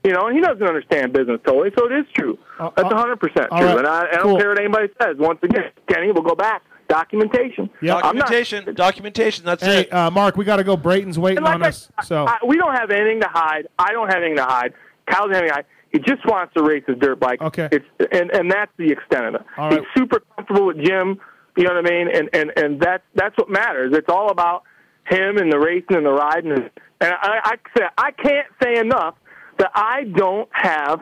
P: You know, and he doesn't understand business totally, so it is true. That's a hundred percent
D: Uh, all
P: true,
D: right.
P: and I, I don't
D: Cool.
P: care what anybody says. Once again, Kenny, we'll go back documentation. I'm not
E: Documentation. documentation. That's
D: hey, uh, Mark, we got to go. Brayton's waiting on us. So
P: I, we don't have anything to hide. I don't have anything to hide. Kyle's having hide. He just wants to race his dirt bike. Okay. It's and and that's the extent of it.
D: All
P: He's super comfortable with Jim. You know what I mean? And and and that's that's what matters. It's all about him and the racing and the riding. And, and I, I said I can't say enough that I don't have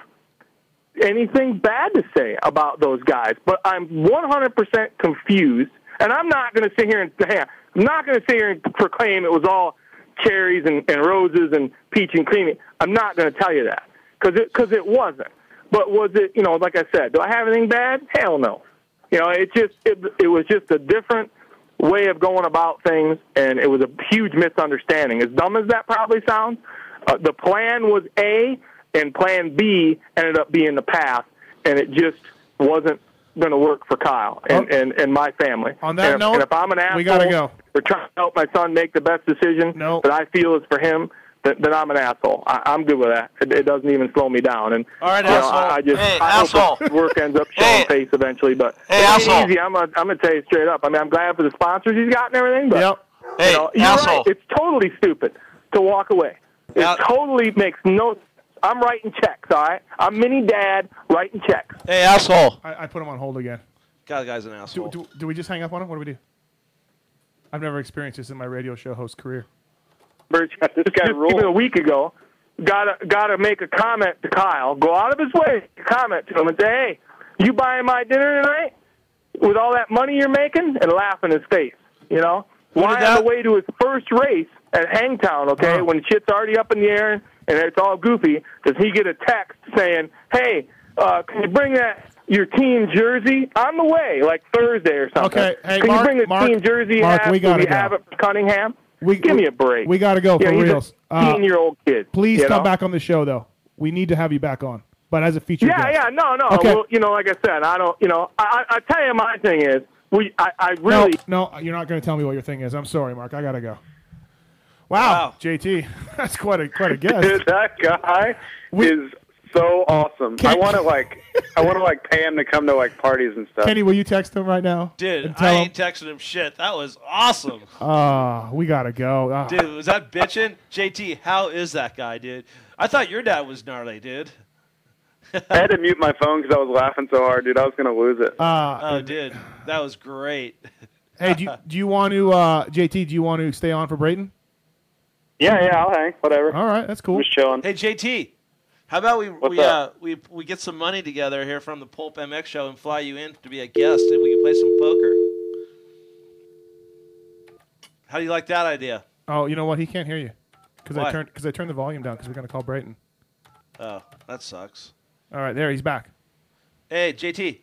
P: anything bad to say about those guys, but I'm 100% confused, and I'm not going to sit here and I'm not going to sit here and proclaim it was all cherries and, and roses and peach and creamy. I'm not going to tell you that because it because it wasn't. But was it? You know, like I said, do I have anything bad? Hell no. You know, it just it, it was just a different way of going about things, and it was a huge misunderstanding. As dumb as that probably sounds, uh, the plan was A, and Plan B ended up being the path, and it just wasn't going to work for Kyle and, and, and my family.
D: Oh. On that
P: and if,
D: note,
P: and if I'm an asshole,
D: we gotta go.
P: For trying to help my son make the best decision that I feel is for him. Then, then I'm an asshole. I, I'm good with that. It, it doesn't even slow me down. And
E: all right,
P: you know,
E: asshole.
P: I, I just
E: Hey,
P: I hope the work ends up showing face eventually. But hey,
T: asshole.
P: easy. I'm gonna, I'm gonna tell you straight up. I mean, I'm glad for the sponsors he's got and everything. But
T: Hey,
P: you know, you're
T: asshole.
P: right. It's totally stupid to walk away. It totally makes no. I'm writing checks. All right. I'm mini dad writing checks.
E: Hey, asshole.
D: I, I put him on hold again.
E: God, the guy's an asshole.
D: Do, do, do we just hang up on him? What do we do? I've never experienced this in my radio show host career.
P: Birch, this guy just even a week ago, got to got to make a comment to Kyle. Go out of his way to comment to him and say, "Hey, you buying my dinner tonight with all that money you're making?" And laugh in his face. You know, why on the way to his first race at Hangtown? Okay,
D: Oh.
P: when shit's already up in the air and it's all goofy, does he get a text saying, "Hey, uh, can you bring that?" Your team jersey on the way, like Thursday or something.
D: Okay, hey,
P: can
D: Mark-
P: you bring the
D: Mark-
P: team jersey?
D: Mark,
P: half?
D: we
P: Will
D: gotta
P: we
D: go.
P: have it for Cunningham.
D: We,
P: Give me a break.
D: We got to go
P: Yeah,
D: for
P: he's a
D: reals. Uh,
P: 16-year-old kid.
D: Please
P: you
D: come
P: know?
D: back on the show, though. We need to have you back on, but as a feature.
P: Yeah, yeah, no, no.
D: Okay.
P: Well, you know, like I said, I don't. You know, I, I I tell you, my thing is, we, I, I really,
D: No, no, you're not going to tell me what your thing is. I'm sorry, Mark. I got to go. Wow, JT, that's quite a quite a guess.
M: Dude, that guy is so awesome. I want to like, I want to like pay him to come to like parties and
P: uh,
M: stuff.
D: Kenny, will you text him right now?
E: Dude,
D: and
E: I
D: tell him.
E: ain't texting him shit. That was awesome.
D: Ah, we gotta go. Ah.
E: Dude, was that bitching? JT, how is that guy, dude? I thought your dad was gnarly, dude.
M: I had to mute my
G: Oh,
M: phone because I was laughing so hard, dude. I was gonna lose it.
E: oh, dude, that was great.
D: Hey,
E: uh-uh.
D: do you, do you want to, uh, JT? Do you want to stay on for Brayton?
M: Yeah, yeah, I'll hang. Whatever.
D: All right, that's cool.
M: Just chilling.
E: Hey, JT, how about we we, uh,
M: up?
E: we we get some money together here from the Pulp MX show and fly you in to be a guest and we can play some poker? How do you like that idea?
D: Oh, you know what? He can't hear you because I
E: Why?
D: turned because I turned the volume down because we're gonna call Brayton.
E: Oh, that sucks.
D: All right, there he's back.
E: Hey, JT.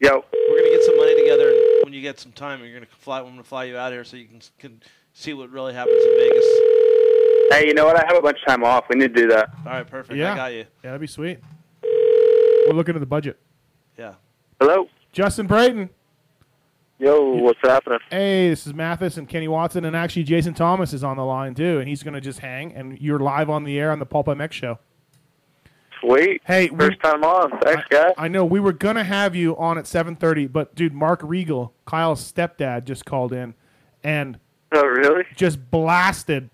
M: Yo.
E: We're gonna get some money together, and when you get some time, you're gonna fly. I'm gonna fly you out here so you can, can see what really happens in Vegas.
M: Hey, you know what? I have a bunch of time off. We need to do that.
E: All right, perfect.
D: Yeah.
E: I got you.
D: Yeah, that'd be sweet. We're looking at the budget.
E: Yeah.
M: Hello.
D: Justin Brayton.
M: Yo, what's happening?
D: Hey, this is Mathis and Kenny Watson, and actually Jason Thomas is on the line too, and he's gonna just hang. And you're live on the air on the Pulp MX show.
M: Sweet.
D: Hey,
M: first time on. Thanks, guys.
D: I know we were gonna have you on at 7:30, but dude, Mark Regal, Kyle's stepdad, just called in, and
M: oh really?
D: Just blasted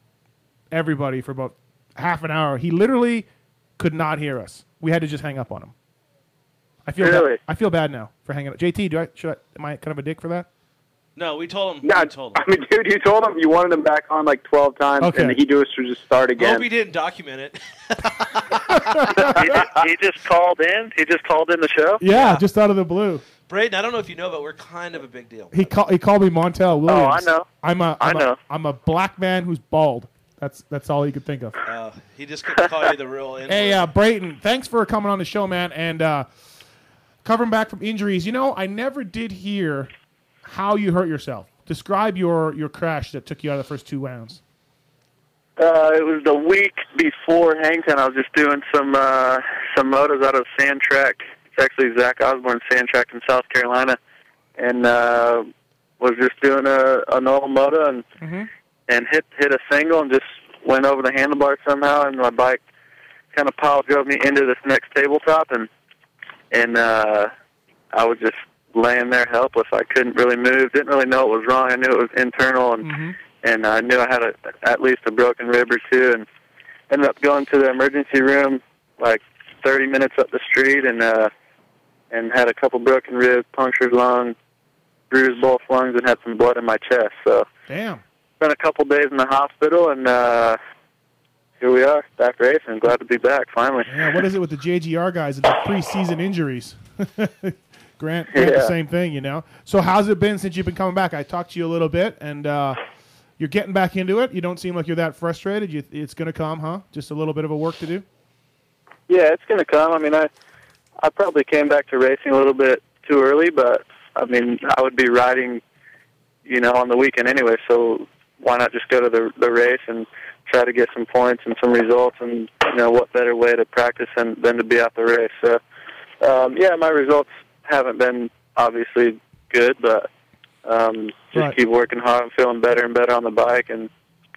D: everybody for about half an hour. He literally could not hear us. We had to just hang up on him. I feel
M: Really?
D: bad. I feel bad now for hanging up. JT, do I should I am I kind of a dick for that?
E: No, we told him.
M: No, I mean, dude, you told him you wanted him back on like twelve times,
D: Okay.
M: and he just just start again.
E: Hope he didn't document it.
M: he, he just called in. He just called in the show.
D: Yeah, just out of the blue.
E: Braden, I don't know if you know, but we're kind of a big deal.
D: He call, he called me Montel Williams.
E: Oh, I know.
D: I'm a
E: I
D: I'm a-
E: know.
D: I'm a black man who's bald. That's that's all he could think of.
E: Uh, he just couldn't call you the real. N-
D: Hey, uh, Brayton, thanks for coming on the show, man, and uh, covering back from injuries. You know, I never did hear how you hurt yourself. Describe your your crash that took you out of the first two rounds.
M: Uh, it was the week before Hangtown. I was just doing some uh, some motos out of Sand Track. It's actually Zach Osborne's Sand Track in South Carolina, and uh, was just doing a, a normal moto and
D: Mm-hmm.
M: and hit hit a single and just went over the handlebar somehow, and my bike kind of pile drove me into this next tabletop, and and uh, I was just laying there helpless. I couldn't really move. Didn't really know what was wrong. I knew it was internal, and and I knew I had a, at least a broken rib or two, and ended up going to the emergency room like 30 minutes up the street, and uh, and had a couple broken ribs, punctured lung, bruised both lungs, and had some blood in my chest. So
D: Damn.
M: spent a couple days in the hospital, and uh, here we are back racing. Glad to be back finally.
D: Yeah, what is it with the JGR guys and the preseason injuries? Grant, Grant the
M: Yeah.
D: same thing, you know. So how's it been since you've been coming back? I talked to you a little bit, and uh, you're getting back into it. You don't seem like you're that frustrated. You, it's going to come, huh? Just a little bit of a work to do.
M: Yeah, it's going to come. I mean, I I probably came back to racing a little bit too early, but I mean, I would be riding, you know, on the weekend anyway. So why not just go to the the race and try to get some points and some results? And you know, what better way to practice than than to be at the race? So um, yeah, my results haven't been obviously good, but um, just
T: Right.
M: keep working hard. I'm feeling better and better on the bike, and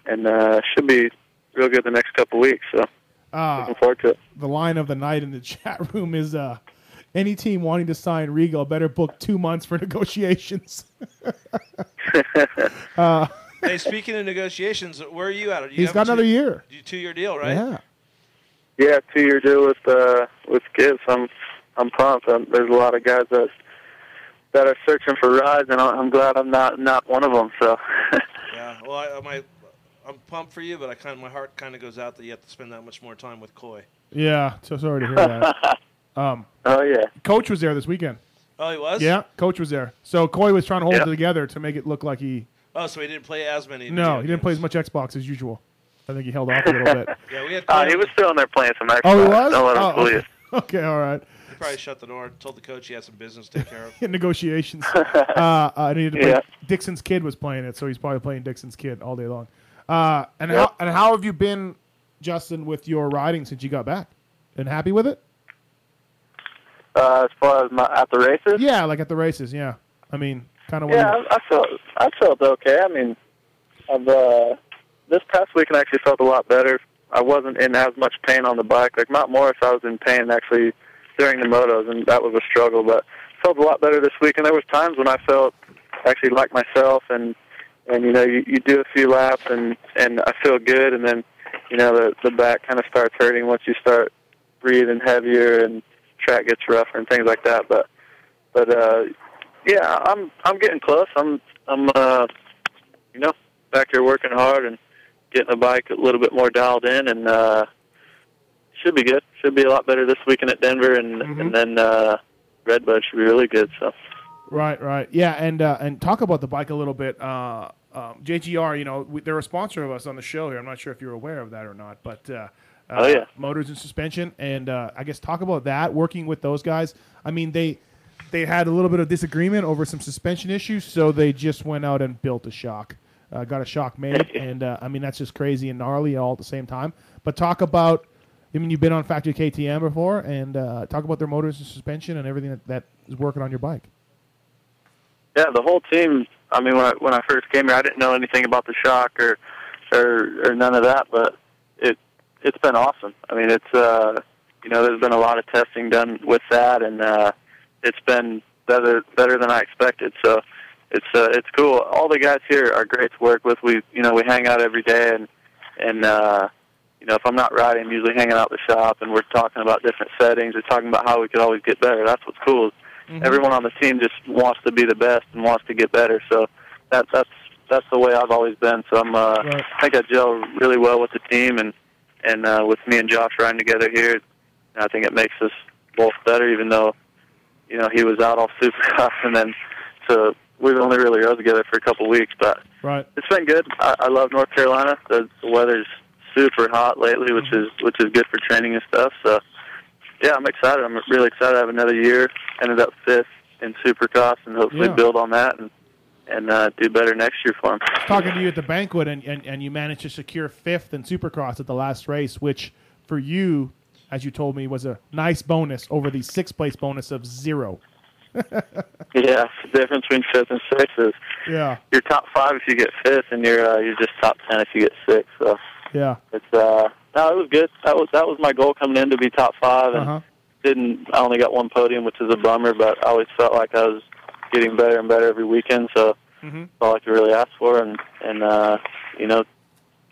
M: and uh, should be real good the next couple weeks. So
D: Uh,
M: looking forward to it.
D: the line of the night in the chat room is uh, any team wanting to sign Regal better book two months for negotiations. uh,
E: hey, speaking of negotiations, where are you at? Do You
D: He's
E: have
D: got
E: a two-
D: another year.
E: Two-year deal, right?
D: Yeah.
M: Yeah, two year deal with uh with Gibbs. I'm I'm pumped. Um there's a lot of guys that that are searching for rides, and I'm I'm glad I'm not not one of them. So
E: Yeah. Well, I, my, I'm pumped for you, but I kind of my heart kind of goes out that you have to spend that much more time with Coy.
D: yeah, so sorry to hear that. Um,
M: oh yeah,
D: coach was there this weekend.
E: Oh, he was.
D: Yeah, coach was there. So Coy was trying to hold
E: Yeah.
D: it together to make it look like he.
E: Oh, so he didn't play as many.
D: No,
E: video
D: he didn't play as much Xbox as usual. I think he held off a little bit.
E: Yeah, we had.
M: uh, he was still in there playing some Xbox.
D: Oh, he was.
M: Don't let him
D: Oh,
M: fool
D: okay.
M: you.
D: Okay, all right.
E: He probably shut the door. Told the coach he had some business to take care of.
D: Negotiations. uh, I needed to play.
E: Yeah.
D: Dixon's kid was playing it, so he's probably playing Dixon's kid all day long. Uh, and
E: Yep.
D: how and how have you been, Justin, with your riding since you got back? And happy with it?
M: Uh, as far as my at the races,
D: Yeah, like at the races. Yeah, I mean, kind of.
M: yeah, I, I felt I felt okay. I mean, I've uh, this past week I actually felt a lot better. I wasn't in as much pain on the bike. Like Mount Morris, I was in pain actually during the motos, and that was a struggle. But felt a lot better this week, and there was times when I felt actually like myself, and and you know you, you do a few laps, and and I feel good, and then you know the the back kind of starts hurting once you start breathing heavier, and track gets rougher and things like that. But but uh, yeah, I'm I'm getting close. I'm I'm uh, you know back here working hard and getting the bike a little bit more dialed in, and uh, should be good. Should be a lot better this weekend at Denver, and and then uh, Redbud should be really good. So
D: Right, right, yeah, and uh, and talk about the bike a little bit. Uh, um, JGR, you know, we, they're a sponsor of us on the show here. I'm not sure if you're aware of that or not, but uh, uh,
M: Oh, yeah.
D: motors and suspension, and uh, I guess talk about that working with those guys. I mean, they they had a little bit of disagreement over some suspension issues, so they just went out and built a shock, uh, got a shock made, and uh, I mean that's just crazy and gnarly all at the same time. But talk about, I mean, you've been on Factory KTM before, and uh, talk about their motors and suspension and everything that, that is working on your bike.
M: yeah, the whole team. I mean, when I when I first came here, I didn't know anything about the shock or or or none of that, but it it's been awesome. I mean, it's uh, you know, there's been a lot of testing done with that, and uh, it's been better better than I expected. So it's uh, it's cool. All the guys here are great to work with. We you know we hang out every day, and and uh, you know if I'm not riding, I'm usually hanging out at the shop, and we're talking about different settings. We're talking about how we could always get better. That's what's cool. Everyone on the team just wants to be the best and wants to get better. So that that's that's the way I've always been. So I'm uh,
D: Right.
M: I think I gel really well with the team and and uh, with me and Josh riding together here. I think it makes us both better, even though you know he was out all supercross and then so we've only really rode together for a couple weeks, but
D: Right.
M: it's been good. I, I love North Carolina. The, the weather's super hot lately, which is which is good for training and stuff. So yeah, I'm excited. I'm really excited. I have another year. Ended up fifth in Supercross, and hopefully
D: Yeah.
M: build on that and and uh, do better next year for him.
D: talking to you at the banquet and, and, and you managed to secure fifth in supercross at the last race which for you as you told me was a nice bonus over the sixth place bonus of zero
M: Yeah, the difference between fifth and sixth is
D: yeah
M: you're top five if you get fifth, and you're uh, you're just top ten if you get sixth. So
D: yeah
M: it's uh, No, it was good. That was that was my goal coming in to be top five, and
D: uh-huh.
M: didn't. I only got one podium, which is a bummer. But I always felt like I was getting better and better every weekend. So
D: Mhm.
M: that's all I could really ask for, and and uh, you know,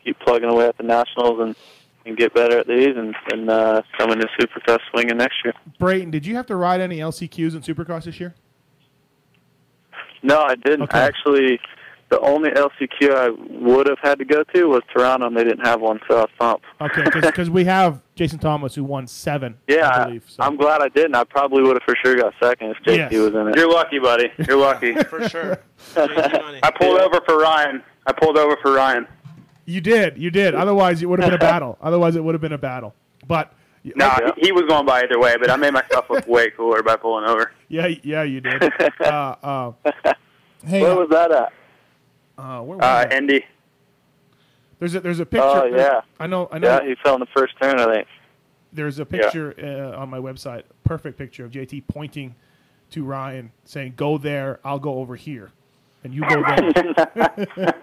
M: keep plugging away at the nationals and and get better at these, and and uh, come into Supercross swinging next year.
D: Brayton, did you have to ride any LCQs in Supercross this year?
M: No, I didn't. I actually, the only LCQ I would have had to go to was Toronto, and they didn't have one, so I was pumped.
D: Okay, because we have Jason Thomas who won seven.
M: Yeah, I I'm glad I didn't. I probably would have for sure got second if JT
D: Yes.
M: was in it.
L: You're lucky, buddy. You're lucky
E: for sure.
L: I pulled over for Ryan. I pulled over for Ryan.
D: You did, you did. Otherwise, it would have been a battle. Otherwise, it would have been a battle. But
L: Nah, he- he was going by either way, but I made myself look way cooler by pulling over.
D: yeah, yeah, you did. uh, uh, hey,
L: Where
D: uh,
L: was that at?
D: Uh, where was
L: Uh,
D: that?
L: Indy.
D: There's a there's a picture.
M: Oh,
D: there's-
M: yeah.
D: I know. I know.
M: Yeah, he fell in the first turn, I think.
D: There's a
M: Yeah.
D: picture uh, on my website, perfect picture of JT pointing to Ryan, saying, "Go there, I'll go over here, and you go there."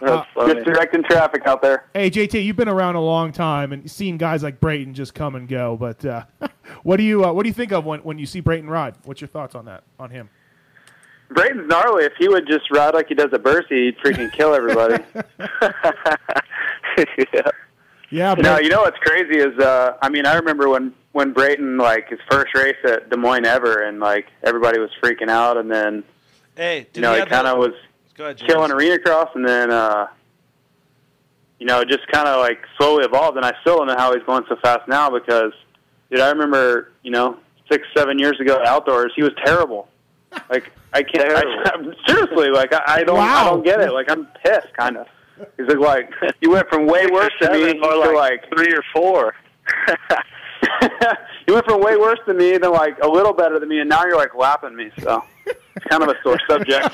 D: Uh,
L: Just directing traffic out there.
D: hey JT, you've been around a long time and seen guys like Brayton just come and go. But uh, what do you uh, what do you think of when, when you see Brayton ride? What's your thoughts on that on him?
L: Brayden's gnarly. If he would just ride like he does at Bercy, he'd freaking kill everybody.
M: yeah.
D: Yeah,
L: no, you know what's crazy is, uh, I mean, I remember when when Brayton like his first race at Des Moines ever, and like everybody was freaking out, and then
E: Hey, did
L: you know
E: he
L: he
E: have
L: kind
E: that-
L: of was
E: Go ahead, James.
L: killing arena cross, and then uh, you know just kind of like slowly evolved. And I still don't know how he's going so fast now because, dude, I remember you know six seven years ago at outdoors he was terrible. Like I can't I, seriously like I, I don't I don't get it. Like I'm pissed kind of. He's like, like you went from way worse than me
M: seven or
L: to like three or four. you went from way worse than me than like a little better than me, and now you're like lapping me. So it's kind of a sore subject.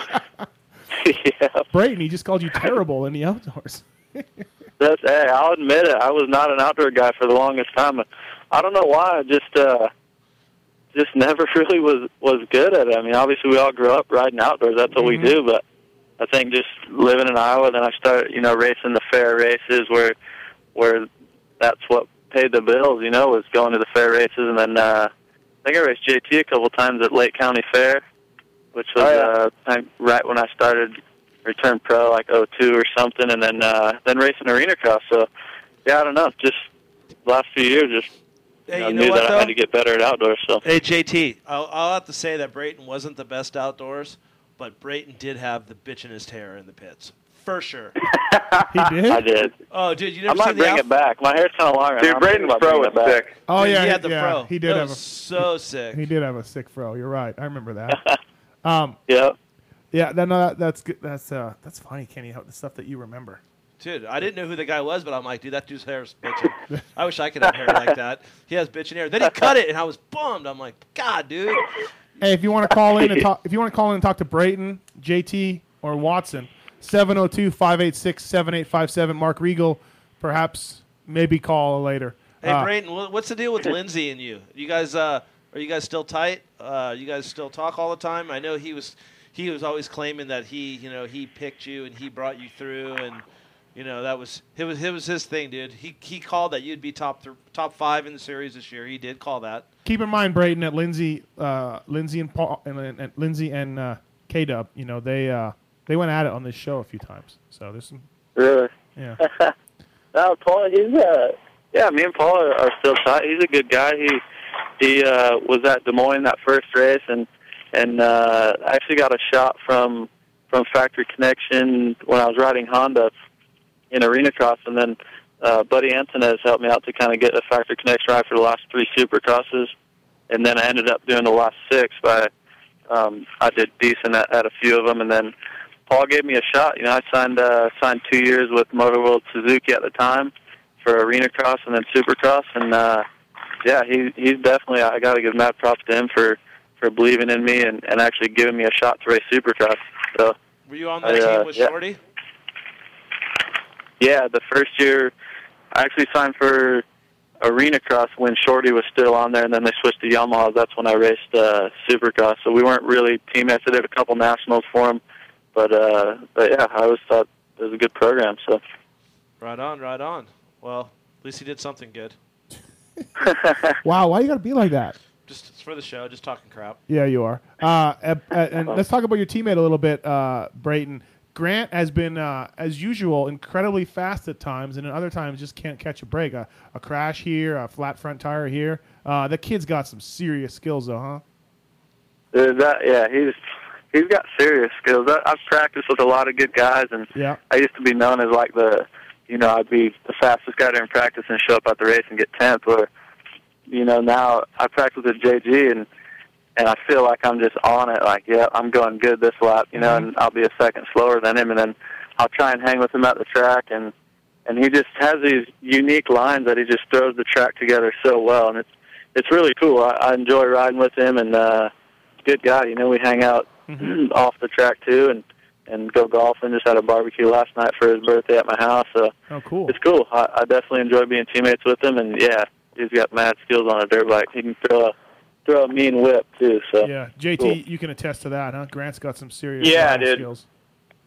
D: Brayton, he just called you terrible in the outdoors.
M: That's hey, I'll admit it. I was not an outdoor guy for the longest time. I don't know why. I just uh, just never really was was good at it. I mean, obviously we all grew up riding outdoors. That's what we do. But I think just living in Iowa, then I started you know racing the fair races where where that's what paid the bills. You know, was going to the fair races, and then uh, I think I raced JT a couple times at Lake County Fair, which was
E: Oh,
M: uh, I think right when I started return pro like O two or something and then uh then racing arena cross so yeah i don't know just last few years just
E: Hey,
M: I
E: you know
M: knew
E: what,
M: that
E: though?
M: i had to get better at outdoors so
E: Hey, JT, I'll, I'll have to say that Brayton wasn't the best outdoors, but Brayton did have the bitch in his hair in the pits. For sure.
D: he did
M: i did
E: Oh, dude, you never
M: i might
E: seen the
M: bring
E: outfit?
M: it back my hair's kind of long right
L: Dude,
M: now. I'm thinking
L: Braden's
M: about
L: fro
M: bringing
L: is
M: it back.
L: sick.
D: Oh
E: Dude,
D: yeah,
E: he had the
D: yeah,
E: fro.
D: He did
E: That
D: have
E: was
D: a
E: so sick.
D: He did have a sick fro. You're right. I remember that. um,
M: yeah,
D: yeah. That, no, that, that's good. That's uh, that's funny, Kenny. How the stuff that you remember.
E: Dude, I didn't know who the guy was, but I'm like, dude, that dude's hair is bitching. I wish I could have hair like that. He has bitching hair. Then he cut it, and I was bummed. I'm like, God, dude.
D: Hey, if you want to call in and talk, if you want to call in and talk to Brayton, JT, or Watson, 702-586-7857. Mark Regal, perhaps, maybe call later.
E: Hey,
D: Uh,
E: Brayton, wha- what's the deal with Lindsay and you? You guys, uh, are you guys still tight? Uh, you guys still talk all the time? I know he was, he was always claiming that he, you know, he picked you and he brought you through, and you know that was it was it was his thing, dude. He he called that you'd be top th- top five in the series this year. He did call that.
D: keep in mind, Brayton, that Lindsey, uh, Lindsey and Paul, and, and, and Lindsey and uh, K Dub, you know, they uh, they went at it on this show a few times. So there's some.
M: really
D: Yeah.
M: no paul he's uh yeah me and paul are, are still tight he's a good guy he he uh was at des moines that first race and and uh I actually got a shot from from factory connection when i was riding honda in arena cross and then uh buddy antonez helped me out to kind of get a factory connection ride for the last three supercrosses and then i ended up doing the last six by um i did decent at, at a few of them and then paul gave me a shot you know i signed uh signed two years with motor world suzuki at the time for arena cross and then supercross and uh yeah he he's definitely i gotta give mad props to him for for believing in me and and actually giving me a shot to race supercross so
E: Were you on
M: I,
E: that
M: uh,
E: team with
M: yeah.
E: Shorty?
M: Yeah, the first year I actually signed for Arena Cross when Shorty was still on there, and then they switched to Yamaha. That's when I raced uh, Supercross. So we weren't really teammates. I did a couple nationals for him, but uh, but yeah, I always thought it was a good program. So
E: Right on, right on. Well, At least he did something good.
D: wow, why you gotta be like that?
E: Just it's for the show, just talking crap.
D: Yeah, you are. Uh, and, and let's talk about your teammate a little bit, uh, Brayton. Grant has been, uh, as usual, incredibly fast at times, and at other times just can't catch a break. A, a crash here, a flat front tire here. Uh, the kid's got some serious skills, though, huh?
M: Uh, that yeah, he's he's got serious skills. I, I've practiced with a lot of good guys, and
D: Yeah.
M: I used to be known as like the, you know, I'd be the fastest guy during practice and show up at the race and get tenth. Or, you know, now I practice with JG and and I feel like I'm just on it. Like, yeah, I'm going good this lap, you know, and I'll be a second slower than him, and then I'll try and hang with him at the track, and and he just has these unique lines that he just throws the track together so well, and it's it's really cool. I, I enjoy riding with him, and uh, good guy. You know, we hang out off the track too, and and go golfing. Just had a barbecue last night for his birthday at my house. So
D: Oh, cool.
M: it's cool. I, I definitely enjoy being teammates with him, and yeah, he's got mad skills on a dirt bike. He can throw a throw a mean whip too. So
D: yeah, JT,
M: cool.
D: you can attest to that, huh? Grant's got some serious
L: Yeah,
D: riding
L: dude.
D: skills.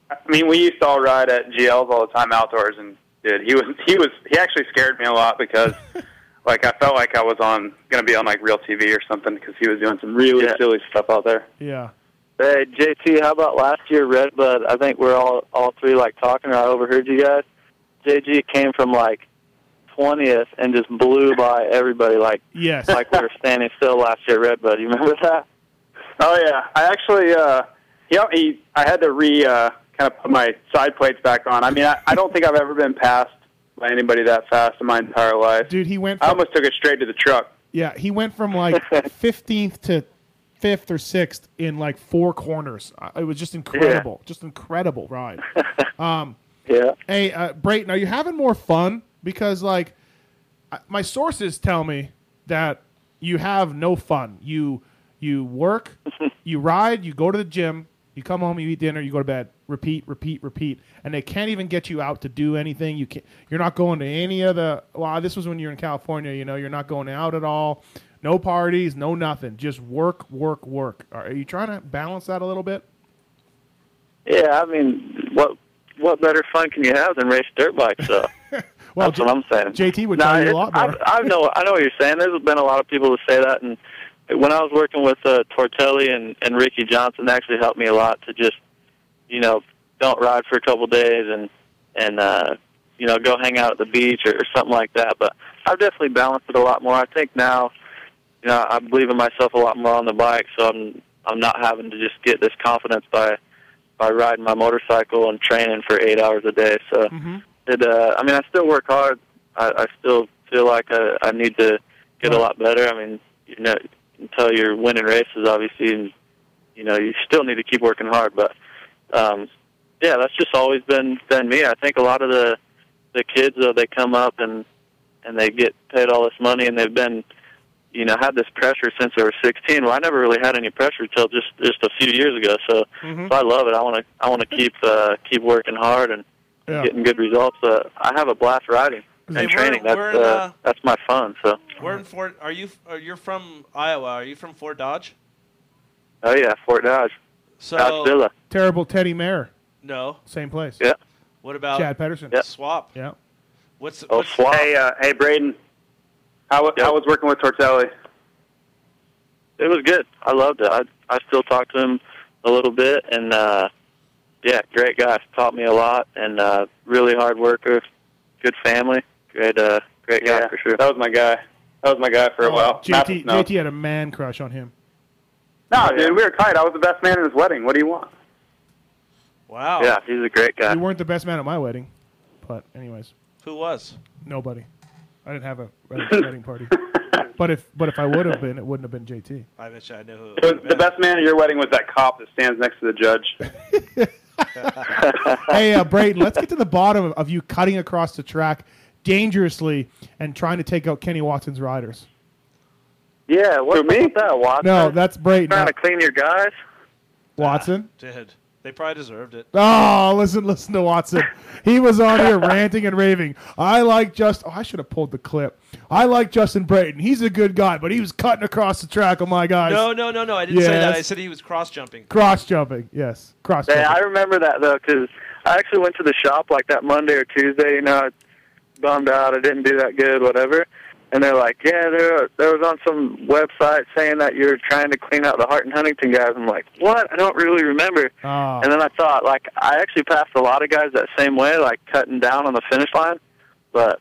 L: I mean, we used to all ride at GLs all the time outdoors, and dude, he was he was he actually scared me a lot because like I felt like I was on gonna be on like real TV or something because he was doing some really
M: Yeah.
L: silly stuff out there.
D: Yeah.
M: Hey JT, how about last year Redbud? I think we're all all three like talking. Or I overheard you guys. JG came from like twentieth and just blew by everybody. Like
D: yes,
M: like we were standing still last year at Redbud. You remember that?
L: Oh yeah, I actually uh, he, he I had to re uh, kind of put my side plates back on. I mean, I, I don't think I've ever been passed by anybody that fast in my entire life.
D: Dude, he went.
L: I almost took it straight to the truck.
D: Yeah, he went from like 15th to fifth or sixth in like four corners. Uh, It was just incredible, just incredible ride. Um,
M: yeah.
D: Hey, uh, Brayton, are you having more fun? Because like, I- my sources tell me that you have no fun. You you work, you ride, you go to the gym, you come home, you eat dinner, you go to bed. Repeat, repeat, repeat. And they can't even get you out to do anything. You can't, you're not going to any of the. Well, this was when you're in California. You know, you're not going out at all. No parties, no nothing. Just work, work, work. Are are you trying to balance that a little bit?
M: Yeah, I mean, what what better fun can you have than race dirt bikes? Though
D: Well,
M: that's what I'm saying.
D: JT would
M: No,
D: tell you a
M: it-
D: lot
M: I,
D: more.
M: I know I know what you're saying. There's been a lot of people who say that, and when I was working with uh, Tortelli and and Ricky Johnson, they actually helped me a lot to just you know don't ride for a couple days and and uh, you know go hang out at the beach or, or something like that. But I've definitely balanced it a lot more. I think now, you know, I believe in myself a lot more on the bike, so I'm I'm not having to just get this confidence by by riding my motorcycle and training for eight hours a day. So it, uh, I mean, I still work hard. I, I still feel like I, I need to get a lot better. I mean, you know, until you're winning races, obviously, and you know, you still need to keep working hard. But um, yeah, that's just always been been me. I think a lot of the the kids though, they come up and and they get paid all this money, and they've been you know had this pressure since they were 16. Well, I never really had any pressure till just just a few years ago. So,
E: Mm-hmm.
M: so I love it. I want to I want to keep uh, keep working hard and
D: Yeah.
M: getting good results. Uh, I have a blast riding and
E: Hey, we're-
M: training. That's
E: we're in,
M: uh,
E: uh,
M: that's my fun. So
E: We're in Fort. Are you? Are you're from Iowa? Are you from Fort Dodge?
M: oh yeah, Fort Dodge,
E: So-
M: Dodgeville.
D: Terrible Teddy Mayer.
E: No.
D: Same place.
M: Yeah.
E: What about
D: Chad Pedersen?
E: Swap.
D: Yeah.
E: What's
M: Oh, swap.
L: Hey, uh, hey, Braden. I wa- I was working with Tortelli.
M: It was good. I loved it. I I still talk to him a little bit, and uh, yeah, great guy. Taught me a lot, and uh, really hard worker. Good family. Great uh, great guy
L: Yeah,
M: for sure.
L: That was my guy. That was my guy for a while.
D: JT,
L: Matt
D: JT had a man crush on him.
L: No, dude, we were tight. I was the best man at his wedding. What do you want?
E: Wow.
M: Yeah, he's a great guy.
D: You weren't the best man at my wedding, but anyways,
E: Who was?
D: nobody. I didn't have a wedding wedding party. But if but if I would have been, it wouldn't have been JT.
E: I bet you I knew who.
L: The, the best man at your wedding was that cop that stands next to the judge.
D: hey, uh, Brayden, let's get to the bottom of, of you cutting across the track dangerously and trying to take out Kenny Watson's riders.
M: Yeah, what's up with that, Watson?
D: No, that's Brayton.
M: Trying
D: not
M: to clean your guys.
D: Watson.
E: Did they probably deserved it?
D: Oh, listen, listen to Watson. He was on here ranting and raving. I like just. Oh, I should have pulled the clip. I like Justin Brayton. He's a good guy, but he was cutting across the track. Oh my gosh.
E: No, no, no, no. I didn't say that.
D: Yes.
E: I said he was cross jumping.
D: Cross jumping, yes. Cross
M: Yeah,
D: jumping.
M: I remember that though, because I actually went to the shop like that Monday or Tuesday. You know, bummed out. I didn't do that good, whatever. And they're like, yeah, there there was on some website saying that you're trying to clean out the Hart and Huntington guys. I'm like, what? I don't really remember.
D: Oh.
M: And then I thought, like, I actually passed a lot of guys that same way, like cutting down on the finish line. But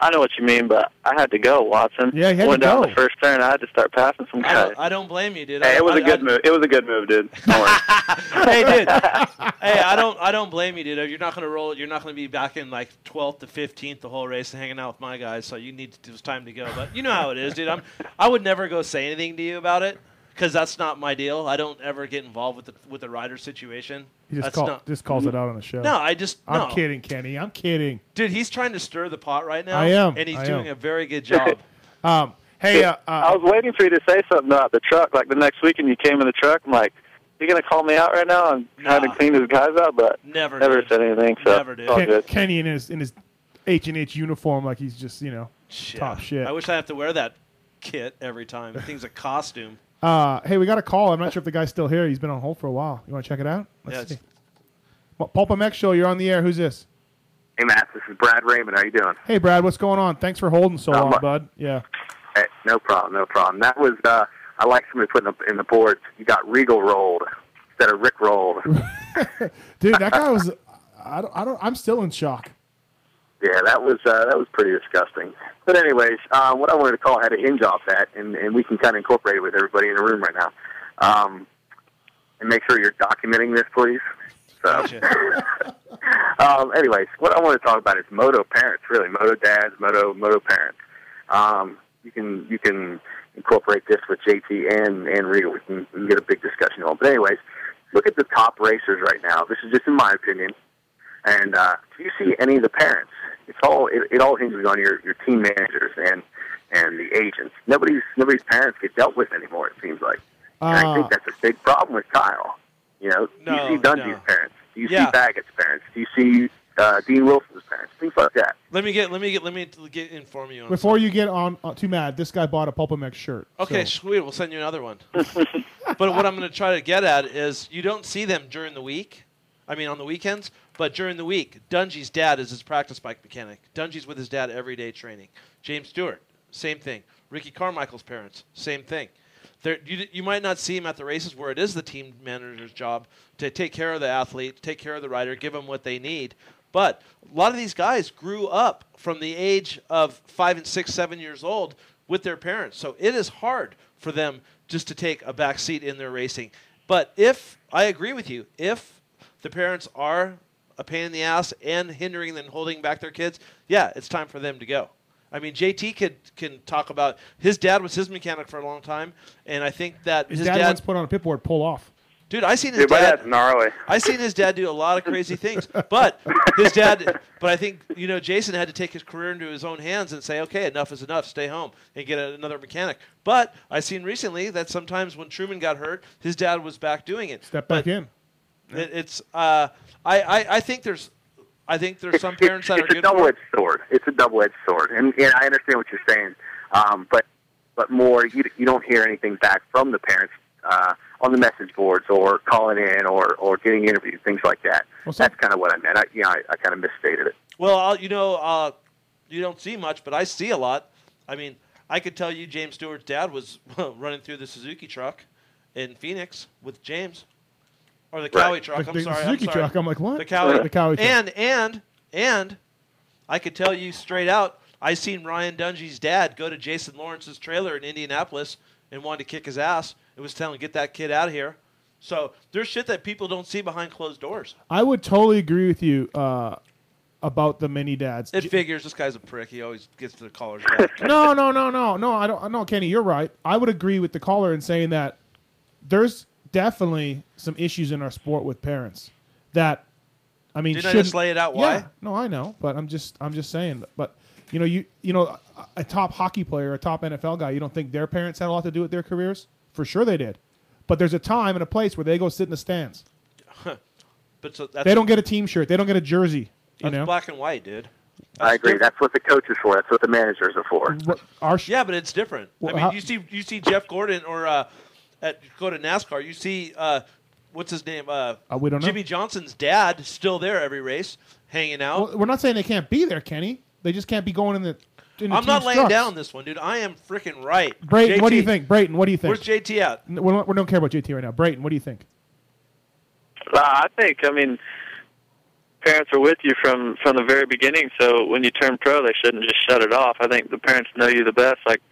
M: I know what you mean. But I had to go, Watson.
D: Yeah,
E: you had
M: went
E: to
M: down
E: go.
M: the first turn. I had to start passing some
E: I
M: guys.
E: don't, I don't blame you, dude. I,
M: Hey, it was
E: I,
M: a good move. It was a good move, dude.
E: hey, dude. hey, I don't, I don't blame you, dude. You're not gonna roll. You're not gonna be back in like 12th to 15th the whole race and hanging out with my guys. So you need to, it was time to go. But you know how it is, dude. I'm, I would never go say anything to you about it because that's not my deal. I don't ever get involved with the with the rider situation.
D: He just,
E: that's
D: call,
E: not,
D: just calls it out on the show.
E: No, I just-
D: I'm
E: no.
D: kidding, Kenny. I'm kidding.
E: dude. He's trying to stir the pot right now.
D: I am.
E: and he's
D: I
E: doing
D: am.
E: a very good job.
D: Um, hey, uh,
M: I was waiting for you to say something about the truck. Like the next weekend, you came in the truck. I'm like, you're gonna call me out right now and try to clean these guys out, but
E: Never
M: never said anything. So
E: Never did.
M: it's all
D: Ken-
M: good.
D: Kenny in his in his H and H uniform, like he's just you know top shit.
E: I wish I have to wear that kit every time. That thing's a costume.
D: Uh, hey, we got a call. I'm not sure if the guy's still here. He's been on hold for a while. You want to check it out?
E: Yeah, it's-
D: Well, Pulp MX Show, you're on the air. Who's this?
T: Hey Matt, this is Brad Raymond. How you doing?
D: Hey, Brad, what's going on? Thanks for holding so
T: Not
D: long,
T: much.
D: bud. Yeah.
T: Hey, no problem, no problem. That was uh, I like somebody putting up in the boards. You got Regal rolled instead of Rick rolled.
D: Dude, that guy was. I don't, I don't. I'm still in shock.
T: yeah, that was uh, that was pretty disgusting. But anyways, uh, what I wanted to call had to hinge off that, and, and we can kind of incorporate it with everybody in the room right now. Um, and make sure you're documenting this, please. So, um, anyways, what I want to talk about is moto parents, really moto dads, moto moto parents. Um, you can you can incorporate this with JT and and Regal. We can, we can get a big discussion on. it. But anyways, look at the top racers right now. This is just in my opinion. And uh, do you see any of the parents? It's all it, it all hinges on your your team managers and and the agents. Nobody's nobody's parents get dealt with anymore. It seems like. And I
D: Uh,
T: think that's a big problem with Kyle. You know,
E: No,
T: do you see Dundee's
E: no.
T: parents? Do you
E: Yeah.
T: see Baggett's parents? Do you see uh, Dean Wilson's parents? Things like that.
E: Let me get. Let me get. Let me t- get inform you. On
D: Before you get on uh, too mad, this guy bought a Pulp MX shirt.
E: Okay,
D: so-
E: sweet. We'll send you another one. but what I'm going to try to get at is you don't see them during the week. I mean, on the weekends, but during the week, Dungy's dad is his practice bike mechanic. Dungy's with his dad every day training. James Stewart, same thing. Ricky Carmichael's parents, same thing. There, you, you might not see him at the races where it is the team manager's job to take care of the athlete, take care of the rider, give them what they need. But a lot of these guys grew up from the age of five and six, seven years old with their parents. So it is hard for them just to take a back seat in their racing. But if I agree with you, if the parents are a pain in the ass and hindering and holding back their kids, yeah, it's time for them to go. I mean, JT could can talk about his dad was his mechanic for a long time, and I think that
D: his,
E: his,
D: dad,
E: dad,
D: once put on a pit board pull off.
E: dude, I seen his
D: Dude, my
E: dad
D: dad's
M: gnarly.
E: I seen his dad do a lot of crazy things, but his dad, but I think you know Jason had to take his career into his own hands and say, okay, enough is enough, stay home and get another mechanic. But I seen recently that sometimes when Truman got hurt, his dad was back doing it.
D: Step back in.
E: It, it's uh, I, I I think there's I think there's some parents that are
T: it's a
E: good.
T: double
E: For it.
T: edged sword. It's a double edged sword, and, and I understand what you're saying, um, but but more you you don't hear anything back from the parents uh, on the message boards or calling in or or getting interviews, things like that. That's kind of what I meant. I, you know, I, I kind of misstated it.
E: Well, I'll, you know, uh, you don't see much, but I see a lot. I mean, I could tell you James Stewart's dad was running through the Suzuki truck in Phoenix with James, or the Cowie truck.
D: The-
E: I'm
D: the
E: sorry,
D: Suzuki
E: I'm sorry.
D: truck, I'm like, what?
E: The Cowie,
D: The Cowie truck.
E: And and and I could tell you straight out. I seen Ryan Dungy's dad go to Jason Lawrence's trailer in Indianapolis and wanted to kick his ass. It was telling, get that kid out of here. So there's shit that people don't see behind closed doors.
D: I would totally agree with you uh, about the mini dads.
E: It figures this guy's a prick. He always gets the caller's back.
D: no, no, no, no, no. I don't. No, Kenny, you're right. I would agree with the caller in saying that there's definitely some issues in our sport with parents that, I mean,
E: Didn't I
D: shouldn't-
E: just lay it out
D: Yeah.
E: why?
D: no, I know, but I'm just, I'm just saying. But you know, you, you know, a, a top hockey player, a top NFL guy, you don't think their parents had a lot to do with their careers? For sure, they did. But there's a time and a place where they go sit in the stands.
E: but so that's,
D: they don't get a team shirt. They don't get a jersey. You
E: that's
D: know,
E: black and white, dude.
T: I agree. That's what the coaches for. That's what the managers are for.
E: yeah, but it's different.
T: Well,
E: I mean,
T: how-
E: you see, you see Jeff Gordon or uh, at go to NASCAR. You see, uh, what's his name? Uh,
D: Uh, we don't know.
E: Jimmy Johnson's dad still there every race, hanging out.
D: Well, we're not saying they can't be there, Kenny. They just can't be going in the. In the
E: I'm not
D: team's
E: laying
D: trucks.
E: down this one, dude. I am freaking right.
D: Brayton, what do you
E: JT,
D: think? Brayton, what do you think?
E: Where's JT at?
D: N- We don't, we don't care about JT right now. Brayton, what do you think?
U: Uh, I think. I mean, parents are with you from from the very beginning. So when you turn pro, they shouldn't just shut it off. I think the parents know you the best. Like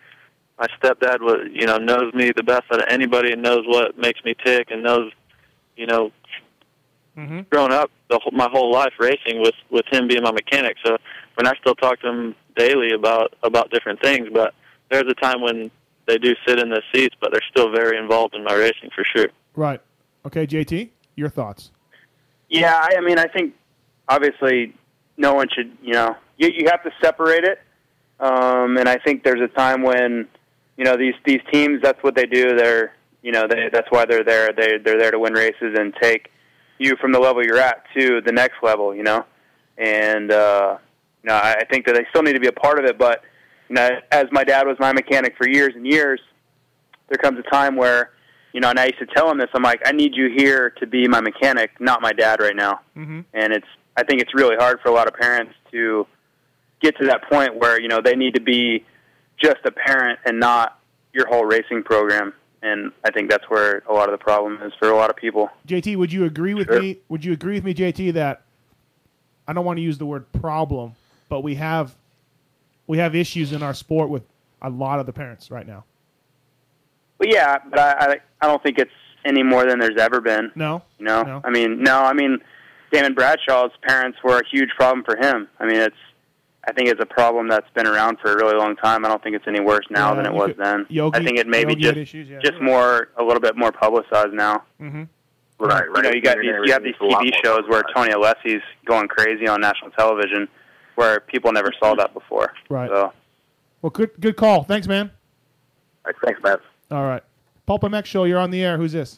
U: my stepdad was, you know, knows me the best out of anybody, and knows what makes me tick, and knows, you know,
D: Mhm.
U: growing up the whole, my whole life racing with with him being my mechanic. So I mean, I still talk to him daily about about different things. But there's a time when they do sit in the seats, but they're still very involved in my racing for sure.
D: Right. Okay, JT, your thoughts.
L: Yeah, I I mean, I think obviously no one should, you know, you, you have to separate it. Um, and I think there's a time when, you know, these these teams, that's what they do. They're, you know, they, that's why they're there. They they're there to win races and take you from the level you're at to the next level. You know, and uh, you know, I I think that they still need to be a part of it. But you know, as my dad was my mechanic for years and years, there comes a time where you know, and I used to tell him this. I'm like, I need you here to be my mechanic, not my dad right now.
D: Mhm.
L: And it's, I think it's really hard for a lot of parents to get to that point where you know they need to be just a parent and not your whole racing program. And I think that's where a lot of the problem is for a lot of people.
D: JT, would you agree with
L: Sure.
D: me? Would you agree with me, JT, that I don't want to use the word problem, but we have we have issues in our sport with a lot of the parents right now.
L: But yeah, but I, I, I don't think it's any more than there's ever been.
D: No.
L: You know,
D: No.
L: I mean, no, I mean, Damon Bradshaw's parents were a huge problem for him. I mean, it's, I think it's a problem that's been around for a really long time. I don't think it's any worse now
D: Yeah,
L: than it
D: you
L: was
D: could-
L: then.
D: Yogi-
L: I think it maybe
D: Yogi had
L: just,
D: issues, yeah.
L: just more, a little bit more publicized now.
D: Mm-hmm.
V: Right,
L: You
V: right.
L: know, you got these, you have these TV shows where Tony Alessi's going crazy on national television, where people never saw
V: Mm-hmm.
L: that before.
D: Right.
L: So.
D: Well, good good call. Thanks, man.
V: Thanks, Matt.
D: All right. Pulp MX show, you're on the air. Who's this?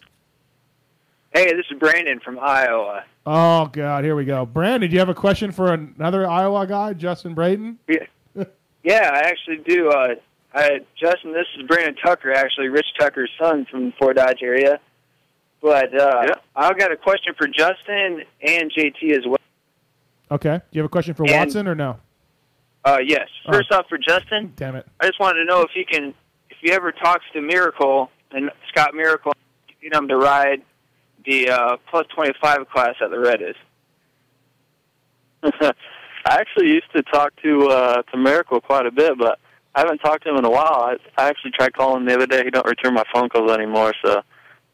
W: Hey, this is Brandon from Iowa.
D: Oh God, here we go. Brandon, do you have a question for another Iowa guy, Justin Brayton?
W: Yeah, yeah I actually do. Uh, I, Justin, this is Brandon Tucker, actually, Rich Tucker's son from the Fort Dodge area. But uh, I've got a question for Justin and JT as well.
D: Okay. Do you have a question for
W: And-
D: Watson or no?
W: Uh, yes. First off, for Justin,
D: Damn it.
W: I just wanted to know if he can, if he ever talks to Miracle and Scott Miracle, get him to ride the uh, plus twenty five class at the Red is.
M: I actually used to talk to uh, to Miracle quite a bit, but I haven't talked to him in a while. I, I actually tried calling him the other day. He don't return my phone calls anymore, so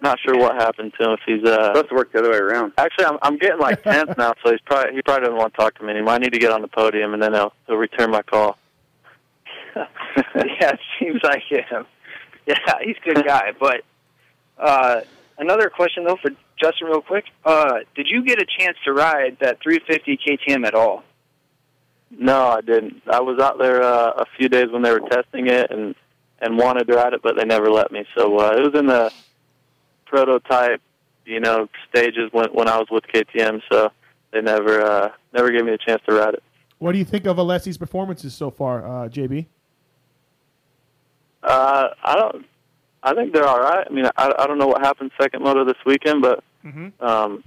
M: not sure what happened to him. If he's uh,
U: Supposed to work the other way around.
M: actually, I'm I'm getting like tenth now, so he's probably he probably doesn't want to talk to me anymore. I need to get on the podium and then he'll he'll return my call.
W: yeah, it seems like him. Yeah, he's a good guy. But uh, another question though for Justin, real quick: uh, Did you get a chance to ride that 350 KTM at all?
M: No, I didn't. I was out there uh, a few days when they were testing it and and wanted to ride it, but they never let me. So uh, it was in the prototype, you know, stages when when I was with KTM. So they never uh, never gave me a chance to ride it.
D: What do you think of Alessi's performances so far, uh, JB?
M: Uh, I don't. I think they're all right. I mean, I, I don't know what happened second moto this weekend, but
D: Mhm.
M: um,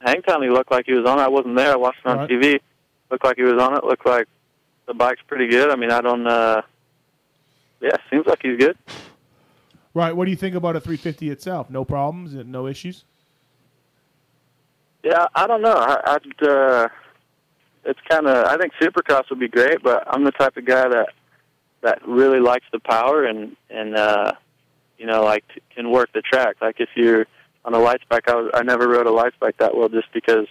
M: Hangtown he looked like he was on. it. I wasn't there. I watched it on
D: Right.
M: TV. Looked like he was on it. Looked like the bike's pretty good. I mean, I don't. Uh, yeah, seems like he's good.
D: Right. What do you think about a 350 itself? No problems, and no issues.
M: Yeah, I don't know. I, I'd. Uh, it's kind of. I think Supercross would be great, but I'm the type of guy that that really likes the power and and uh, you know like t- can work the track. Like if you're on a lights bike, I, was, I never rode a lights bike that well just because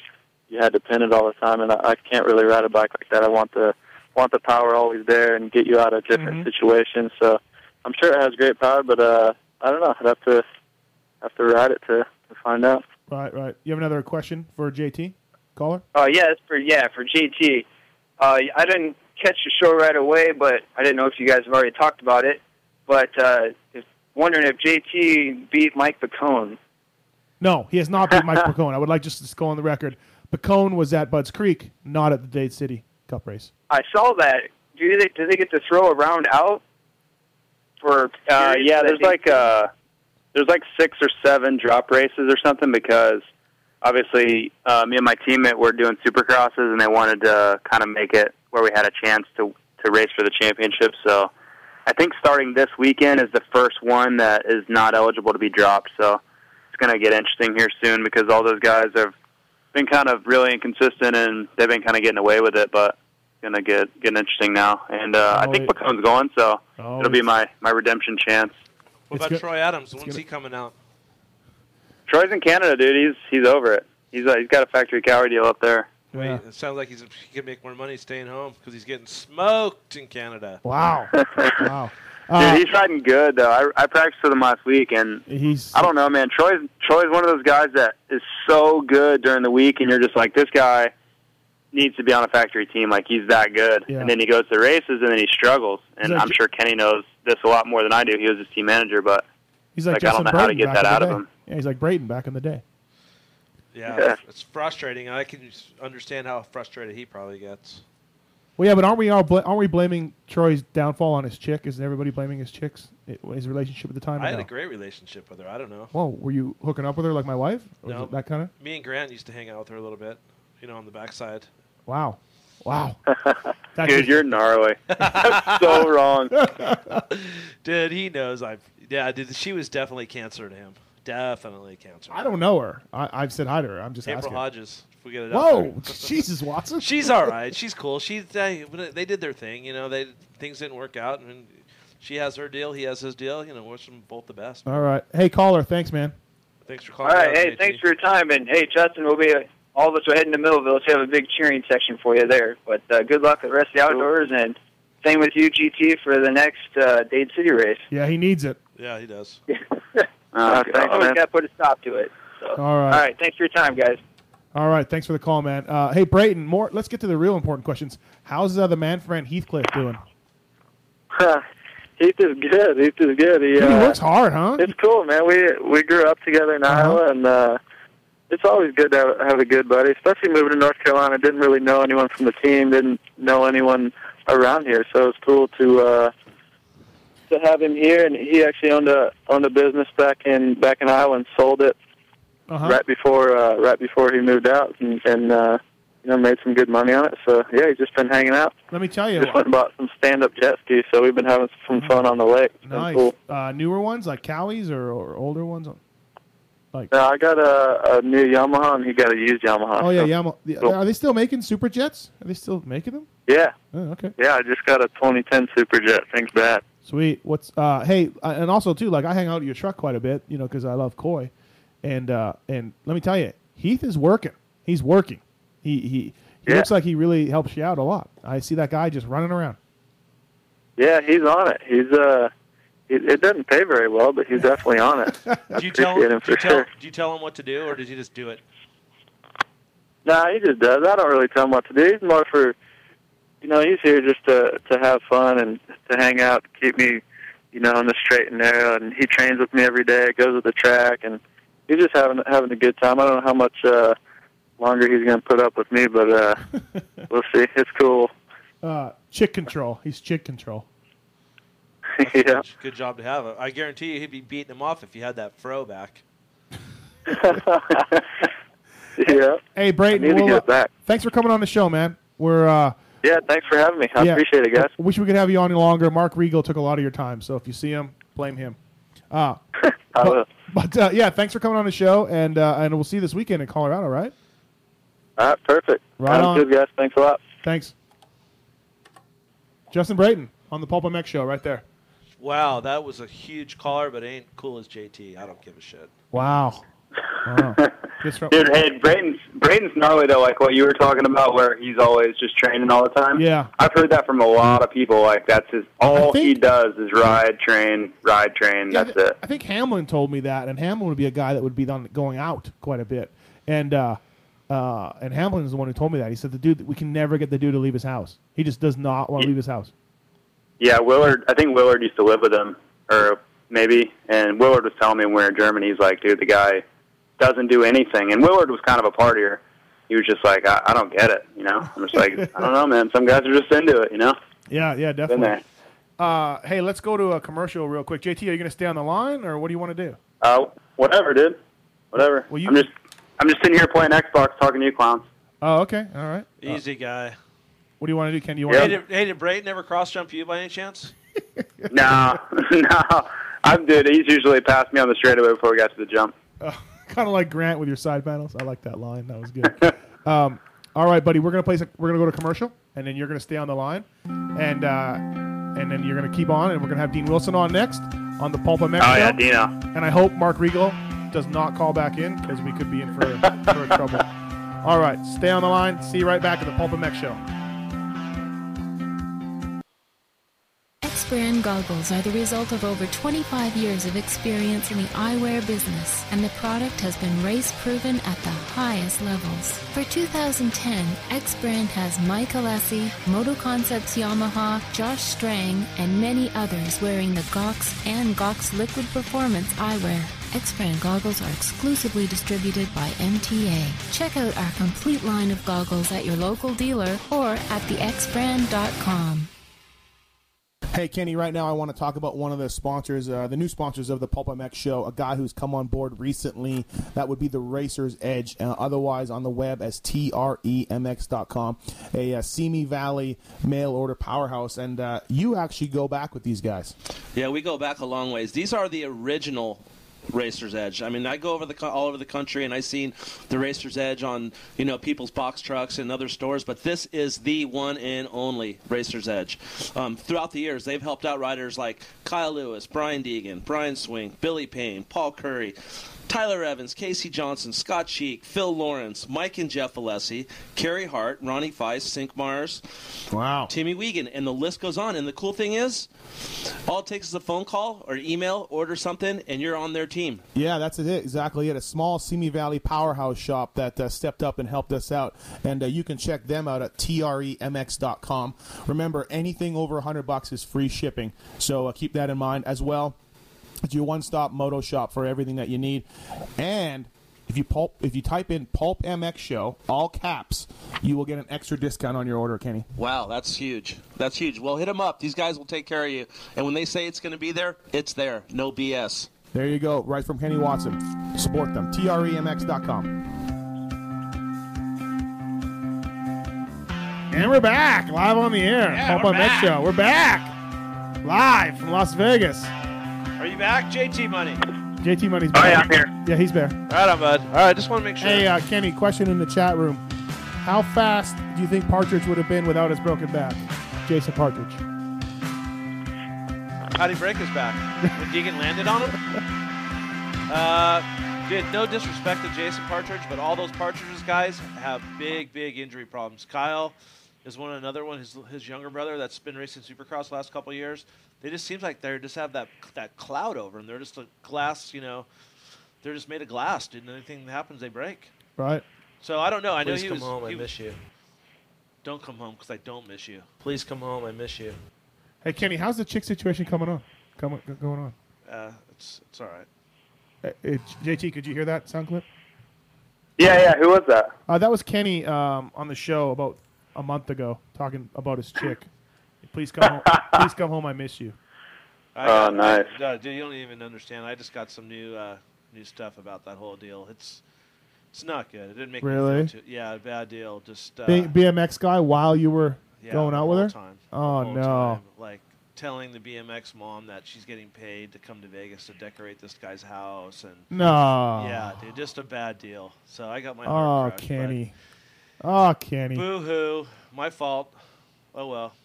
M: you had to pin it all the time, and I, I can't really ride a bike like that. I want the want the power always there and get you out of different situations. So I'm sure it has great power, but uh, I don't know. I'd have to have to ride it to to find out.
D: Right. Right. You have another question for JT caller?
W: Oh yeah, it's for yeah for GT. Uh, I didn't catch the show right away, but I didn't know if you guys have already talked about it. But uh, just wondering if JT beat Mike Bacone.
D: No, he has not beat Mike Pacone. I would like just to go on the record. Pacone was at Budds Creek, not at the Dade City Cup race.
W: I saw that. Do they do they get to throw a round out? For
L: Uh, yeah, there's like uh, there's like six or seven drop races or something because obviously uh, me and my teammate were doing supercrosses and they wanted to kind of make it where we had a chance to to race for the championship. So I think starting this weekend is the first one that is not eligible to be dropped. So it's going to get interesting here soon because all those guys have been kind of really inconsistent and they've been kind of getting away with it, but it's going to get getting interesting now. And uh, I
D: Oh,
L: think Bacone's going, so it'll be my my redemption chance.
E: What about Troy Adams? When's he coming out?
L: Troy's in Canada, dude. He's he's over it. He's uh, he's got a factory cowrie deal up there.
E: Wait, it sounds like he's, he could make more money staying home because he's getting smoked in Canada.
D: Wow. wow. Uh,
L: Dude, he's riding good though. I, I practiced with him last week, and
D: he's
L: I don't know, man. Troy's Troy's one of those guys that is so good during the week, and you're just like, this guy needs to be on a factory team. Like he's that good,
D: Yeah.
L: and then he goes to races, and then he struggles. And
D: He's like-
L: I'm sure Kenny knows this a lot more than I do. He was his team manager, but
D: He's like,
L: I don't
D: Justin
L: know
D: Braden
L: how to get
D: back
L: that
D: in
L: out
D: the
L: of
D: day.
L: him.
D: Yeah, he's like Braden back in the day.
E: Yeah,
D: Yeah.
E: it's frustrating. I can s- understand how frustrated he probably gets.
D: Well, yeah, but aren't we all bl- aren't we blaming Troy's downfall on his chick? Isn't everybody blaming his chicks, i- his relationship at the time?
E: I had
D: no?
E: a great relationship with her. I don't know.
D: Whoa, were you hooking up with her like my wife? Or was
E: No.
D: it that kind of.
E: Me and Grant used to hang out with her a little bit, you know, on the backside.
D: Wow, wow.
L: Dude, you're gnarly. That's so wrong.
E: Dude, he knows I've. Yeah, dude, she was definitely cancer to him. Definitely cancer.
D: I don't know her. I, I've said hi to her. I'm just
E: April
D: asking.
E: Hodges. If we get it out
D: Whoa,
E: there.
D: Jesus Watson.
E: She's all right. She's cool. She's they, they did their thing. You know, they things didn't work out, and she has her deal. He has his deal. You know, wish them both the best.
D: All right. Hey, caller. Thanks, man.
E: Thanks for
W: All
E: calling.
W: right,
E: out,
W: hey,
E: JT.
W: thanks for your time, and hey, Justin, we'll be uh, all of us are heading to Millville, so we have a big cheering section for you there. But uh, good luck with the rest of the outdoors, and same with you, GT, for the next uh, Dade City race.
D: Yeah, he needs it.
E: Yeah, he does.
W: Uh,
D: thanks,
W: always
D: man.
W: got to put a stop to it. So.
D: All right.
W: All right, thanks for your time, guys.
D: All right. Thanks for the call, man. Uh, hey, Brayton. More. Let's get to the real important questions. How's uh, the man friend Heathcliff doing?
M: Heath is good. Heath is good. He,
D: Dude, he
M: uh,
D: works hard, huh? Uh-huh.
M: It's cool, man. We we grew up together in Iowa, and uh, it's always good to have, have a good buddy. Especially moving to North Carolina, didn't really know anyone from the team, didn't know anyone around here, so it's cool to uh, to have him here. And he actually owned a owned a business back in back in Iowa and sold it
D: Uh-huh.
M: right before uh, right before he moved out, and, and uh, you know made some good money on it. So yeah, he's just been hanging out.
D: Let me tell you.
M: Just went and bought some stand up jet skis, so we've been having some fun on the lake. It's been
D: Mm. Nice.
M: cool. Uh,
D: Uh, newer ones like Cowie's or, or older ones.
M: No, I got a, a new Yamaha and he got a used Yamaha.
D: Oh yeah,
M: so-
D: Yamaha. the-
M: Cool.
D: Are they still making super jets? Are they still making them?
M: Yeah.
D: Oh, okay.
M: Yeah, I just got a 2010 Superjet. Things bad.
D: Sweet. What's uh? Hey, uh, and also too, like I hang out at your truck quite a bit, you know, because I love Koi, and uh, and let me tell you, Heath is working. He's working. He he, he
M: Yeah.
D: looks like he really helps you out a lot. I see that guy just running around.
M: Yeah, he's on it. He's uh, it, it doesn't pay very well, but he's definitely on it. I
E: Did you
M: appreciate
E: tell him?
M: him
E: Did you
M: for
E: tell,
M: sure.
E: did you tell him what to do, or did he just do it?
M: Nah, he just does. I don't really tell him what to do. He's more for, you know, he's here just to to have fun and to hang out, keep me, you know, on the straight and narrow. And he trains with me every day. Goes to the track, and he's just having having a good time. I don't know how much uh, longer he's going to put up with me, but uh, we'll see. It's cool.
D: Uh, chick control. He's chick control.
M: yeah.
E: Good job to have him. I guarantee you, he'd be beating him off if you had that fro back.
M: Yeah.
D: Hey, Brayton.
M: I need to
D: we'll,
M: get
D: uh,
M: it back.
D: Thanks for coming on the show, man. We're uh,
M: Yeah, thanks for having me. I
D: yeah,
M: appreciate it, guys.
D: Wish we could have you on longer. Mark Regal took a lot of your time, so if you see him, blame him. Uh,
M: I will.
D: but uh, yeah, thanks for coming on the show, and uh, and we'll see you this weekend in Colorado, right?
M: All right, perfect.
D: Right
M: Sounds
D: on.
M: good, guys. Thanks a lot.
D: Thanks. Justin Brayton on the Pulp MX show right there.
E: Wow, that was a huge caller, but it ain't cool as JT. I don't give a shit.
D: Wow. Wow. Just from-
L: Dude, hey, Brayton's Brayton's gnarly though. Like what you were talking about, where he's always just training all the time.
D: Yeah.
L: I've heard that from a lot of people. Like that's his all he does is ride, train, ride, train.
D: Yeah,
L: that's
D: th-
L: it.
D: I think Hamlin told me that, and Hamlin would be a guy that would be on, going out quite a bit. And uh, uh, and Hamlin is the one who told me that. He said the dude we can never get the dude to leave his house. He just does not want to leave his house.
L: Yeah, Willard. I think Willard used to live with him, or maybe. And Willard was telling me when we were in Germany, he's like, dude, the guy doesn't do anything. And Willard was kind of a partier. He was just like, I, I don't get it. You know, I'm just like, I don't know, man. Some guys are just into it. You know,
D: Yeah, yeah,
L: been there.
D: definitely. Uh, hey, let's go to a commercial real quick. JT, are you going to stay on the line, or what do you want to do?
L: Uh, whatever, dude. Whatever. I'm just I'm just sitting here playing Xbox, talking to you clowns.
D: Oh, okay, all right.
E: Easy guy.
D: What do you want to do, Ken? Do you want
E: Hey,
D: to?
E: did, hey, did Brayton ever cross jump you by any chance?
L: no, no. I'm dude. He's usually passed me on the straightaway before we got to the jump.
D: kind of like Grant with your side panels. I like that line. That was good. um, all right, buddy. We're gonna place. A, we're gonna go to commercial, and then you're gonna stay on the line, and uh, and then you're gonna keep on, and we're gonna have Dean Wilson on next on the Pulp MX.
L: Oh, yeah,
D: show.
L: Dino.
D: And I hope Mark Regal does not call back in because we could be in for, for trouble. All right, stay on the line. See you right back at the Pulp MX show.
X: X brand goggles are the result of over 25 years of experience in the eyewear business, and the product has been race proven at the highest levels. For 2010, X brand has Mike Alessi, Moto Concepts Yamaha, Josh Strang, and many others wearing the Gox and Gox Liquid Performance eyewear. X brand goggles are exclusively distributed by MTA. Check out our complete line of goggles at your local dealer or at thexbrand.com.
D: Hey, Kenny, right now I want to talk about one of the sponsors, uh, the new sponsors of the Pulp MX show, a guy who's come on board recently. That would be the Racer's Edge, uh, otherwise on the web as E tremx.com, a uh, Simi Valley mail order powerhouse. And uh, you actually go back with these guys.
E: Yeah, we go back a long ways. These are the original Racer's Edge. I mean, I go over the co- all over the country and I seen the Racer's Edge on you know people's box trucks and other stores, but this is the one and only Racer's Edge. Um, throughout the years, they've helped out riders like Kyle Lewis, Brian Deegan, Brian Swing, Billy Payne, Paul Curry. Tyler Evans, Casey Johnson, Scott Cheek, Phil Lawrence, Mike and Jeff Alessi, Kerry Hart, Ronnie Feist, Sink Mars,
D: wow,
E: Timmy Wiegand, and the list goes on. And the cool thing is, all it takes is a phone call or email, order something, and you're on their team.
D: Yeah, that's it. Exactly it. A small Simi Valley powerhouse shop that uh, stepped up and helped us out, and uh, you can check them out at E tremx.com. Remember, anything over 100 bucks is free shipping, so uh, keep that in mind as well. It's your one-stop moto shop for everything that you need, and if you pulp, if you type in "Pulp MX Show" all caps, you will get an extra discount on your order, Kenny.
E: Wow, that's huge. That's huge. Well, hit them up. These guys will take care of you. And when they say it's going to be there, it's there. No BS.
D: There you go, right from Kenny Watson. Support them. E tremx.com. And we're back live on the air.
E: Yeah,
D: Pulp
E: we're
D: on Next
E: back.
D: Show. We're back live from Las Vegas.
E: Are you back, JT Money? All
D: JT Money's
E: Oh,
D: back.
E: yeah, I'm here.
D: Yeah, he's there.
E: right, I'm bud. All right, just want to make sure.
D: Hey, uh, Kenny, question in the chat room. How fast do you think Partridge would have been without his broken back? Jason Partridge.
E: How'd he break his back? When Deegan landed on him? Uh, dude, no disrespect to Jason Partridge, but all those Partridges guys have big, big injury problems. Kyle is one another one, his, his younger brother that's been racing Supercross the last couple of years. They just seems like they just have that that cloud over them. They're just a glass, you know, they're just made of glass, dude. And anything that happens, they break.
D: Right.
E: So I don't know. I know
D: Please
E: he
D: come
E: was,
D: home, I
E: he was-
D: miss you.
E: Don't come home because I don't miss you. Please come home. I miss you.
D: Hey, Kenny, how's the chick situation coming on? Coming, going on?
E: Uh, it's it's all right.
D: Uh, uh, JT, could you hear that sound clip?
M: Yeah, yeah. Who was that?
D: Uh, that was Kenny um, on the show about a month ago, talking about his chick. Please come home. Please come home. I miss you.
E: I
M: Oh,
E: got-
M: nice.
E: uh, dude, you don't even understand. I just got some new uh, new stuff about that whole deal. It's it's not good. It didn't make
D: Really?
E: Me feel too, yeah, a bad deal. Just uh,
D: Being BMX guy while you were
E: yeah,
D: going out
E: the
D: with
E: whole
D: her.
E: time. The
D: Oh
E: whole
D: no.
E: time, Like telling the BMX mom that she's getting paid to come to Vegas to decorate this guy's house and
D: No.
E: Yeah, dude, just a bad deal. So I got my
D: Oh,
E: heart crushed, but
D: Kenny. Oh, Kenny.
E: Boo hoo, my fault. Oh well,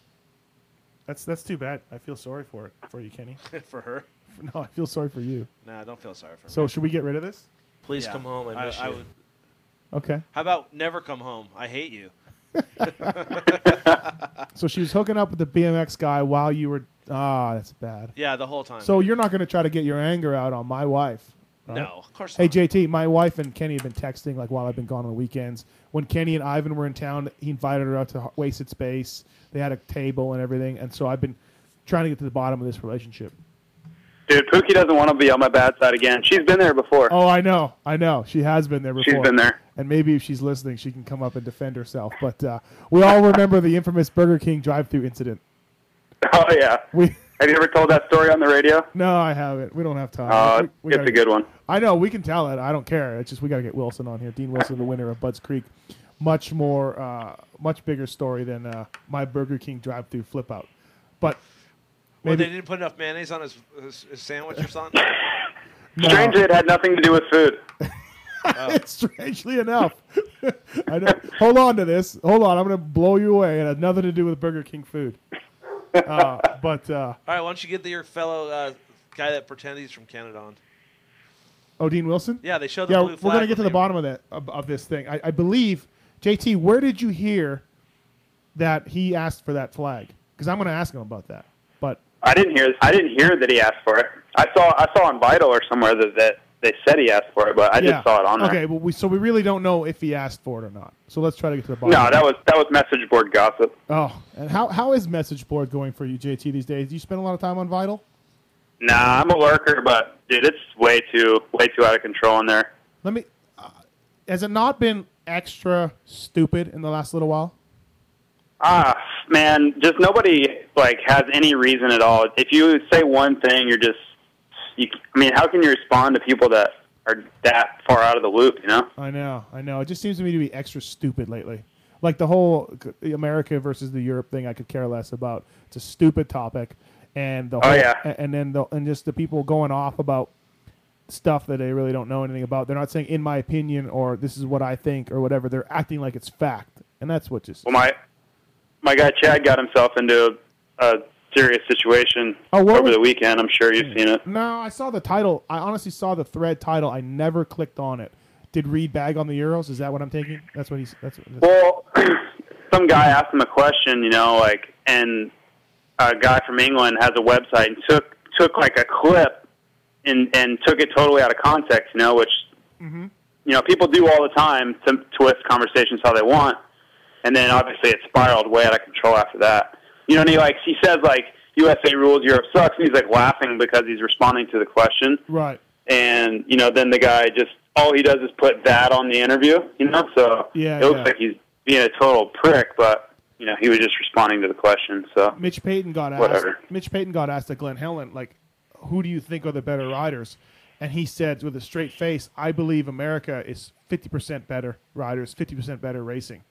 D: That's that's too bad. I feel sorry for it for you, Kenny.
E: for her.
D: No, I feel sorry for you.
E: Nah, don't feel sorry for me.
D: So should we get rid of this?
E: Please come home. I miss you.
D: Okay.
E: How about never come home? I hate you.
D: So she was hooking up with the BMX guy while you were. Ah, that's bad.
E: Yeah, the whole time.
D: So you're not going to try to get your anger out on my wife. right?
E: No, of course
D: Hey,
E: not.
D: JT, my wife and Kenny have been texting like while I've been gone on the weekends. When Kenny and Ivan were in town, he invited her out to Ho- Wasted Space. They had a table and everything, and so I've been trying to get to the bottom of this relationship.
M: Dude, Pookie doesn't want to be on my bad side again. She's been there before.
D: Oh, I know, I know. She has been there before.
M: She's been there.
D: And maybe if she's listening, she can come up and defend herself. But uh, we all remember the infamous Burger King drive-through incident.
M: Oh yeah. Have you ever told that story on the radio?
D: No, I haven't. We don't have time.
L: Oh,
M: Uh,
D: We- we
M: it's
D: gotta-
M: a good one.
D: I know we can tell it. I don't care. It's just we got to get Wilson on here. Dean Wilson, the winner of Bud's Creek, much more, uh, much bigger story than uh, my Burger King drive-through flip out. But
E: Well,
D: maybe
E: they didn't put enough mayonnaise on his, his, his sandwich or something.
D: No.
L: Strangely, it had nothing to do with Oh. food.
D: strangely enough, I know. Hold on to this. Hold on, I'm going to blow you away. It had nothing to do with Burger King food. Uh, but uh,
E: All right, why don't you get the, your fellow uh, guy that pretends he's from Canada on?
D: Odine Oh, Wilson.
E: Yeah, they showed the
D: yeah,
E: blue
D: We're
E: flag
D: going to get to
E: when
D: the bottom of that of, of this thing. I, I believe, JT, where did you hear that he asked for that flag? Because I'm going to ask him about that. But
L: I didn't hear. I didn't hear that he asked for it. I saw. I saw on Vital or somewhere that, that they said he asked for it, but I
D: yeah.
L: just saw it on there.
D: Okay, well, we, so we really don't know if he asked for it or not. So let's try to get to the bottom.
L: No,
D: of
L: that was that was message board gossip.
D: Oh, and how, how is message board going for you, JT, these days? Do you spend a lot of time on Vital?
L: Nah, I'm a lurker, but dude, it's way too way too out of control in there.
D: Let me. Uh, has it not been extra stupid in the last little while?
L: Ah, man, just nobody like has any reason at all. If you say one thing, you're just. You, I mean, how can you respond to people that are that far out of the loop? You know.
D: I know, I know. It just seems to me to be extra stupid lately. Like the whole c- America versus the Europe thing, I could care less about. It's a stupid topic, and the
L: Oh,
D: whole,
L: yeah.
D: a- and then the and just the people going off about stuff that they really don't know anything about. They're not saying in my opinion or this is what I think or whatever. They're acting like it's fact, and that's what just.
L: Well, my my guy Chad got himself into a serious situation
D: Oh, what
L: over
D: was- Hmm.
L: the weekend. I'm sure you've seen it.
D: No, I saw the title. I honestly saw the thread title. I never clicked on it. Did Reed bag on the Euros? Is that what I'm taking? That's what he's. That's what,
L: Well, some guy asked him a question, you know, like, and a guy from England has a website and took took like a clip and and took it totally out of context, you know, which you know people do all the time to twist conversations how they want, and then obviously it spiraled way out of control after that. You know, and he like he says like USA rules, Europe sucks, and he's like laughing because he's responding to the question.
D: right.
L: and you know then the guy just all he does is put that on the interview you know so
D: Yeah,
L: it looks
D: yeah.
L: like he's being a total prick but you know he was just responding to the question so
D: Mitch Payton got asked.
L: Whatever.
D: Mitch Payton got asked at Glenn Helen, like, who do you think are the better riders? And he said with a straight face, I believe America is 50% better riders, 50% better racing.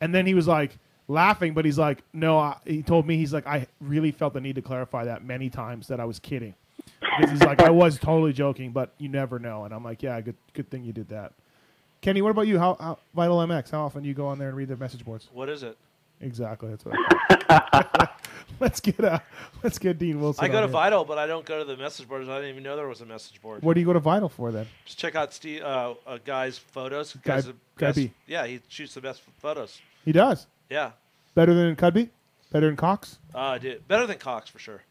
D: And then he was like laughing, but he's like, no, I, he told me, he's like, I really felt the need to clarify that many times that I was kidding. Because he's like, I was totally joking, but you never know. And I'm like, yeah, good, good thing you did that. Kenny, what about you? How, how Vital MX? How often do you go on there and read their message boards?
E: What is it?
D: Exactly. That's what. I let's get uh, let's get Dean Wilson.
E: I go
D: on
E: to
D: here.
E: Vital, but I don't go to the message boards. I didn't even know there was a message board.
D: What do you go to Vital for then?
E: Just check out Steve, uh, a guy's photos.
D: Guy-
E: Guys,
D: Guy
E: guys-
D: B.
E: yeah, he shoots the best photos.
D: He does
E: Yeah,
D: better than Cudby, better than Cox.
E: uh, dude, better than Cox for sure.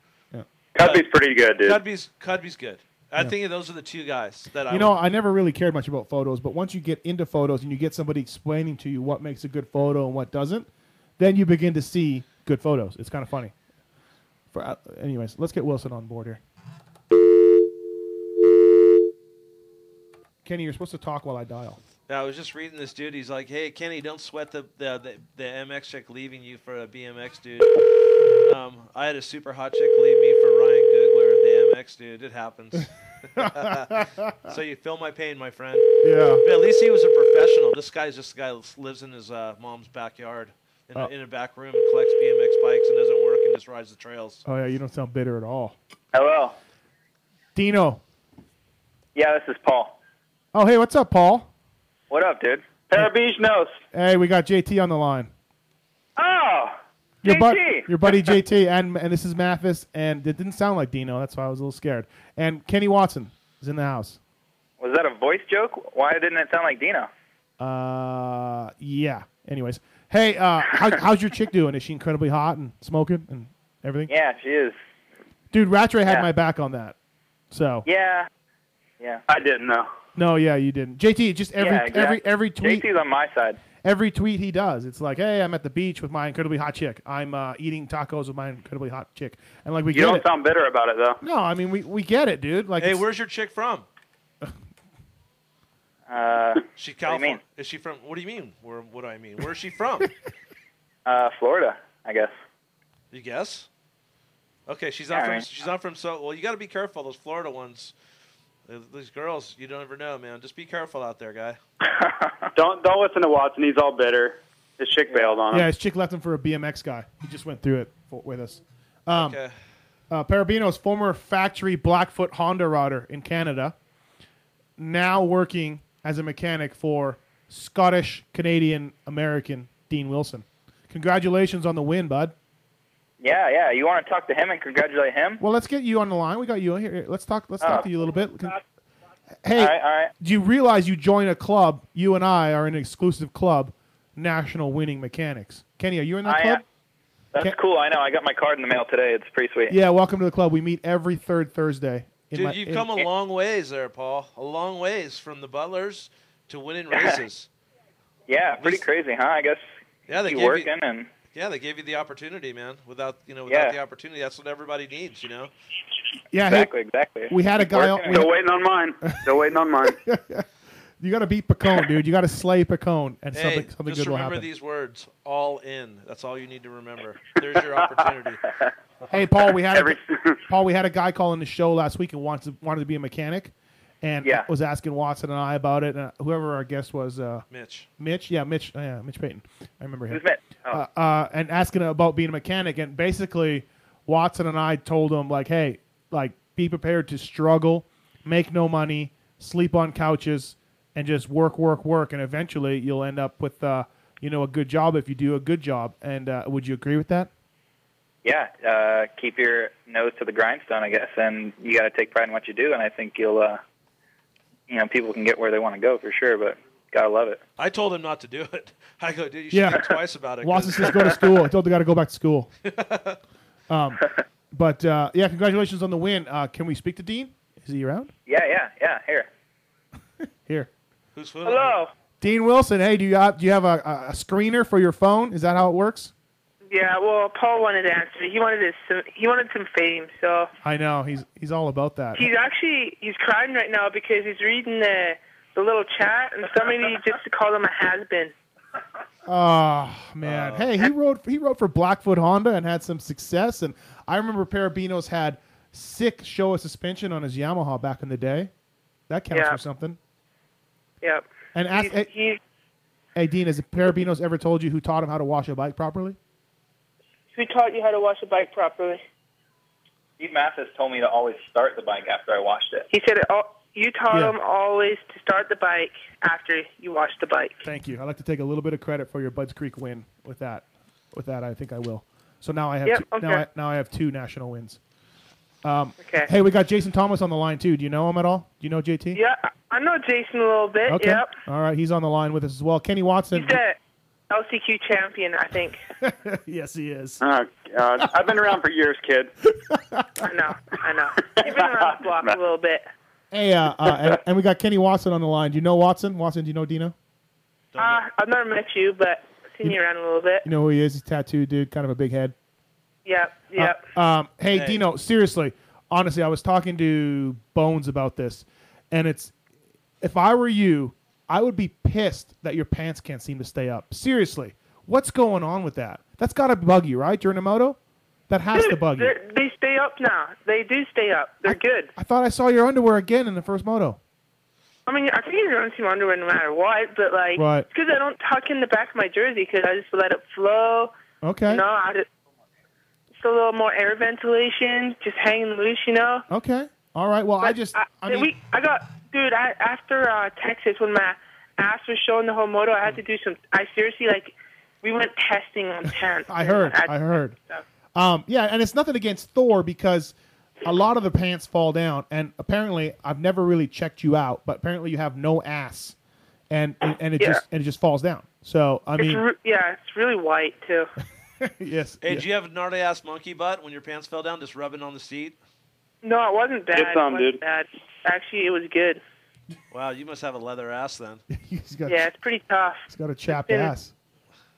L: Cudby's pretty good dude
E: Cudby's Cudby's good. I
D: Yeah.
E: think those are the two guys that I.
D: You know,
E: would-
D: I never really cared much about photos, but once you get into photos and you get somebody explaining to you what makes a good photo and what doesn't, then you begin to see good photos. It's kind of funny. For uh, anyways, let's get Wilson on board here. Kenny, you're supposed to talk while I dial.
E: I was just reading this dude. He's like, "Hey, Kenny, don't sweat the the, the, the MX chick leaving you for a BMX dude." Um, I had a super hot chick leave me for Ryan Googler, the MX dude. It happens. so you feel my pain, my friend.
D: Yeah.
E: But at least he was a professional. This guy's just a guy that lives in his uh, mom's backyard in,
D: Oh.
E: a, in a back room and collects BMX bikes and doesn't work and just rides the trails.
D: Oh yeah, you don't sound bitter at all.
Y: Hello.
D: Dino.
Y: Yeah, this is Paul.
D: Oh hey, what's up, Paul?
Y: What up, dude? Parabeach knows.
D: Hey, we got JT on the line.
Y: Oh,
D: Your,
Y: JT.
D: bud- your buddy JT, and and this is Mathis, and it didn't sound like Dino. That's why I was a little scared. And Kenny Watson is in the house.
Y: was that a voice joke? Why didn't it sound like Dino?
D: Uh, yeah. Anyways, hey, uh, how, how's your chick doing? Is she incredibly hot and smoking and everything?
Y: Yeah, she is.
D: Dude, Rattray had
Y: Yeah.
D: my back on that. So
Y: Yeah. Yeah. I didn't know.
D: no, yeah, you didn't. JT, just every
Y: yeah, exactly.
D: every every tweet.
Y: JT's on my side.
D: every tweet he does, it's like, "Hey, I'm at the beach with my incredibly hot chick. I'm uh, eating tacos with my incredibly hot chick." And like we
L: you
D: get
L: don't
D: it.
L: sound bitter about it though
D: no, I mean we, we get it, dude. Like,
E: hey,
D: it's-
E: where's your chick from?
Y: Uh,
E: She California? Is she from? What do you mean? Where? What do I mean? Where's she from?
Y: uh, Florida, I guess.
E: you guess? Okay, she's not
Y: Yeah, I
E: from.
Y: mean-
E: She's not from. So well, you got to be careful. Those Florida ones. Th- These girls, you don't ever know, man. Just be careful out there, guy.
L: Don't don't listen to Watson. He's all bitter. His chick bailed on him.
D: Yeah, his chick left him for a BMX guy. He just went through it for, with us. Um,
E: Okay.
D: uh, Parabino's former factory Blackfoot Honda rider in Canada, now working as a mechanic for Scottish Canadian American Dean Wilson. Congratulations on the win, bud.
Y: Yeah, yeah. You want to talk to him and congratulate him?
D: Well, let's get you on the line. We got you here. Let's talk. Let's talk
Y: Oh.
D: to you a little bit. Con- Hey,
Y: All right, all right.
D: do you realize you join a club? You and I are in an exclusive club, National Winning Mechanics. Kenny, are you in that
Y: I
D: club?
Y: am. That's cool. I know. I got my card in the mail today. It's pretty sweet.
D: Yeah, welcome to the club. We meet every third Thursday. in
E: Dude,
D: my-
E: you've
D: in-
E: come a long ways there, Paul. A long ways from the Butlers to winning races.
Y: Yeah, pretty crazy, huh? I guess
E: Yeah, they
Y: you
E: gave you-
Y: working and
E: yeah, they gave you the opportunity, man. Without you know, without
Y: Yeah.
E: the opportunity, that's what everybody needs, you know.
D: Yeah, hey,
Y: exactly, exactly.
D: we had a guy on-
Y: Working.
D: we Still had- waiting
Y: on mine. Still waiting on mine.
D: you got to beat Pacone, dude. You got to slay Pacone, and
E: hey,
D: something something
E: just
D: good will
E: remember
D: happen.
E: these words: all in. That's all you need to remember. There's your opportunity.
D: Hey, Paul, we had a, Paul, we had a guy calling the show last week and wanted to, wanted to be a mechanic, and
E: Yeah.
D: was asking Watson and I about it. And whoever our guest was, uh,
E: Mitch.
D: Mitch, yeah, Mitch, uh, yeah, Mitch Payton. I remember him.
E: Who's Mitch? Oh.
D: Uh, uh, and asking about being a mechanic, and basically, Watson and I told him like, hey, like, be prepared to struggle, make no money, sleep on couches, and just work, work, work, and eventually you'll end up with, uh, you know, a good job if you do a good job. And uh, would you agree with that?
Y: Yeah, uh, keep your nose to the grindstone, I guess, and you got to take pride in what you do. And I think you'll, uh, you know, people can get where they want to go for sure. But gotta love it.
E: I told him not to do it. I go, dude, you should
D: Yeah.
E: think twice about it. 'cause-
D: Watson says go to school. I told the guy to go back to school. Um, but uh, yeah, congratulations on the win. Uh, can we speak to Dean? Is he around?
Y: Yeah, yeah, yeah. Here.
D: Here,
E: Who's
Y: Hello.
D: Dean Wilson. Hey, do you have, do you have a, a screener for your phone? Is that how it works?
O: Yeah, well, Paul wanted to answer. He wanted his, some, he wanted some fame. So
D: I know he's he's all about that.
O: he's actually he's crying right now because he's reading the the little chat and somebody just called him a has been.
D: Oh man! hey, he rode he rode for Blackfoot Honda and had some success. And I remember Parabinos had sick show of suspension on his Yamaha back in the day. That counts
O: Yeah.
D: for something.
O: Yep.
D: And ask, hey, hey, Dean, has Parabinos ever told you who taught him how to wash a bike properly?
O: Who taught you how to wash a bike properly?
Y: Steve Mathis told me to always start the bike after I washed it.
O: He said it all. You taught
D: Yeah.
O: him always to start the bike after you wash the bike.
D: Thank you. I'd like to take a little bit of credit for your Bud's Creek win with that. With that, I think I will. So now I have
O: Yep,
D: two,
O: okay.
D: now I, now I have two national wins. Um,
O: Okay.
D: Hey, we got Jason Thomas on the line too. Do you know him at all? Do you know JT?
O: Yeah, I- I know Jason a little bit.
D: Okay.
O: Yep.
D: All right, he's on the line with us as well. Kenny Watson.
O: He's the LCQ champion, I think.
D: yes, he is.
L: Uh,
M: Oh, God. I've been around for years, kid.
O: I know. I know. You've been around the block a little bit.
D: Hey, uh, uh, and, and we got Kenny Watson on the line. Do you know Watson? Watson, do you know Dino?
O: Uh, I've never met you, but seen you around a little bit.
D: You know who he is? He's a tattooed dude, kind of a big head.
O: Yep. Yep.
D: Uh, um, hey,
O: Hey.
D: Dino, seriously, honestly, I was talking to Bones about this, and it's if I were you, I would be pissed that your pants can't seem to stay up. Seriously, what's going on with that? That's got to bug you, right, Jornamoto? That has to bug you.
O: They're- they stay up now. They do stay up. They're good.
D: I thought I saw your underwear again in the first moto.
O: I mean, I think you're going to see my underwear no matter what, but like,
D: Right.
O: it's because I don't tuck in the back of my jersey because I just let it flow.
D: Okay.
O: You know, I just, just a little more air ventilation, just hanging loose, you know?
D: Okay. All right. Well, I just. I,
O: The
D: mean,
O: week- I got, dude, I, after uh, Texas, when my ass was showing the whole moto, I had to do some, I seriously, like, we went testing on pants.
D: I heard. I heard. Um, yeah, and it's nothing against Thor because a lot of the pants fall down, and apparently I've never really checked you out, but apparently you have no ass, and and it
O: Yeah.
D: just and it just falls down. So I
O: it's
D: mean,
O: re- yeah, it's really white, too.
D: yes.
E: Hey,
D: yeah.
E: did you have a gnarly ass monkey butt when your pants fell down, just rubbing on the seat?
O: No, it wasn't bad.
E: Good time,
O: it wasn't
E: dude.
O: bad. Actually, it was good.
E: Wow, you must have a leather ass then.
D: He's got,
O: Yeah, it's pretty tough.
D: he's got a chapped
O: been-
D: ass.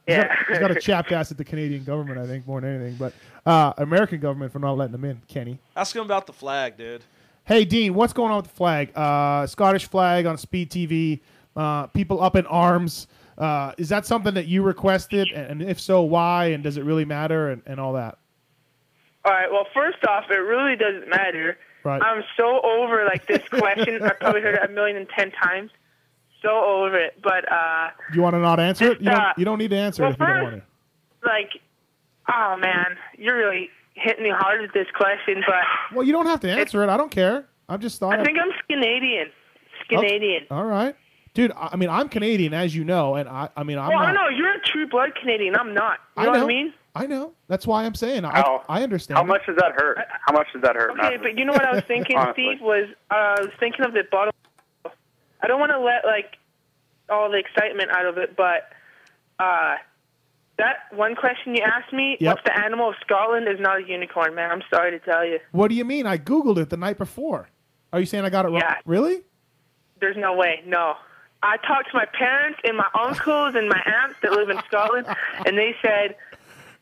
O: Yeah.
D: He's got, he's got a chapped ass at the Canadian government, I think, more than anything. But uh, American government for not letting him in, Kenny.
E: Ask him about the flag, dude.
D: Hey, Dean, what's going on with the flag? Uh, Scottish flag on Speed TV. Uh, people up in arms. Uh, is that something that you requested? And, and if so, why? And does it really matter? And, and all that.
O: All right. Well, first off, it really doesn't matter
D: Right.
O: I'm so over like this question. I probably heard it a million and ten times. So over it. But uh
D: You want to not answer it? You
O: Uh,
D: don't, you don't need to answer
O: well,
D: it if you don't
O: first-
D: want to.
O: like oh man, you're really hitting me hard with this question, but
D: Well, you don't have to answer it. I don't care. I'm just thought.
O: I think I'm Canadian.
D: Okay.
O: Canadian.
D: All right, dude. I I mean, I'm Canadian, as you know, and I. I mean, I'm.
O: well,
D: not,
O: I know you're a true blood Canadian. I'm not. You
D: I
O: know,
D: know.
O: what I mean?
D: I know. That's why I'm saying. I, I understand.
L: How much does that hurt? How much does that hurt?
O: Okay, but you know what I was thinking,
L: Honestly.
O: Steve, was uh, I was thinking of the bottle. I don't want to let like all the excitement out of it, but uh, that one question you asked me,
D: Yep.
O: what's the animal of Scotland, is not a unicorn, man. I'm sorry to tell you,
D: What do you mean? I googled it the night before. Are you saying I got it wrong?
O: Yeah.
D: Really?
O: there's no way, no. I talked to my parents and my uncles and my aunts that live in Scotland, and they said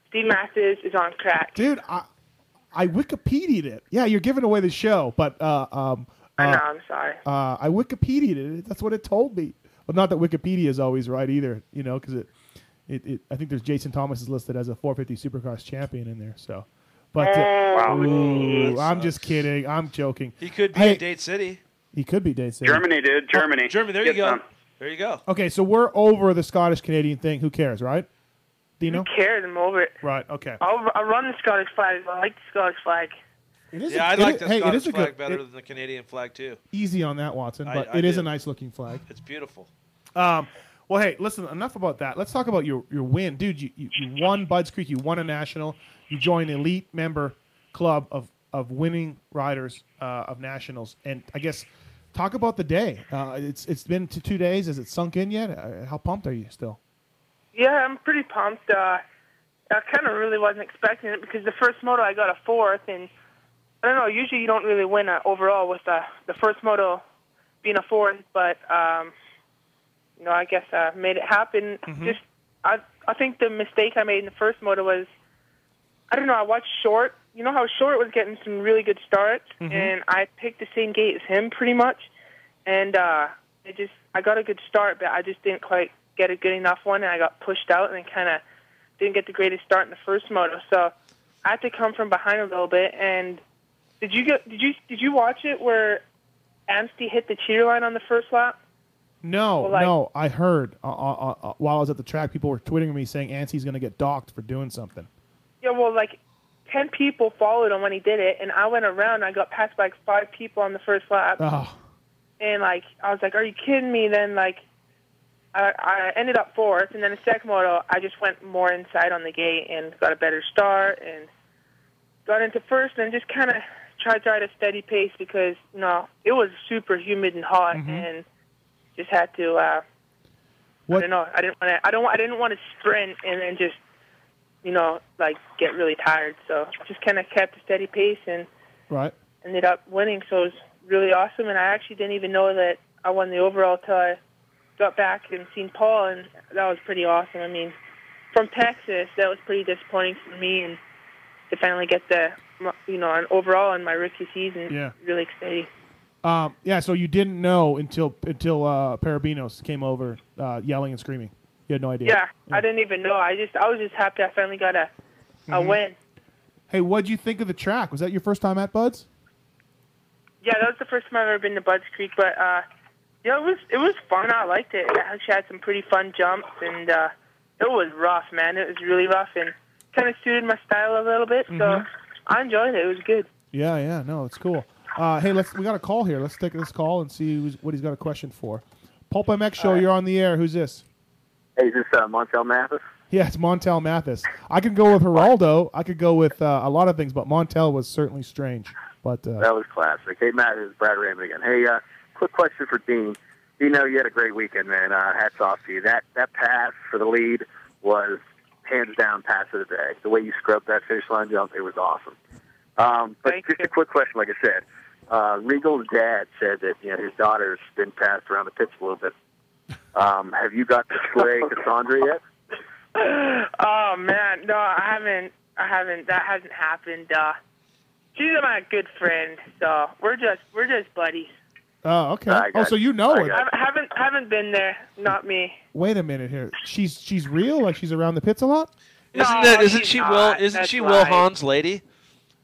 O: Steve Mathis is on crack.
D: Dude, I I Wikipedia'd it. Yeah, you're giving away the show, but uh, um, uh,
O: I know. I'm sorry.
D: uh, I Wikipedia'd it. That's what it told me. Well, not that Wikipedia is always right either, you know, because it, it, it, I think there's Jason Thomas is listed as a 450 Supercross champion in there. So, but uh,
O: Mm,
L: Wow.
D: Ooh,
L: That
D: I'm just kidding. I'm joking.
E: He could be
D: Hey, Oh,
E: in Date City.
D: He could be Dave City.
L: Germany, dude. Germany.
E: Germany. There you
L: Get
E: go.
L: some.
E: There you go.
D: Okay, so we're over the Scottish Canadian thing. Who cares, right? Dino.
O: Who cares? I'm over it.
D: Right. Okay.
O: I'll, I'll run the Scottish flag. I like the Scottish flag.
D: is
E: yeah,
D: a-
E: I
D: it
E: like
D: is-
E: the
D: hey, it
E: Scottish
D: is a
E: flag
D: good-
E: better
D: it-
E: than the Canadian flag too.
D: Easy on that, Watson,
E: I-
D: but
E: I
D: it is
E: do.
D: a nice looking flag.
E: It's beautiful.
D: Um, well, hey, listen, enough about that. Let's talk about your, your win. Dude, you, you, you won Bud's Creek. You won a national. You joined the elite member club of, of winning riders uh, of nationals. And I guess talk about the day. Uh, it's It's been t- two days. Has it sunk in yet? Uh, how pumped are you still?
O: Yeah, I'm pretty pumped. Uh, I kind of really wasn't expecting it because the first moto I got a fourth, and I don't know. Usually you don't really win uh, overall with uh, the first moto being a fourth, but um, you know I guess I made it happen.
T: Mm-hmm.
O: Just I I think the mistake I made in the first moto was I don't know. I watched short. You know how short was getting some really good starts,
V: Mhm.
O: and I picked the same gate as him pretty much, and uh, it just I got a good start, but I just didn't quite get a good enough one, and I got pushed out and kind of didn't get the greatest start in the first moto. So I had to come from behind a little bit. And did you get did you did you watch it where Amsty hit the cheater line on the first lap?
D: No,
O: Well, like-
D: no. I heard uh, uh, uh, while I was at the track, people were twittering me saying Ansi's going to get docked for doing something.
O: Yeah, well, like ten people followed him when he did it, and I went around. I got passed by like five people on the first lap.
D: Oh,
O: and like I was like, "Are you kidding me?" Then like I, I ended up fourth, and then the second moto, I just went more inside on the gate and got a better start and got into first, and just kind of tried to ride a steady pace because you know it was super humid and hot, and just had to. Uh,
D: What-
O: I don't know. I didn't want to. I don't. wa- I didn't want to sprint and then just you know like get really tired. So just kind of kept a steady pace and
D: right.
O: ended up winning. So it was really awesome. And I actually didn't even know that I won the overall till I got back and seen Paul, and that was pretty awesome. I mean, from Texas, that was pretty disappointing for me, and to finally get the you know an overall in my rookie season,
D: Yeah.
O: really exciting.
D: Um, yeah, so you didn't know until until uh, Parabinos came over uh, yelling and screaming. You had no idea.
O: Yeah, I didn't even know. I just I was just happy I finally got a a
D: Mhm.
O: win.
D: Hey, what'd you think of the track? Was that your first time at Buds?
O: Yeah, that was the first time I've ever been to Bud's Creek, but uh, yeah, it was it was fun. I liked it. I actually had some pretty fun jumps, and uh, it was rough, man. It was really rough, and kind of suited my style a little bit. So
D: Mhm.
O: I enjoyed it. It was good.
D: Yeah, yeah, no, it's cool. Uh, hey, let's we got a call here. Let's take this call and see who's, what he's got a question for. Pulp MX show, you're on the air. Who's this?
T: Hey, is this uh, Montel Mathis?
D: Yeah, it's Montel Mathis. I could go with Geraldo. I could go with uh, a lot of things, but Montel was certainly strange. But uh,
T: That was classic. Hey, Matt, it's Brad Raymond again. Hey, uh, quick question for Dean. You know, you had a great weekend, man. Uh, hats off to you. That that pass for the lead was hands down pass of the day. The way you scrubbed that finish line jump, it was awesome. Um, but just a quick question, like I said, uh, Regal's dad said that you know his daughter's been passed around the pits a little bit. Um, have you got to slay Cassandra yet?
O: oh man, no, I haven't. I haven't. That hasn't happened. Uh, she's my good friend, so we're just we're just buddies.
D: oh, okay.
O: I
D: oh,
O: got
D: so
O: you.
D: you know
O: I
D: it.
O: got you. haven't haven't been there. Not me.
D: Wait a minute here. She's she's real. Like she's around the pits a lot.
E: Isn't
O: No,
E: that? Isn't
O: she's
E: she
O: not.
E: Will? Isn't
O: That's
E: she
O: right.
E: Will Hahn's lady?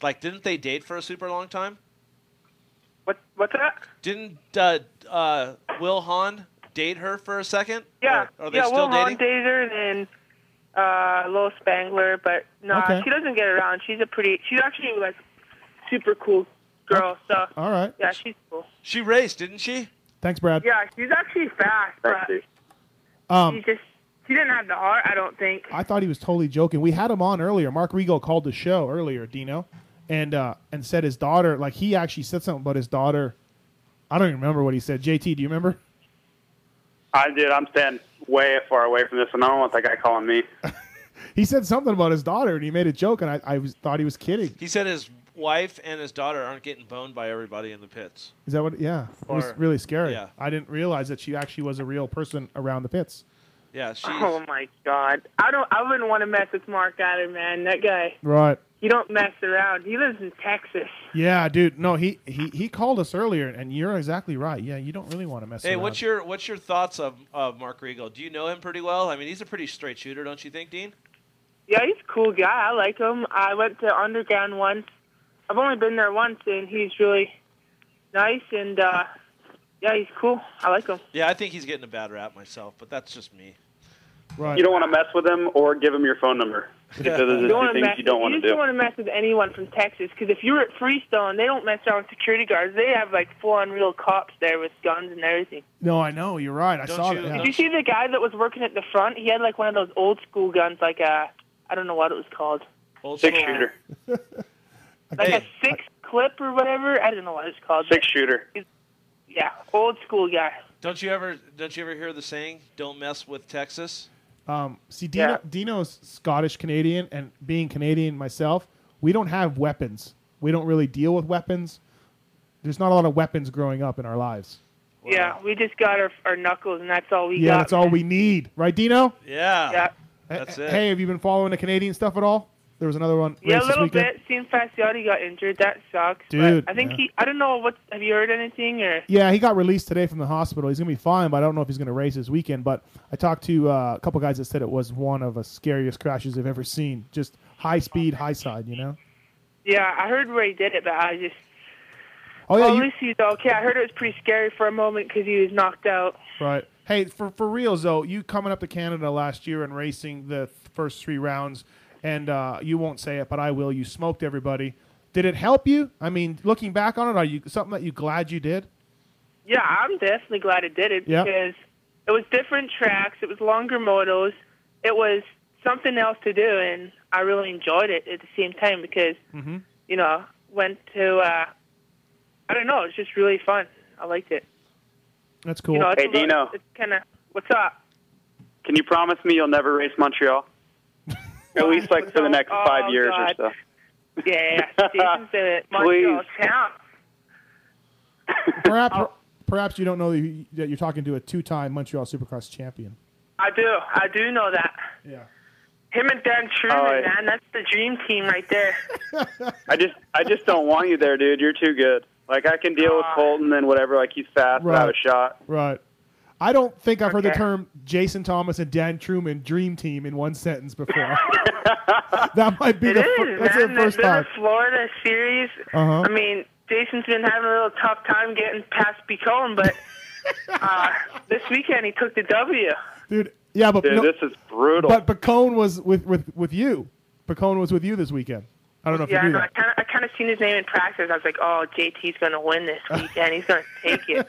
E: Like, didn't they date for a super long time?
O: What what's that?
E: Didn't uh, uh, Will Hahn date her for a second?
O: Yeah,
E: Or are they
O: yeah.
E: still
O: Will Hahn
E: dating?
O: dated her and then uh, Lil Spangler, but no,
D: Okay.
O: she doesn't get around. She's a pretty. She's actually like super cool girl. So
D: All right.
O: yeah, she's cool.
E: Oh, She raced, didn't she?
D: Thanks, Brad.
O: Yeah, she's actually fast, but
D: Um,
O: just she didn't have the heart. I don't think.
D: I thought he was totally joking. We had him on earlier. Mark Rigo called the show earlier, Dino, and uh, and said his daughter, like he actually said something about his daughter. I don't even remember what he said. JT, do you remember?
L: I did. I'm standing way far away from this, and I don't want that guy calling me.
D: He said something about his daughter, and he made a joke, and I, I was, thought he was kidding.
E: He said his wife and his daughter aren't getting boned by everybody in the pits.
D: Is that what? Yeah, it was
E: Or-
D: really scary.
E: yeah.
D: I didn't realize that she actually was a real person around the pits.
E: Yeah, she's.
O: Oh my god, I don't. I wouldn't want to mess with Mark Adder, man. That guy,
D: Right.
O: he don't mess around. He lives in Texas.
D: Yeah, dude. No, he he, he called us earlier, and you're exactly right. Yeah, you don't really want to mess.
E: Hey,
D: around.
E: what's your what's your thoughts of, of Mark Riegel? Do you know him pretty well? I mean, he's a pretty straight shooter, don't you think, Dean?
O: Yeah, he's a cool guy. I like him. I went to Underground once. I've only been there once, and he's really nice. And uh, yeah, he's cool. I like him.
E: Yeah, I think he's getting a bad rap myself, but that's just me.
D: Right.
L: You don't want to mess with him or give him your phone number. Because those are
O: You
L: the
O: don't
L: two
O: wanna
L: things
O: mess-
L: you don't want to
O: you just
L: do.
O: don't want to mess with anyone from Texas because if you're at Freestone, they don't mess around with security guards. They have like full-on real cops there with guns and everything.
D: No, I know. You're right. I saw that.
O: Did you see the guy that was working at the front? He had like one of those old school guns, like a I don't know what it was called,
E: Old
L: Six shooter.
O: like a six clip or whatever. I don't know what it's called.
L: Six shooter.
O: Yeah, old school guy.
E: Don't you ever don't you ever hear the saying, "Don't mess with Texas"?
D: Um, see, Dino, Dino's Scottish Canadian, and being Canadian myself, we don't have weapons. We don't really deal with weapons. There's not a lot of weapons growing up in our lives.
O: Yeah, we just got our, our knuckles, and that's all we
D: yeah,
O: got.
D: that's all we need, right, Dino?
E: Yeah.
O: Yeah.
E: That's
D: Hey, have you been following the Canadian stuff at all? There was another one.
O: Yeah,
D: race
O: a
D: this
O: little
D: weekend.
O: bit. Seeing Fasciotti got injured, that sucks. but
D: Dude,
O: I think
D: yeah.
O: he. I don't know what. Have you heard anything or?
D: Yeah, he got released today from the hospital. He's gonna be fine, but I don't know if he's gonna race this weekend. But I talked to uh, a couple guys that said it was one of the scariest crashes they've ever seen. Just high speed, high side, you know.
O: Yeah, I heard where he did it, but I just.
D: Oh yeah,
O: well,
D: you-
O: at least he's okay. I heard it was pretty scary for a moment because he was knocked out.
D: Right. Hey, for for reals though, you coming up to Canada last year and racing the th- first three rounds, and uh, you won't say it, but I will. You smoked everybody. Did it help you? I mean, looking back on it, are you something that you glad you did?
O: Yeah, I'm definitely glad it did it
D: Yeah.
O: because it was different tracks, it was longer motos, it was something else to do, and I really enjoyed it at the same time because
D: Mm-hmm.
O: you know went to uh, I don't know, it was just really fun. I liked it.
D: That's cool.
O: You know, it's
L: Hey,
O: a little-
L: Dino.
O: It's kind of what's up.
L: Can you promise me you'll never race Montreal? At least like for the next
O: Oh,
L: five years
O: God.
L: or so.
O: Yeah, Jason's in Montreal
L: Please.
O: town.
D: Perhaps
O: Oh.
D: perhaps you don't know that you- that you're talking to a two-time Montreal Supercross champion.
O: I do. I do know that.
D: Yeah.
O: Him and Dan Truman,
L: Oh, yeah.
O: man, that's the dream team right there.
L: I just I just don't want you there, dude. You're too good. Like I can deal with Colton and whatever. Like he's fast, but I have a
D: Right.
L: shot.
D: Right. I don't think I've heard the
L: Okay.
D: term Jason Thomas and Dan Truman dream team in one sentence before. that might be
O: It
D: the
O: is,
D: fir- that's the
O: man.
D: first
O: They're
D: time.
O: in Florida series.
D: Uh-huh.
O: I mean, Jason's been having a little tough time getting past Bicone, but uh, this weekend he took the W.
D: dude. Yeah, but
L: Dude,
D: no-
L: this is brutal.
D: But Bacone was with with with you. Bacone was with you this weekend. I don't know if you
O: yeah, I
D: knew
O: know. I
D: that.
O: kind of, I kind of seen his name in practice. I was like, oh, JT's gonna win this weekend. He's gonna take it.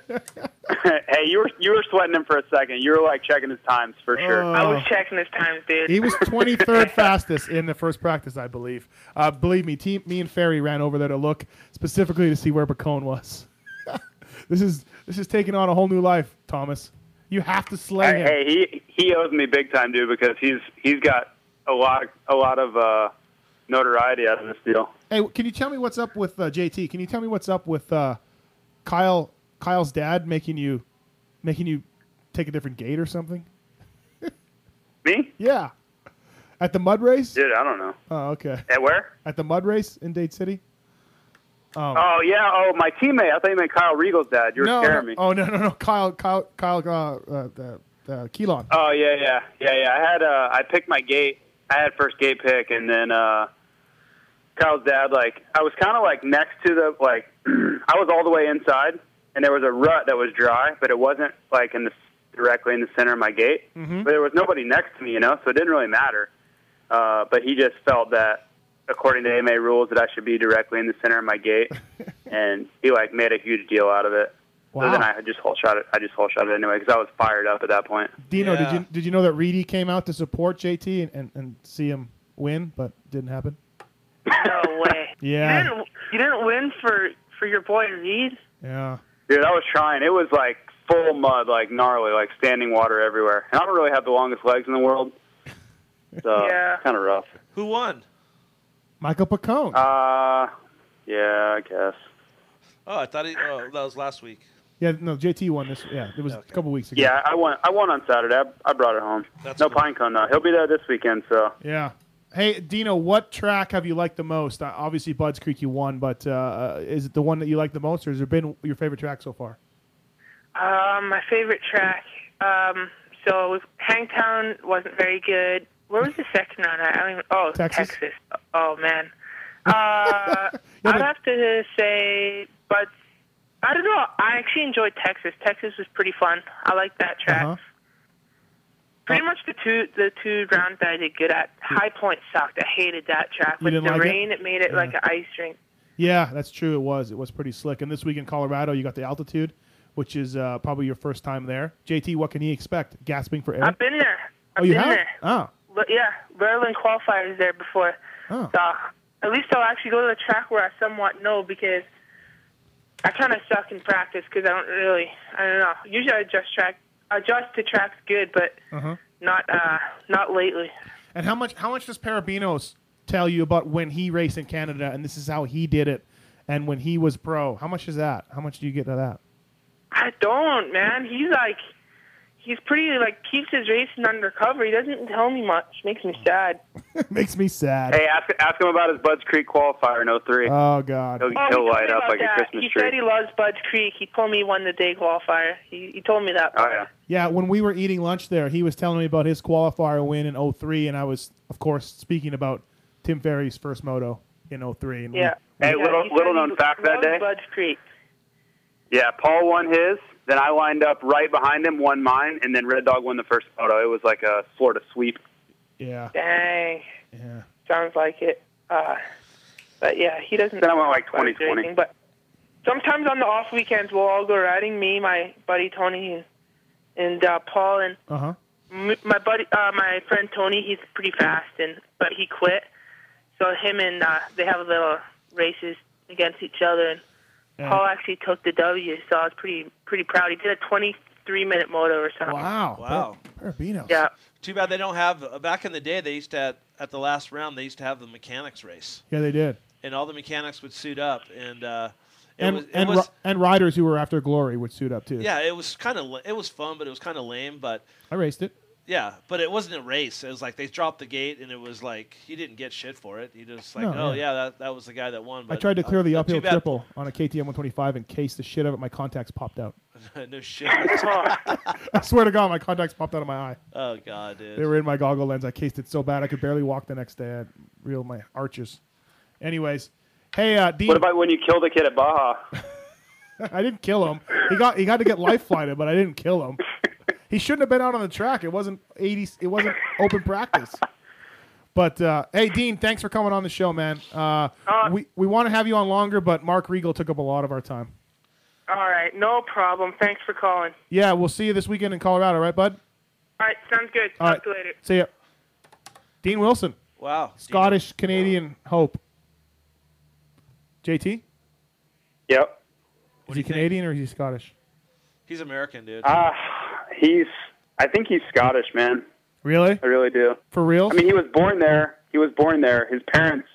L: hey, you were you were sweating him for a second. You were like checking his times for sure.
O: I was checking his times, dude.
D: Oh. He was 23rd fastest in the first practice, I believe. Uh, believe me, team, me and Ferry ran over there to look specifically to see where Bacone was. this is this is taking on a whole new life, Thomas. You have to slay him.
L: Hey, he he owes me big time, dude, because he's he's got a lot a lot of uh, notoriety out of this deal.
D: Hey, can you tell me what's up with uh, JT? Can you tell me what's up with uh, Kyle? Kyle's dad making you, making you take a different gate or something?
L: Me?
D: Yeah. At the mud race?
L: Dude, I don't know.
D: Oh, okay.
L: At where?
D: At the mud race in Dade City. Um,
L: Oh yeah, oh my teammate. I thought you meant Kyle Riegel's dad. You were
D: no,
L: scaring
D: no.
L: me.
D: Oh no, no, no, Kyle, Kyle, Kyle, uh, uh, the, the Keelon.
L: Oh yeah, yeah, yeah, yeah. I had uh, I picked my gate. I had first gate pick, and then uh, Kyle's dad, like I was kind of like next to the like I was all the way inside, and there was a rut that was dry, but it wasn't like in the directly in the center of my gate. But there was nobody next to me, you know, so it didn't really matter. Uh, but he just felt that, according to AMA rules, that I should be directly in the center of my gate, and he like made a huge deal out of it.
D: Wow.
L: So then I just whole shot it. I just whole shot it anyway because I was fired up at that point.
D: Dino, did you did you know that Reedy came out to support JT and, and, and see him win, but didn't happen?
O: No way.
D: Yeah.
O: You didn't, you didn't win for for your boy Reed.
D: Yeah.
L: Dude, I was trying. It was like full mud, like gnarly, like standing water everywhere. And I don't really have the longest legs in the world. So
E: Yeah.
L: kind of rough.
E: Who won?
D: Michael Pacone.
L: Uh yeah, I guess.
E: Oh, I thought he. Oh, that was last week.
D: Yeah, no, JT won this. Yeah, it was a couple weeks ago.
L: Yeah, I won I won on Saturday. I, I brought it home. no pine cone though. He'll be there this weekend, so
D: Yeah. Hey, Dino, what track have you liked the most? Uh, obviously, Bud's Creek you won, but uh, is it the one that you like the most, or has there been your favorite track so far?
O: Um, my favorite track. Um, so it was Hangtown wasn't very good. Where was the second one? I don't even. Oh,
D: Texas?
O: Oh man. Uh, I'd have to say, but I don't know. I actually enjoyed Texas. Texas was pretty fun. I like that track.
D: Uh-huh. Oh.
O: Pretty much the two the two rounds that I did good at. High Point sucked. I hated that track.
D: You
O: With
D: didn't
O: the
D: like it?
O: rain, it? made it
D: Yeah.
O: like an ice rink.
D: Yeah, that's true. It was. It was pretty slick. And this week in Colorado, you got the altitude, which is uh, probably your first time there. JT, what can you expect? Gasping for air?
O: I've been there. I've
D: oh, you
O: been
D: have?
O: there.
D: Oh,
O: But yeah, Berlin qualifiers there before.
D: Oh.
O: So at least I'll actually go to the track where I somewhat know because I kind of suck in practice because I don't really, I don't know. Usually I adjust track, adjust to tracks good, but
D: uh-huh.
O: not uh not lately.
D: And how much how much does Parabinos tell you about when he raced in Canada and this is how he did it and when he was pro? How much is that? How much do you get out of that?
O: I don't, man. He's like, he's pretty like keeps his racing undercover. He doesn't tell me much. Makes me sad.
D: Makes me sad.
L: Hey, ask ask him about his Bud's Creek qualifier in 03.
D: Oh god.
L: He'll,
O: Oh, he
L: he'll
O: told
L: light
O: me
L: up
O: about
L: like
O: that.
L: a Christmas
O: he
L: tree.
O: said he loves Bud's Creek. He told me he won the day qualifier. He, he told me that. Oh
L: yeah.
D: Yeah, when we were eating lunch there, he was telling me about his qualifier win in 03 and I was of course speaking about Tim Ferry's first moto in 03 and we-
O: Yeah.
D: we-
L: Hey, little little known fact that day.
O: Bud's Creek.
L: Yeah, Paul won his. Then I lined up right behind him, won mine, and then Red Dog won the first photo. It was like a Florida sweep.
D: Yeah.
O: Dang.
D: Yeah.
O: Sounds like it. Uh, but yeah, he doesn't.
L: Then I went like
O: Bud's
L: 20-20.
O: or anything, But sometimes on the off weekends, we'll all go riding. Me, my buddy Tony, and, and uh, Paul, and
D: Uh-huh.
O: m- my buddy, uh, my friend Tony. He's pretty fast, and but he quit. So him and uh, they have little races against each other, and
D: Yeah.
O: Paul actually took the W. So I was pretty pretty proud. He did a 23 minute moto or something.
D: Wow.
E: Wow.
D: Parabinos.
O: Yeah.
E: Too bad they don't have. uh, Back in the day, they used to have, at the last round they used to have the mechanics race,
D: Yeah, they did.
E: and all the mechanics would suit up, and uh, it
D: And
E: was, it
D: and
E: was
D: ri- and riders who were after glory would suit up too.
E: yeah, it was kind of it was fun, but it was kind of lame. But
D: I raced it.
E: yeah, but it wasn't a race. It was like they dropped the gate, and it was like he didn't get shit for it. He just like,
D: No,
E: oh
D: yeah.
E: yeah, that, that was the guy that won.
D: I
E: But
D: tried to clear the
E: uh,
D: uphill
E: too bad-
D: triple on a KTM 125 and cased the shit out of it. My contacts popped out.
E: no shit.
D: I swear to God, my contacts popped out of my eye.
E: oh god, dude.
D: They were in my goggle lens. I cased it so bad I could barely walk the next day. I had real my arches. Anyways, hey, uh, Dean,
L: What about when you killed the kid at Baja?
D: I didn't kill him. He got he got to get life flighted, but I didn't kill him. He shouldn't have been out on the track. It wasn't eighty. It wasn't open practice. But uh, hey, Dean, thanks for coming on the show, man. Uh, we we want to have you on longer, but Mark Regal took up a lot of our time.
O: All right, no problem. Thanks for calling.
D: Yeah, we'll see you this weekend in Colorado, right, bud?
O: All right, sounds good.
D: All
O: Talk
D: right.
O: to you later.
D: See ya. Dean Wilson.
E: Wow.
D: Scottish Canadian hope. JT?
L: Yep.
D: Is he Canadian or is he Scottish?
E: He's American, dude.
L: Ah, he's. I think he's Scottish, man.
D: Really?
L: I really do.
D: For real?
L: I mean, he was born there. He was born there. His parents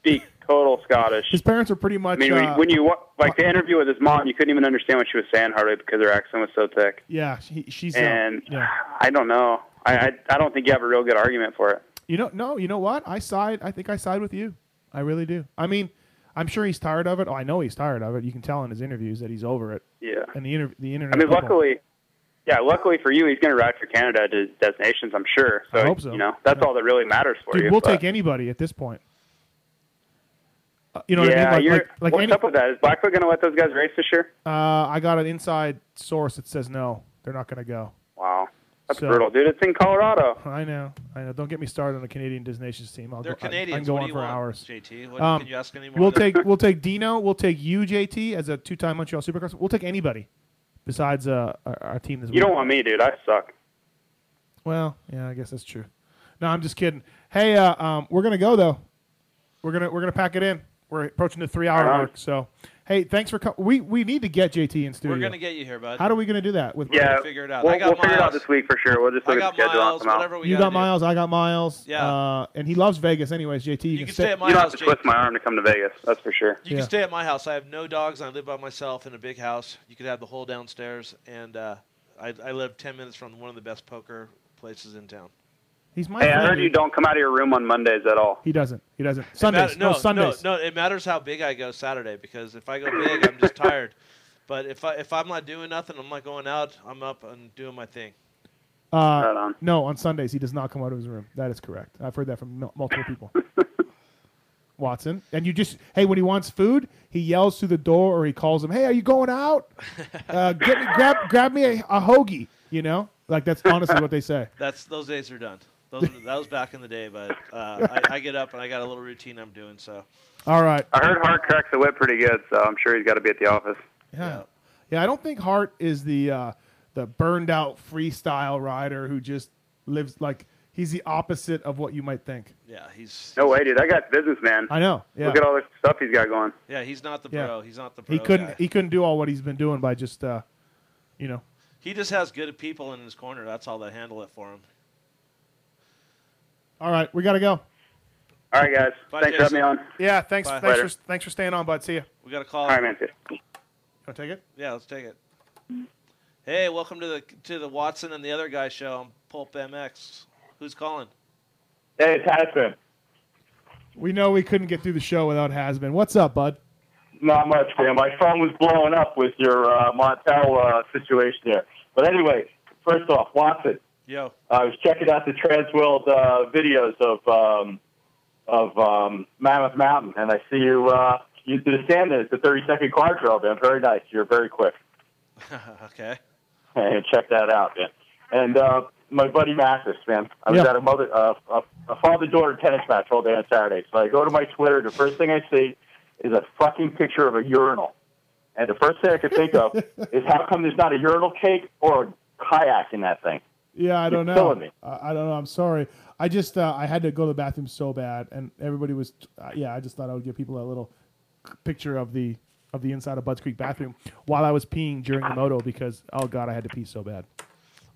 L: speak total Scottish.
D: His parents are pretty much.
L: I mean, when,
D: uh,
L: when you wa- like the interview with his mom, you couldn't even understand what she was saying hardly because her accent was so thick.
D: yeah, she, she's. uh,
L: and
D: yeah.
L: I don't know. I, I I don't think you have a real good argument for it.
D: You know, no, you know what? I side. I think I side with you. I really do. I mean, I'm sure he's tired of it. Oh, I know he's tired of it. You can tell in his interviews that he's over it.
L: Yeah.
D: And the inter- the internet.
L: I mean,
D: people.
L: luckily, yeah, luckily for you, he's going to ride for Canada to his destinations. I'm sure. So,
D: I hope so.
L: You know, that's all that really matters for
D: dude,
L: you.
D: we'll
L: but-
D: take anybody at this point. You know what I mean?
L: yeah,
D: Like-
L: you're,
D: like- like
L: what's
D: any-
L: up with that? Is Blackfoot going to let those guys race this year?
D: Uh, I got an inside source that says no, they're not going to go.
L: Wow, that's
D: So-
L: brutal, dude. It's in Colorado.
D: I know, I know. Don't get me started on the Canadian Disnations team. I'll
E: They're
D: go, I- I, can
E: Canadians.
D: go
E: What
D: on
E: do you
D: for
E: want,
D: hours. Um,
E: JT? What- can you ask any more
D: We'll
E: than-
D: take we'll take Dino. We'll take you, JT, as a two-time Montreal Supercross. We'll take anybody besides uh, our, our team this
L: You don't
D: week.
L: want me, dude. I suck.
D: Well, yeah, I guess that's true. No, I'm just kidding. Hey, uh, um, we're gonna go though. We're gonna we're gonna pack it in. We're approaching the three hour
E: Right on.
D: mark. So, hey, thanks for coming. We we need to get JT in studio.
E: We're gonna get you here, bud.
D: How are we gonna do that? With
E: Yeah. Figure it out.
L: We'll,
E: I got
L: we'll figure it out
E: Miles.
L: this week for sure. We'll just look
E: I
L: at
E: got
L: the schedule
E: Miles,
L: and come out.
E: whatever we
D: you
E: gotta
D: got Miles. I got Miles.
E: Yeah.
D: Uh, and he loves Vegas, anyways. JT, you,
E: can stay at
L: You don't have to
E: Miles,
L: twist my arm to come to Vegas. That's for sure.
E: You
D: Yeah.
E: can stay at my house. I have no dogs. And I live by myself in a big house. You could have the whole downstairs, and uh, I, I live ten minutes from one of the best poker places in town.
D: He's my
L: hey, I
D: friend,
L: heard you
D: dude.
L: don't come out of your room on Mondays at all.
D: He doesn't. He doesn't.
E: It
D: Sundays.
E: matter- no,
D: Sundays.
E: No, no, it matters how big I go Saturday because if I go big, I'm just tired. But if I if I'm not doing nothing, I'm not going out. I'm up and doing my thing.
D: Uh,
E: Right on.
D: No, on Sundays he does not come out of his room. That is correct. I've heard that from mul- multiple people. Watson, and you just hey, when he wants food, he yells through the door or he calls him, "Hey, are you going out? Uh, get me, grab, grab me a, a hoagie." You know, like that's honestly what they say.
E: That's those days are done. Those, that was back in the day, but uh, I, I get up and I got a little routine I'm doing. So
D: All right.
L: I heard Hart cracks the whip pretty good, so I'm sure he's got to be at the office.
D: Yeah. Yeah, I don't think Hart is the uh, the burned out freestyle rider who just lives like he's the opposite of what you might think.
E: yeah, he's
L: No way, dude. That guy's business man.
D: I know, yeah.
L: Look at all this stuff he's got going.
E: yeah, he's not the
D: Yeah.
E: pro. He's not the pro.
D: He couldn't
E: guy.
D: he couldn't do all what he's been doing by just uh, you know,
E: He just has good people in his corner. That's all that handle it for him.
D: all right, we got to go.
L: All right, guys.
E: Bye,
L: thanks for having me
E: Jason.
L: on.
D: Yeah, thanks
E: Bye.
D: thanks
E: Later.
D: for thanks for staying on, bud. See you.
E: We got a call.
L: All right, man.
D: Want to take it?
E: Yeah, let's take it. Hey, welcome to the to the Watson and the other guy show on Pulp MX. Who's calling?
V: Hey, it's Hasbin.
D: We know we couldn't get through the show without Hasbin. What's up, bud?
V: Not much, man. My phone was blowing up with your uh, Montel uh, situation there. But anyway, first off, Watson,
E: Yo.
V: I was checking out the Transworld uh, videos of um, of um, Mammoth Mountain, and I see you uh, you did a stand in at the 30 second car drill, man. Very nice. You're very quick.
E: okay.
V: and check that out, man. And uh, my buddy Mathis, man, I was
Z: Yeah.
V: at a mother uh, a, a father daughter tennis match all day on Saturday. So I go to my Twitter. The first thing I see is a fucking picture of a urinal. And the first thing I could think of is how come there's not a urinal cake or a kayak in that thing?
D: Yeah, I don't
V: You're
D: know.
V: killing me.
D: I, I don't know. I'm sorry. I just uh, I had to go to the bathroom so bad, and everybody was uh, yeah. I just thought I would give people a little c- picture of the of the inside of Bud's Creek bathroom while I was peeing during the moto because oh god, I had to pee so bad.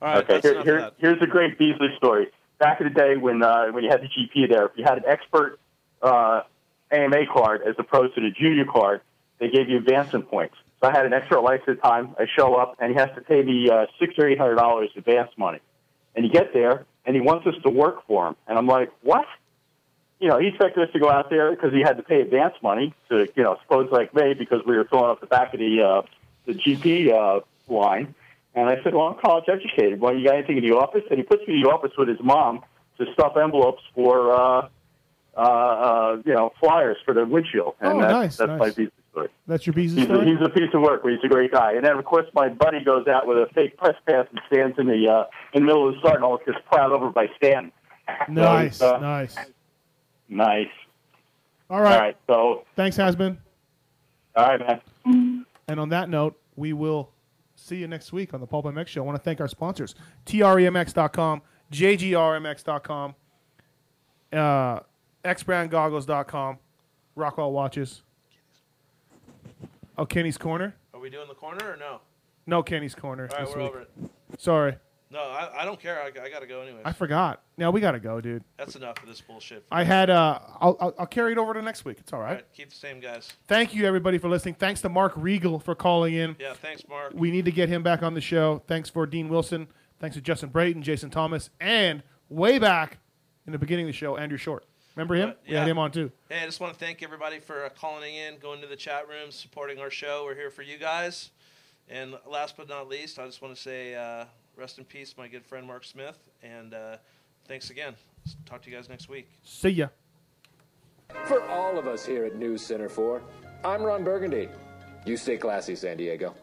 E: All right,
V: okay,
E: that's
V: here,
E: enough
V: here-
E: of that.
V: here's a great Beasley story. Back in the day when uh, when you had the GP there, if you had an expert uh, AMA card as opposed to the junior card, they gave you advancement points. So I had an extra life at the time. I show up, and he has to pay me uh, six or eight hundred dollars advance money. And you get there, and he wants us to work for him. And I'm like, what? You know, he expected us to go out there because he had to pay advance money to, you know, suppose like me because we were filling up the back of the uh, the GP uh, line. And I said, well, I'm college educated. Well, you got anything in the office? And he puts me in the office with his mom to stuff envelopes for, uh, uh, uh, you know, flyers for the windshield. And
D: Oh,
V: that's,
D: nice,
V: that's
D: nice.
V: my piece of story.
D: That's your Beasley
V: He's a,
D: story.
V: he's a piece of work, but he's a great guy. And then, of course, my buddy goes out with a fake press pass and stands in the uh, in the middle of the start and all gets plowed over by Stan.
D: Nice,
V: So, uh,
D: nice.
V: nice.
D: All right.
V: All right, so
D: Thanks, Hasbin.
V: all right, man.
D: And on that note, we will see you next week on the Pulp MX Show. I want to thank our sponsors, E tremx.com, jgrmx.com, uh, xbrandgoggles.com, Rockwell Watches. Oh, Kenny's Corner?
E: Are we doing the corner or no?
D: No, Kenny's Corner.
E: All right,
D: this
E: we're
D: week.
E: over it.
D: Sorry.
E: No, I, I don't care. I, I got to go anyway.
D: I forgot. Now we got to go, dude.
E: That's enough of this bullshit.
D: I had, uh, I'll, I'll, I'll carry it over to next week. It's all
E: All
D: right.
E: right, keep the same guys.
D: Thank you, everybody, for listening. Thanks to Mark Regal for calling in.
E: Yeah, thanks, Mark.
D: We need to get him back on the show. Thanks for Dean Wilson. Thanks to Justin Brayton, Jason Thomas, and way back in the beginning of the show, Andrew Short. Remember him? We had him on too.
E: Hey, I just want to thank everybody for uh, calling in, going to the chat room, supporting our show. We're here for you guys. And last but not least, I just want to say uh, rest in peace, my good friend Mark Smith. And uh, thanks again. Talk to you guys next week.
D: See ya.
J: For all of us here at News Center 4, I'm Ron Burgundy. You stay classy, San Diego.